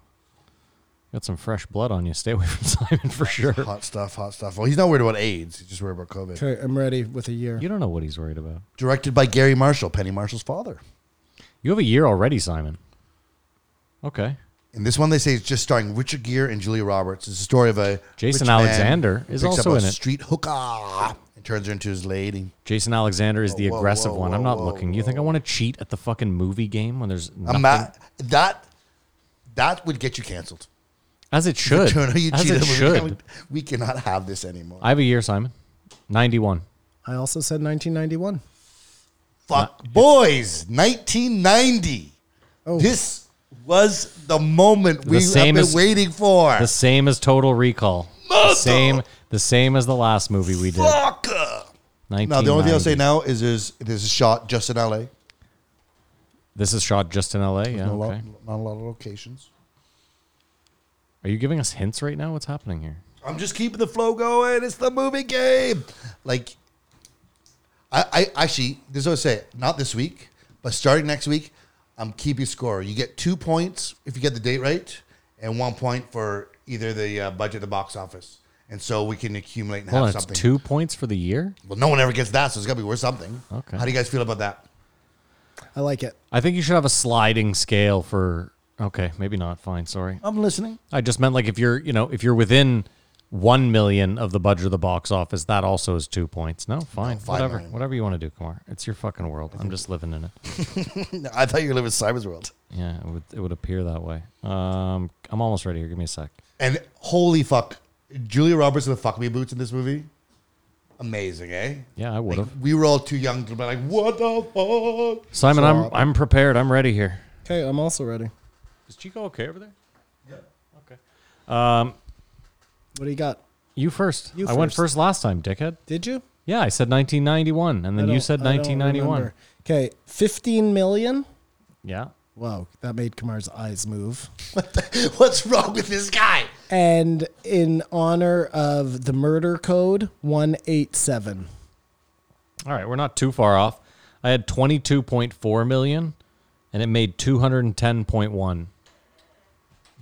Got some fresh blood on you. Stay away [laughs] from Simon for sure. Hot stuff, hot stuff. Well, he's not worried about AIDS. He's just worried about COVID. Okay, I'm ready with a year. You don't know what he's worried about. Directed by Gary Marshall, Penny Marshall's father. You have a year already, Simon. Okay. In this one, they say it's just starring Richard Gere and Julia Roberts. It's the story of a Jason rich man Alexander who is picks also up a in it. Street hooker and turns her into his lady. Jason Alexander is the whoa, aggressive whoa, one. I'm whoa, not whoa, looking. You think I want to cheat at the fucking movie game when there's nothing? I'm not, that that would get you canceled. As it [laughs] should. Turn you As cheated it with- should. E. We cannot have this anymore. I have a year, Simon. 91. I also said 1991. Fuck boys, 1990. This was the moment we have same been as- waiting for. The same as Total Recall. The same, the same as the last movie we did. Fuck. Now the only thing I'll 1990. say now is there's there's a shot just in LA. This is shot just in LA. Yeah. Not a lot- Okay. not a lot of locations. Are you giving us hints right now? What's happening here? I'm just keeping the flow going. It's the movie game. Like, I, I actually, this is what I say, not this week, but starting next week, I'm keeping score. You get two points if you get the date right, and one point for either the uh, budget or the box office. And so we can accumulate and Hold on, have something. it's two points for the year. Well, no one ever gets that, so it's got to be worth something. Okay. How do you guys feel about that? I like it. I think you should have a sliding scale for. Okay, maybe not. Fine, sorry. I'm listening. I just meant like if you're, you know, if you're within one million of the budget of the box office, that also is two points. No, fine, five whatever, million. whatever you want to do, Kumar. It's your fucking world. I'm just living in it. I thought you were living in Cyber's world. Yeah, it would, it would appear that way. Um, I'm almost ready here. Give me a sec. And holy fuck, Julia Roberts in the fuck me boots in this movie. Amazing, eh? Yeah, I would have. We were all too young to be like, what the fuck? Simon, uh, I'm I'm prepared. I'm ready here. Okay, I'm also ready. Is Chico okay over there? Yeah. Okay. What do you got? You first. You I went first. first last time, dickhead. Did you? Yeah, I said 1991, and then you said 1991. Okay, 15 million. Yeah. Wow, that made Kamar's eyes move. [laughs] What's wrong with this guy? And in honor of the murder code, 187. All right, we're not too far off. I had 22.4 million, and it made 210.1.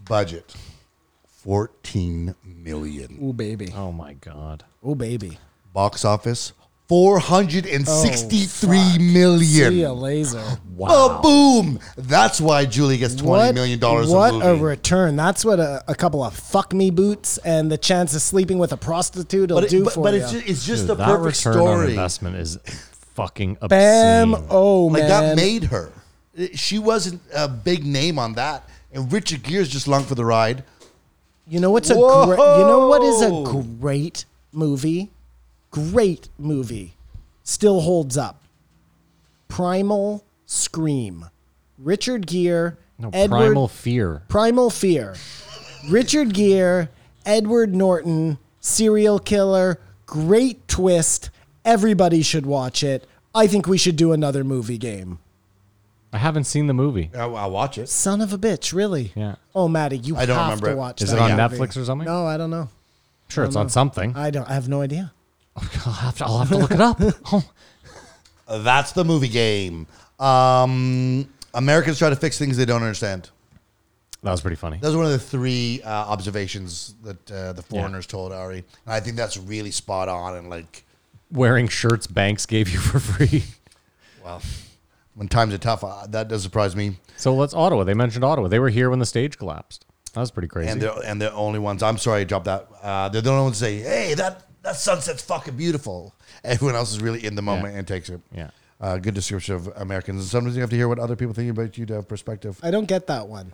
Budget. 14 million. Ooh, baby. Oh my god. Ooh, baby. Box office, four hundred and sixty-three million. See a laser. Wow. boom! That's why Julie gets twenty million dollars What a movie. a return! That's what a, a couple of fuck me boots and the chance of sleeping with a prostitute will But, do it, but, for but you. it's just, it's just Dude, the that perfect return on story. investment is fucking obscene. Bam! Oh like man, that made her. She wasn't a big name on that, and Richard Gere's just long for the ride. you know what's a great? You know what is a great movie? Great movie, still holds up. Primal Scream, Richard Gere, No, Edward primal fear. Primal Fear, Richard Gere, Edward Norton, serial killer, great twist. Everybody should watch it. I think we should do another movie game. I haven't seen the movie. I'll, I'll watch it. Son of a bitch, really? Yeah. Oh, Maddie, you I don't have remember to it. watch. Is that it on movie. Netflix or something? No, I don't know. Sure, it's on something. I don't. I have no idea. I'll have to, I'll have to look it [laughs] up. Oh, That's the movie game. Um, Americans try to fix things they don't understand. that was pretty funny. That was one of the three uh, observations that uh, the foreigners told Ari, and I think that's really spot on. And like, Wearing shirts Banks gave you for [laughs] free. when times are tough, uh, that does surprise me. So let's Ottawa. They mentioned Ottawa. They were here when the stage collapsed. That was pretty crazy. and they're and they're only ones. I'm sorry, I dropped that. Uh, they're the only ones that say, "Hey, that that sunset's fucking beautiful." [laughs] Everyone else is really in the moment and takes it. Yeah. Uh, good description of Americans. And sometimes you have to hear what other people think about you to have perspective. I don't get that one.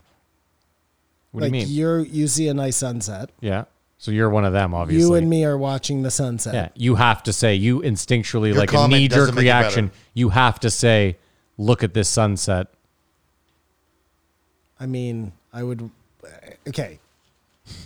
what like do you mean? you're you see a nice sunset. yeah. So you're one of them, obviously. You and me are watching the sunset. Yeah. You have to say, you instinctually, like a comment knee jerk doesn't make it reaction, better. you have to say, look at this sunset. I mean, I would. Okay,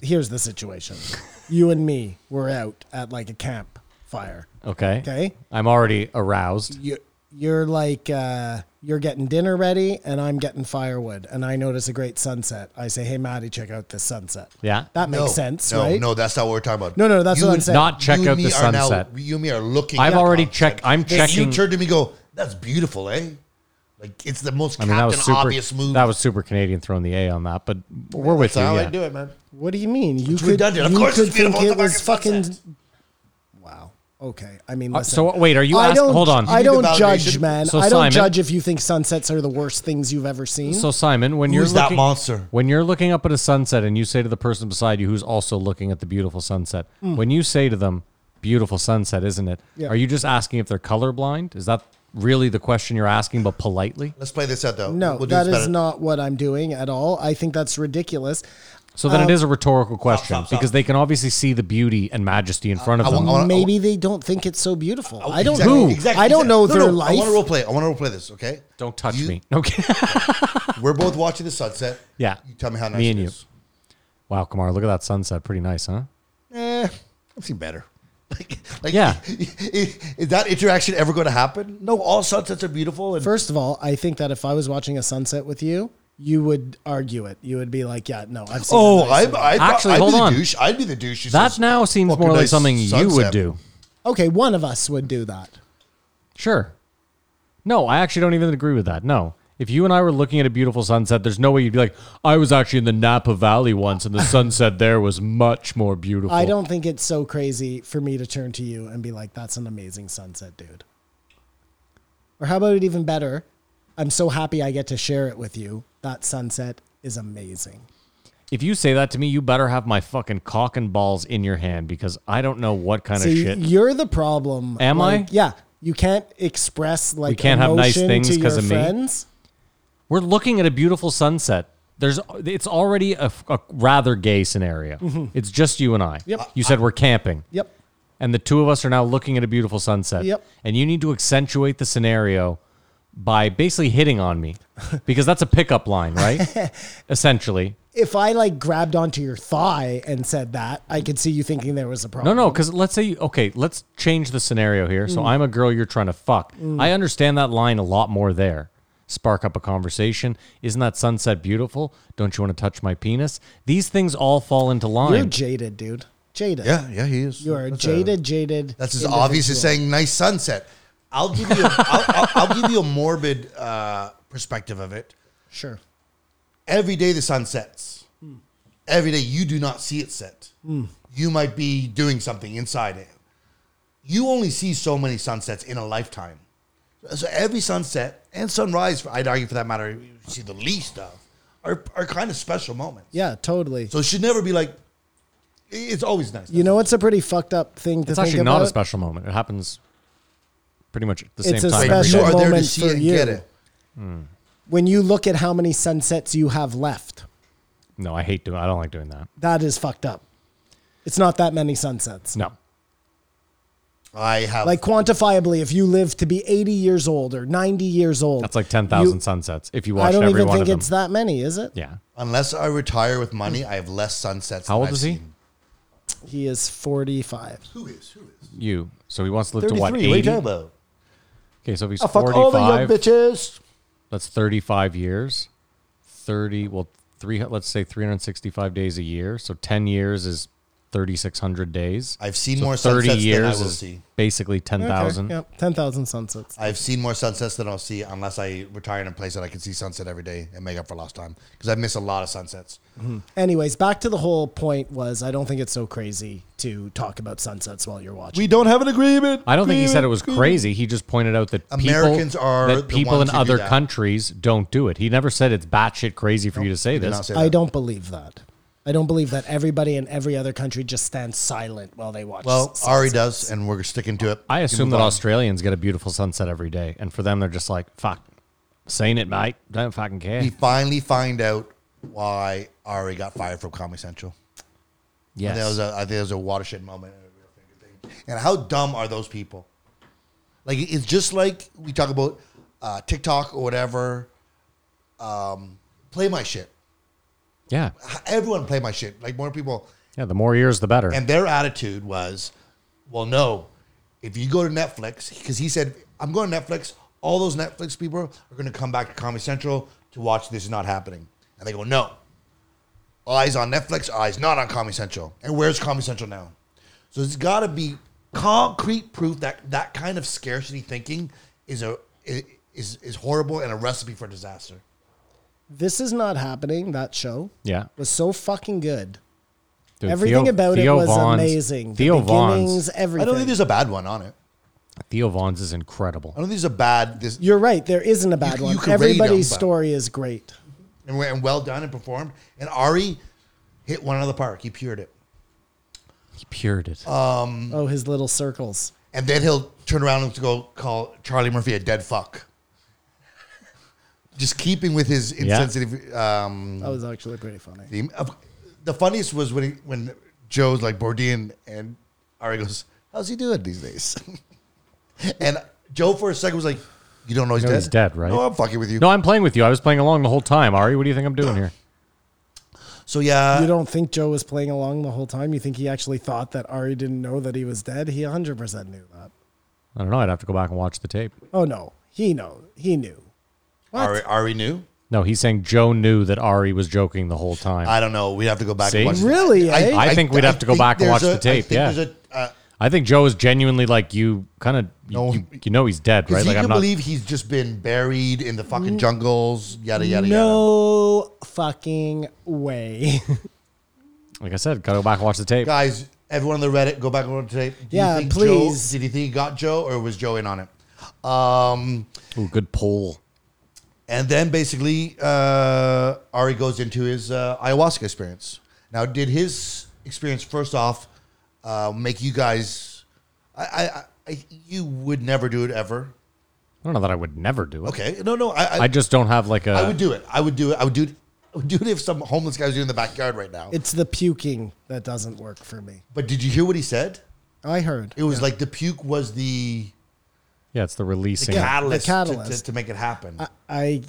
here's the situation. [laughs] you and me were out at like a campfire. Okay. Okay, I'm already aroused. you you're like uh, you're getting dinner ready, and I'm getting firewood, and I notice a great sunset. I say, "Hey, Maddie, check out this sunset." Yeah. that makes No, sense, no, right? No, that's not what we're talking about. No, no, that's what I'm and- saying. Not check you and out me the are now- sunset. you and me are looking. I've at already the checked- sunset. I'm Then checking- You turn to me, and go. That's beautiful, eh? Like it's the most I mean, that was captain super. obvious move. That was super Canadian throwing the A on that, but we're with that's you. how yeah. I do it, man. What do you mean? You redundant. Of you course could it's beautiful. think It's it a was fucking fucking. Wow. Okay. I mean, Uh, listen. so wait, are you I asking? don't. Hold on. I don't judge, validation. man. So, I don't Simon- judge if you think sunsets are the worst things you've ever seen. So Simon, when Who's you're that looking, monster? when you're looking up at a sunset and you say to the person beside you who's also looking at the beautiful sunset, Mm. when you say to them, "Beautiful sunset, isn't it?" Yeah. Are you just asking if they're colorblind? Is that really the question you're asking, but politely? Let's play this out though. no, We'll do that this is better. not what I'm doing at all. I think that's ridiculous. So Uh, then it is a rhetorical question because they can obviously see the beauty and majesty in front of I them. want- I want- Maybe they don't think it's so beautiful. I don't Uh, oh. Exactly, know. exactly, I don't exactly. know No, their no, I life. want to role play. I want to role play this. Okay. don't touch You- me. [laughs] Okay. We're both watching the sunset. yeah. You tell me how nice Me and it you. is. Wow, Kamar, look at that sunset. Pretty nice, huh? Eh, I've seen better. [laughs] Like, like Yeah. [laughs] is, is that interaction ever going to happen? No, all sunsets are beautiful. And First of all, I think that if I was watching a sunset with you, you would argue it. You would be like, "Yeah, no, I've seen." oh, a nice I, I, I, Actually, I'd hold be on. The douche. I'd be the douche. who That says, now seems "Fucking more like nice something you would sunset." do. Okay, one of us would do that. Sure. No, I actually don't even agree with that. No. If you and I were looking at a beautiful sunset, there's no way you'd be like, I was actually in the Napa Valley once [laughs] and the sunset there was much more beautiful. I don't think it's so crazy for me to turn to you and be like, "That's an amazing sunset, dude." Or how about it even better? I'm so happy I get to share it with you. That sunset is amazing. If you say that to me, you better have my fucking cock and balls in your hand because I don't know what kind So of y- shit. you're the problem. Am I? Like, Yeah. You can't express like can't have nice emotion things to 'cause your of me? friends. We're looking at a beautiful sunset. There's, it's already a, a rather gay scenario. It's just you and I. Mm-hmm. Yep. You said we're camping. Yep. and the two of us are now looking at a beautiful sunset. Yep. And you need to accentuate the scenario by basically hitting on me because that's a pickup line, [laughs] right? Essentially. If I like grabbed onto your thigh and said that, I could see you thinking there was a No, problem. no, because let's say, you, okay, let's change the scenario here. Mm. So I'm a girl you're trying to fuck. I understand that line a lot more there. Spark up a conversation. Isn't that sunset beautiful? Don't you want to touch my penis? These things all fall into line. You're jaded, dude. Jaded. Yeah, yeah, he is. You are a That's jaded, jaded. That's as obvious as individual. saying nice sunset. I'll give you. A, I'll, I'll, I'll give you a morbid uh, perspective of it. Sure. Every day the sun sets. Every day you do not see it set. You might be doing something inside it. You only see so many sunsets in a lifetime. So every sunset and sunrise, I'd argue for that matter, you see the least of, are, are kind of special moments. Yeah, totally. So it should never be like. It's always nice. you know what's a pretty fucked up thing to It's think actually about? not a special moment. It happens pretty much at the It's same a time. Like, every day. special [laughs] you are there to moment see for and get you. it. when you look at how many sunsets you have left, No, I hate doing. I don't like doing that. that is fucked up. It's not that many sunsets. No, I have Like quantifiably, if you live to be 80 years old or 90 years old, that's like ten thousand you- sunsets if you I watched don't every even one think of them. it's that many, is it? yeah. Unless I retire with money, I have less sunsets. How than old I've is he? seen. He is 45. You. So he wants to live to what? 33, what are you Eighty. talking about? Okay, so if Oh, he's I fuck all the young forty-five, bitches. that's thirty-five years. Thirty. Well, three. Let's say three hundred sixty-five days a year. So ten years is thirty-six hundred days. I've seen So more thirty sunsets years than I will is see. basically ten thousand. Okay, Yep, 10,000 sunsets. I've seen more sunsets than I'll see unless I retire in a place that I can see sunset every day and make up for lost time because I miss a lot of sunsets. Anyways, back to the whole point was I don't think it's so crazy to talk about sunsets while you're watching. don't have an agreement. I don't think he said it was crazy. He just pointed out that people- Americans are the that people ones in who do other that. countries don't do it. He never said it's batshit crazy for you to say Did not this. say I that. don't believe that. I don't believe that everybody in every other country just stands silent while they watch. Well, sunsets. Ari does, and we're sticking to it. I You assume move that on. Australians get a beautiful sunset every day, and for them, they're just like, "Fuck, seen it, mate. Don't fucking care." We finally find out why Ari got fired from Comedy Central. I think that was Yes, a, I think that was a watershed moment. and a real finger thing. And how dumb are those people? Like it's just like we talk about uh, TikTok or whatever. Um, play my shit. yeah, Everyone play my shit. Like more people. yeah. The more years, the better. And their attitude was, well, no, if you go to Netflix, because he said, I'm going to Netflix, all those Netflix people are going to come back to Comedy Central to watch This Is Not Happening. And they go, no. Eyes on Netflix, eyes not on Comedy Central. And where's Comedy Central now? So it's got to be concrete proof that that kind of scarcity thinking is a i- is is horrible and a recipe for disaster. this is not happening. That show yeah, was so fucking good. Dude, everything Theo- about Theo it was Vaughn's- amazing. Theo the beginnings, Vaughn's, everything. I don't think there's a bad one on it. Theo Vaughn's is I incredible. don't think there's a bad this You're right. There isn't a bad you one. could rate 'em, Everybody's but- story is great. and, we- and well done and performed. And Ari hit one out of the park. He pured it, He pured it. Mm. Oh, his little circles. and then he'll turn around and go call Charlie Murphy a dead fuck. Just keeping with his insensitive. Um, That was actually pretty funny. theme. Of- The funniest was when he, when Joe's like Bourdain and Ari goes, "How's he doing these days?" [laughs] and Joe for a second was like, "You don't know he's You know dead. he's dead, right?" No, I'm fucking with you. no, I'm playing with you. I was playing along the whole time, Ari. What do you think I'm doing here? So yeah, You don't think Joe was playing along the whole time? You think he actually thought that Ari didn't know that he was dead? He 100% knew that. I don't know. I'd have to go back and watch the tape. Oh, no. He know. He knew. Ari, Ari knew. No, he's saying Joe knew that Ari was joking the whole time. I don't know. We'd have to go back. See? and watch the- Really, eh? I think we'd have to go think back and there's watch a- the tape, I think yeah. there's a- uh, I think Joe is genuinely like you. Kind of, No. you, you know, he's dead, Because right? you Like can I'm not. believe he's just been buried in the fucking jungles, yada yada yada. No fucking way. [laughs] Like I said, gotta go back and watch the tape. Guys, everyone on the Reddit, go back and watch the tape. Do you Yeah, think please. Joe, did he think he got Joe, or was Joe in on it? Um, Ooh, good pull. and then basically, uh, Ari goes into his uh, ayahuasca experience. Now, did his experience first off uh, make you guys? I, I, I, you would never do it ever. I don't know that I would never do it. Okay, no, no, I, I, I just don't have like a. I would do it. I would do it. I would do it. I would do it if some homeless guy was in the backyard right now. It's the puking that doesn't work for me. But did you hear what he said? I heard. It was like the puke was the Yeah, it's the releasing. Yeah, the catalyst, to- To, catalyst. to make it happen. I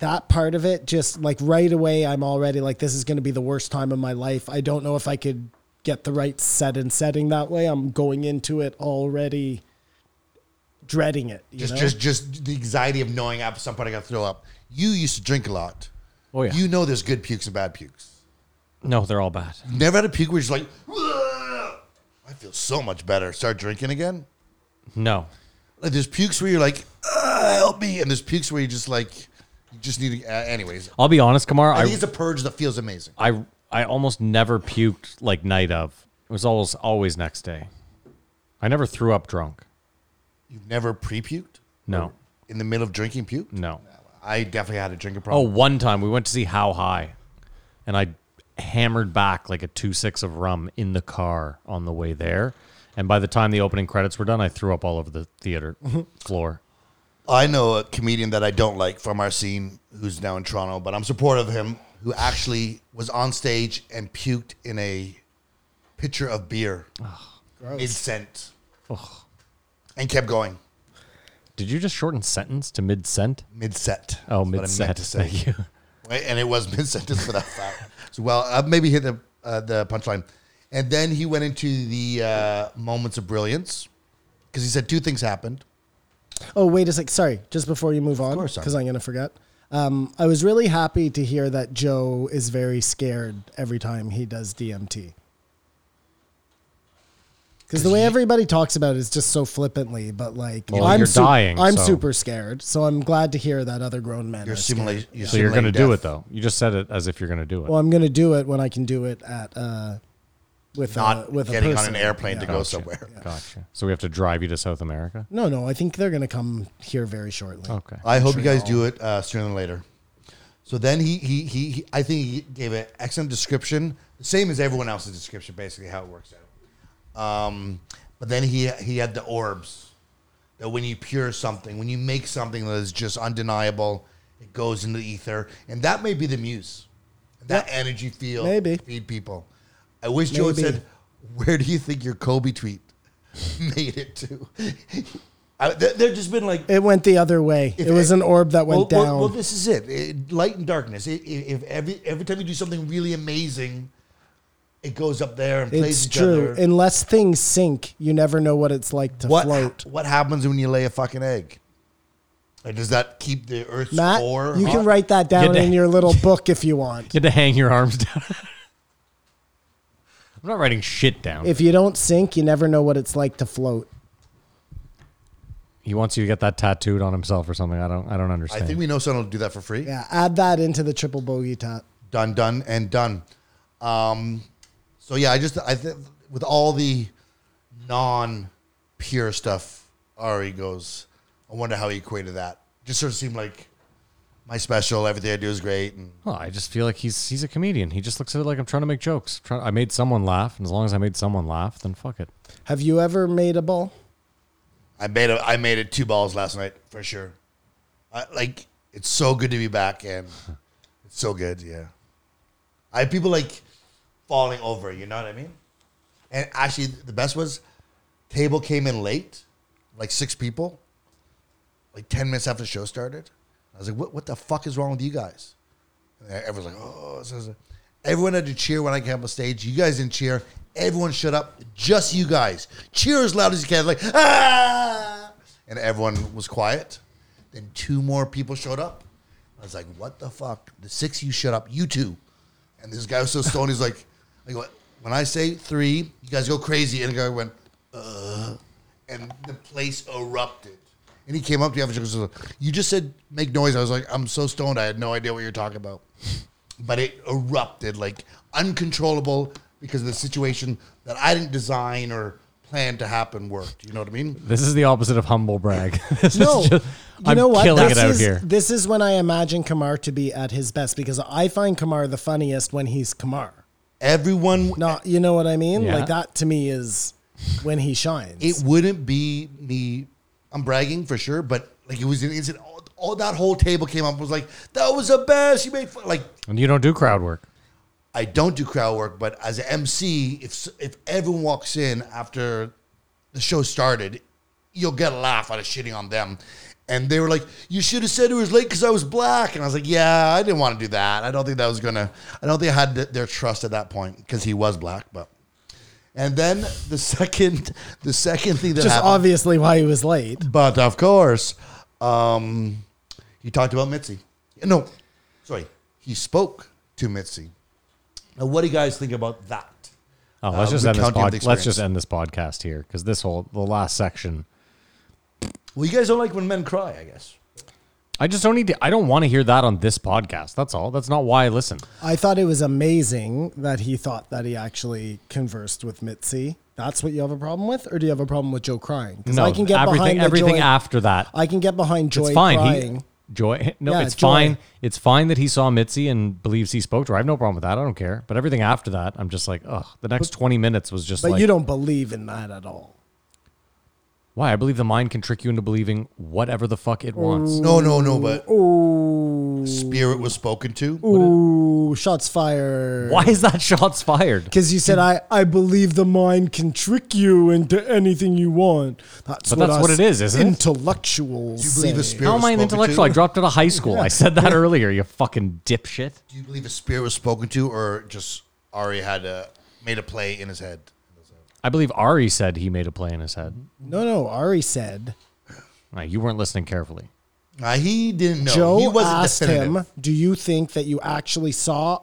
that part of it just like right away I'm already like this is going to be the worst time of my life. I don't know if I could get the right set and setting that way. I'm going into it already dreading it, you just, know? just, just the anxiety of knowing at some point I got to throw up. You used to drink a lot. Oh, yeah. You know there's good pukes and bad pukes. No, they're all bad. Never had a puke where you're just like, "Ugh, I feel so much better. Start drinking again. No. Like there's pukes where you're like, "Ugh, help me, and there's pukes where you just like, you just need. To, uh, anyways, I'll be honest, Kamar. I I, think it's a purge that feels amazing. I I almost never puked like night of. It was always always next day. I never threw up drunk. You've never pre-puked No, in the middle of drinking puke. no. I definitely had a drinking Oh, problem. one time we went to see How High, and I hammered back like a two six of rum in the car on the way there. And by the time the opening credits were done, I threw up all over the theater floor. I know a comedian that I don't like from our scene who's now in Toronto, but I'm supportive of him. Who actually was on stage and puked in a pitcher of beer mid scent, and kept going Did you just shorten sentence to mid sent? mid set. Oh, mid sent. Thank you. Right, and it was [laughs] mid sentence for that fact. So, well, I maybe hit the uh, the punchline, and then he went into the uh, moments of brilliance because he said two things happened. Oh, wait a sec. Sorry, just before you move on, course, sorry. because I'm going to forget. Um, I was really happy to hear that Joe is very scared every time he does DMT. Because the way everybody talks about it is just so flippantly, but like Well, you're dying, I'm so- super scared, so I'm glad to hear that other grown men. Your are scared. simula- your So you're going to simulating do death. it though. You just said it as if you're going to do it. Well, I'm gonna do it when I can do it at uh, with Not a, with a getting on person. an airplane to Yeah. go somewhere. Gotcha. So we have to drive you to South America. No, no, I think they're gonna come here very shortly. Okay. I hope you guys do it uh, sooner than later. So then he, he he he I think he gave an excellent description, the same as everyone else's description, basically how it works out. Um, but then he he had the orbs that when you pure something, when you make something that is just undeniable, it goes into the ether, and that may be the muse, that energy field, Maybe. feed people. I wish Joe had Maybe. said, "Where do you think your Kobe tweet [laughs] made it to?" [laughs] I, they- they've just been like It went the other way. if- it was an orb that well, went well- down. Well, this is it. It- light and darkness. It- it- if every every time you do something really amazing, it goes up there and plays It's each true. other. Unless things sink, you never know what it's like to what float. what happens when you lay a fucking egg? Like, does that keep the Earth's Matt, core? you hot? can write that down Get in the- your [laughs] little book if you want. You had to hang your arms down. [laughs] I'm not writing shit down. If you don't sink, you never know what it's like to float. he wants you to get that tattooed on himself or something. I don't. I don't I understand. think we know someone will do that for free. Yeah, add that into the triple bogey tot. Done, done, and done. Um, so yeah, I just I think with all the non pure stuff Ari goes, I wonder how he equated that. Just sort of seemed like my special, everything I do is great and Well, I just feel like he's he's a comedian. He just looks at it like I'm trying to make jokes. Try- I made someone laugh, and as long as I made someone laugh, then fuck it. Have you ever made a ball? I made a, I made it two balls last night for sure. I, like it's so good to be back and [laughs] it's so good. Yeah, I had people like falling over. You know what I mean? And actually, the best was table came in late, like six people, like ten minutes after the show started. I was like, "What? What the fuck is wrong with you guys?" And everyone's like, "Oh." this is-" Everyone had to cheer when I came up on stage. You guys didn't cheer. Everyone shut up. Just you guys. Cheer as loud as you can. Like ah, and everyone was quiet. Then two more people showed up. I was like, "What the fuck?" The six of you shut up. You two. And this guy was so stoned. He's like, like what? when I say three, you guys go crazy. And the guy went, uh, and the place erupted. And he came up to the officer and was like, you just said make noise. I was like, I'm so stoned. I had no idea what you're talking about. But it erupted like uncontrollable because of the situation that I didn't design or plan to happen worked. You know what I mean? This is the opposite of humble brag. [laughs] [laughs] This is No. just- You I'm know what? killing this it out is- here. This is when I imagine Kamar to be at his best because I find Kamar the funniest when he's Kamar. Everyone, No, you know what I mean? Yeah. Like that to me is when he shines. it wouldn't be me. I'm bragging for sure, but like it was an instant. All, all that whole table came up and was like, that was the best. You made fun. Like, And you don't do crowd work. I don't do crowd work, but as an MC, if if everyone walks in after the show started, you'll get a laugh out of shitting on them. And they were like, "You should have said it was late because I was black." And I was like, "Yeah, I didn't want to do that. I don't think that was gonna. I don't think I had th- their trust at that point because he was black." But and then the second, the second thing that Just happened, obviously why he was late. but of course, um, he talked about Mitzi. No, sorry, he spoke to Mitzi. Now, what do you guys think about that? Oh, let's Uh, just end this recounting of pod- the let's experience. just end this podcast here because this whole the last section. Well, you guys don't like when men cry, I guess. I just don't need to. I don't want to hear that on this podcast. That's all. That's not why I listen. I thought it was amazing that he thought that he actually conversed with Mitzi. That's what you have a problem with, or do you have a problem with Joe crying? 'Cause No, I can get everything behind the everything joy- after that. I can get behind Joy it's fine. crying. He, joy. [laughs] No, Yeah, it's joy. fine. It's fine that he saw Mitzi and believes he spoke to her. I have no problem with that. I don't care. But everything after that, I'm just like, ugh. The next 20 minutes was just but like, you don't believe in that at all. why? I believe the mind can trick you into believing whatever the fuck Oh, it wants. No, no, no, but Ooh, spirit was spoken to. ooh, shots [laughs] fired. Why is that shots fired? Because you said I, I believe the mind can trick you into anything you want. That's But what that's us what it is, isn't it? intellectuals. Do you believe a say. spirit How was am I an spoken intellectual? To? I dropped out of high school. I said that earlier, you fucking dipshit. Do you believe a spirit was spoken to, or just Ari had a, made a play in his head? I believe Ari said he made a play in his head. No, no. Ari said Nah, you weren't listening carefully. Uh, he didn't know. he Joe wasn't asked definitive. him, "Do you think that you actually saw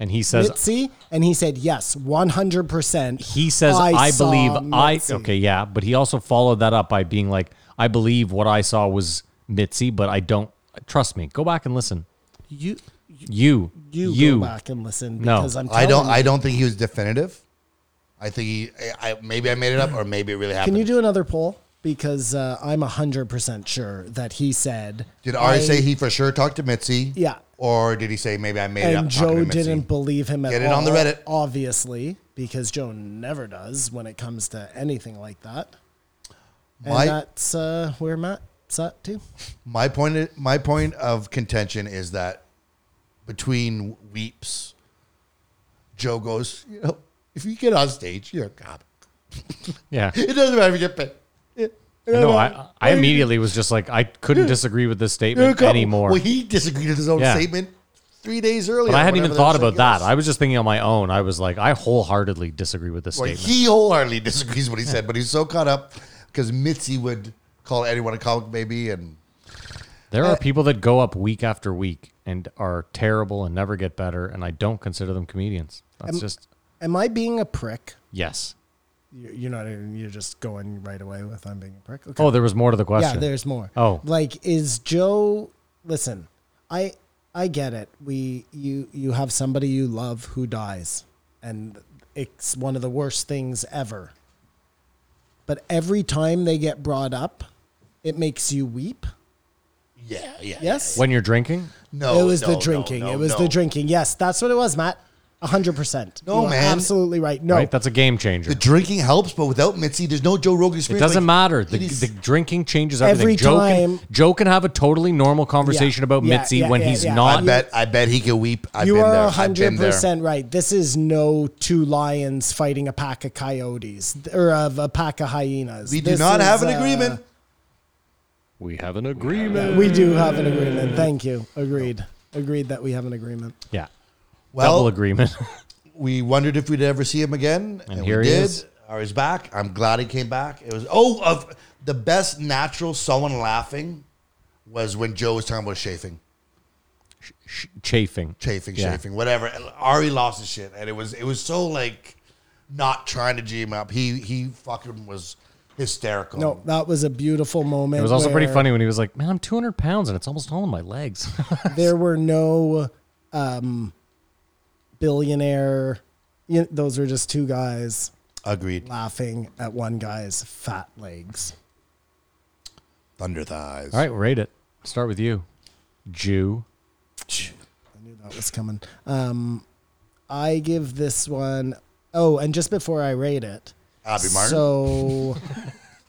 And he says, Mitzi?" And he said, "Yes, one hundred percent." he says, I, saw believe I. Mitzi." Okay, yeah. But he also followed that up by being like, I believe what I saw was Mitzi, but I don't. Trust me. Go back and listen. you You. you, You. go back and listen No. because I'm. Telling I don't. you. I don't think he was definitive. I think he. I, I- maybe I made it up, or maybe it really happened. Can you do another poll? Because uh, I'm hundred percent sure that he said. Did Ari I- say he for sure talked to Mitzi? Yeah. Or did he say maybe I made it up? And talking to Joe Mitzi? didn't believe him at Get all. it on the Reddit. obviously, because Joe never does when it comes to anything like that. And My- that's uh, where Matt's at too. My point. My point of contention is that between weeps, Joe goes. You know, if you get on stage, you're a cop. Yeah. It doesn't matter if you get paid. No, I, I immediately was just like, I couldn't disagree with this statement anymore. Well, he disagreed with his own Yeah. statement three days earlier. but I hadn't even whenever thought was about something that. else. I was just thinking on my own. I was like, I wholeheartedly disagree with this Well, statement. he wholeheartedly disagrees with what he said, but he's so caught up because Mitzi would call anyone a comic baby, and There are people that go up week after week and are terrible and never get better, and I don't consider them comedians. That's just Am I being a prick? yes. You- You're not. even- You're just going right away with I'm being a prick. Okay. Oh, there was more to the question. yeah, there's more. Oh. like is Joe? Listen, I I get it. We you you have somebody you love who dies, and it's one of the worst things ever. But every time they get brought up, it makes you weep. yeah, yeah, Yes, when you're drinking. no, it was no, the no, drinking. no, it was no. the drinking. Yes, that's what it was, Matt. hundred percent. No, man. absolutely right. No, Right, that's a game changer. The drinking helps, but without Mitzi, there's no Joe Rogan it experience. doesn't Like, matter. The, it is- the drinking changes everything. Every Joe time- can Joe can have a totally normal conversation about yeah, Mitzi yeah, when yeah, he's yeah. I not. bet, I bet he could weep. I've you been are there. a I've been hundred there. percent right. This is no two lions fighting a pack of coyotes th- or of a pack of hyenas. We do This not is, have an uh, agreement. We have an agreement. We do have an agreement. Thank you. Agreed. Agreed that we have an agreement. Yeah, double Well, agreement. [laughs] we wondered if we'd ever see him again, and, here we he did. is. Ari's back. I'm glad he came back. It was oh, of the best natural someone laughing was when Joe was talking about chafing, Sh- chafing. chafing, Yeah. chafing, whatever. And Ari lost his shit, and it was it was so like not trying to g him up. He he fucking was hysterical. No, that was a beautiful moment. It was also pretty where funny when he was like, "Man, I'm 200 pounds and it's almost all in my legs." [laughs] There were no um, billionaire. You those were just two guys agreed. laughing at one guy's fat legs. Thunder thighs. all right, rate it. Start with you, Jew. I knew that was coming. Um, I give this one oh, and just before I rate it, Abby Martin. So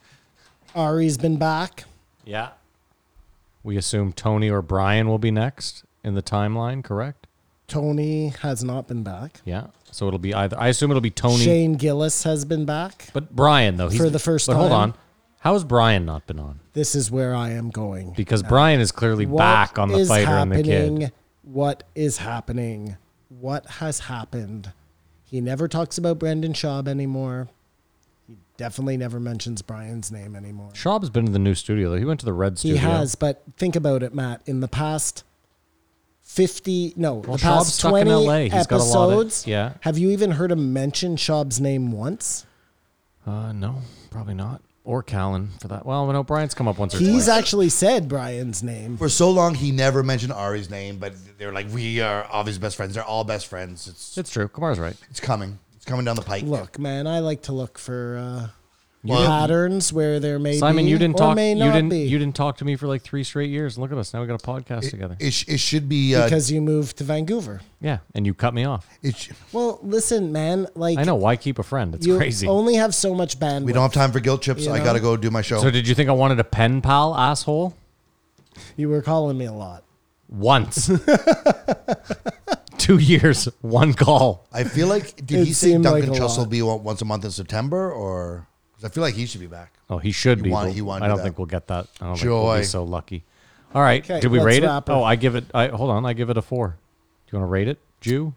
[laughs] Ari's been back. Yeah. We assume Tony or Brian will be next in the timeline, correct? Tony has not been back. Yeah. So it'll be either. I assume it'll be Tony. Shane Gillis has been back. But Brian though, he's, For the first but hold time. on, how has Brian not been on? This is where I am going. Because Brian is clearly What back on the is fighter and the kid. happening? What is happening? What has happened? He never talks about Brandon Schaub anymore. He definitely never mentions Brian's name anymore. Schaub's been in the new studio though. He went to the Red He Studio. has, but think about it, Matt. In the past fifty, no, Well, the past Schaub's stuck in twenty LA. He's got a lot of- episodes, yeah. Have you even heard him mention Schaub's name once? Uh, no, probably not. Or Callan for that. Well, no, Brian's come up once or He's twice. actually said Brian's name. For so long, he never mentioned Ari's name, but they're like, we are obviously best friends. They're all best friends. It's it's true. Kamar's right. it's coming. It's coming down the pike. Look, man, I like to look for uh, Well- patterns where there may Simon, be, you didn't or talk. may You not didn't. be, You didn't talk to me for like three straight years. Look at us now. We got a podcast together. It, sh- it should be. Uh, because you moved to Vancouver. yeah, and you cut me off. it sh- Well, listen, man, like I know. Why keep a friend? It's you crazy. only have so much bandwidth. we don't have time for guilt trips. You I know? got to go do my show. so did you think I wanted a pen pal, asshole? you were calling me a lot. [laughs] Once. Two years, one call. I feel [laughs] like, did It he say seemed Duncan like a Truss will lot. be on- once a month in September? Or. Because I feel like he should be back. Oh, he should be. won- but he won I don't that. think we'll get that. I don't think we'll Joy. be so lucky. All right. Okay, did we let's rate it? wrap her. Oh, I give it. I hold on. I give it a four. Do you want to rate it, Jew?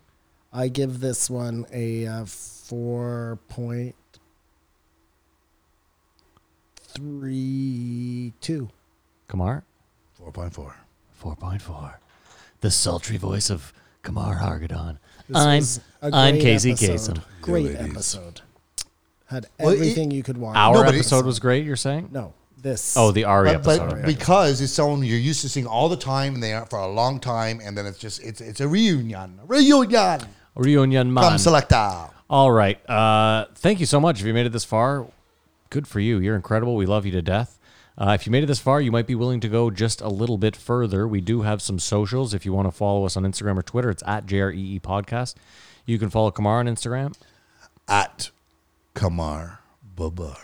I give this one a uh, four point three two. Kamar. 4.4. Four point four. The sultry voice of Kamar Hargadon. This I'm was a I'm great Casey episode. Kasem. Great episode. Had Well, it- everything you could want. Our No, but it- episode was great. You're saying? No, this. Oh, the Ari But, episode. but okay. because it's someone you're used to seeing all the time and they are for a long time, and then it's just, it's it's a reunion. Reunion. Reunion Come man. selecta. All right. Uh, thank you so much. If you made it this far, good for you. You're incredible. We love you to death. Uh, if you made it this far, you might be willing to go just a little bit further. We do have some socials. If you want to follow us on Instagram or Twitter, it's at JREE E Podcast. You can follow Kamar on Instagram. At Kamar Babar.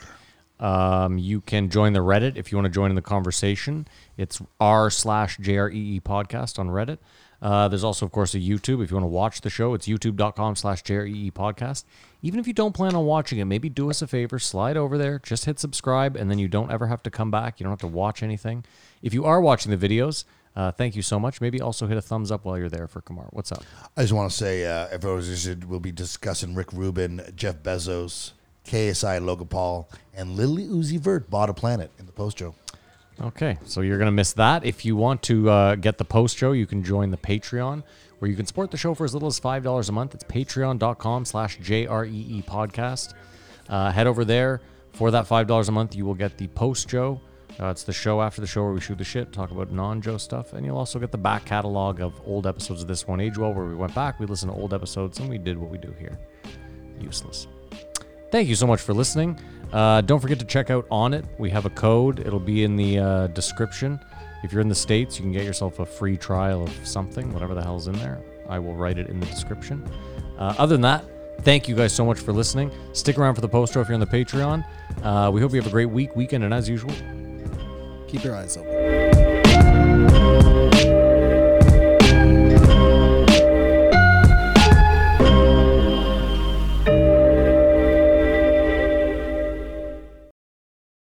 Um, you can join the Reddit if you want to join in the conversation. It's r slash JREE podcast on Reddit. Uh, there's also, of course, a YouTube. If you want to watch the show, it's youtube.com slash JREE E podcast. Even if you don't plan on watching it, maybe do us a favor, slide over there, just hit subscribe, and then you don't ever have to come back. You don't have to watch anything. If you are watching the videos, uh, thank you so much. Maybe also hit a thumbs up while you're there for Kamar. What's up? I just want to say, uh, if everyone's interested, we'll be discussing Rick Rubin, Jeff Bezos, KSI, Logan Paul, and Lily Uzi Vert bought a planet in the post show. Okay, so you're going to miss that. If you want to uh, get the post show, you can join the Patreon, where you can support the show for as little as $5 a month. It's patreon.com slash JREE E podcast. Uh, head over there. For that $5 a month, you will get the post show. Uh, it's the show after the show where we shoot the shit, talk about non Joe stuff, and you'll also get the back catalog of old episodes of This One Age Well, where we went back, we listened to old episodes, and we did what we do here. Useless. Thank you so much for listening. Uh, don't forget to check out On It. We have a code, it'll be in the uh, description. If you're in the States, you can get yourself a free trial of something, whatever the hell's in there. I will write it in the description. Uh, other than that, thank you guys so much for listening. Stick around for the post show if you're on the Patreon. Uh, we hope you have a great week, weekend, and as usual, keep your eyes open. Bye.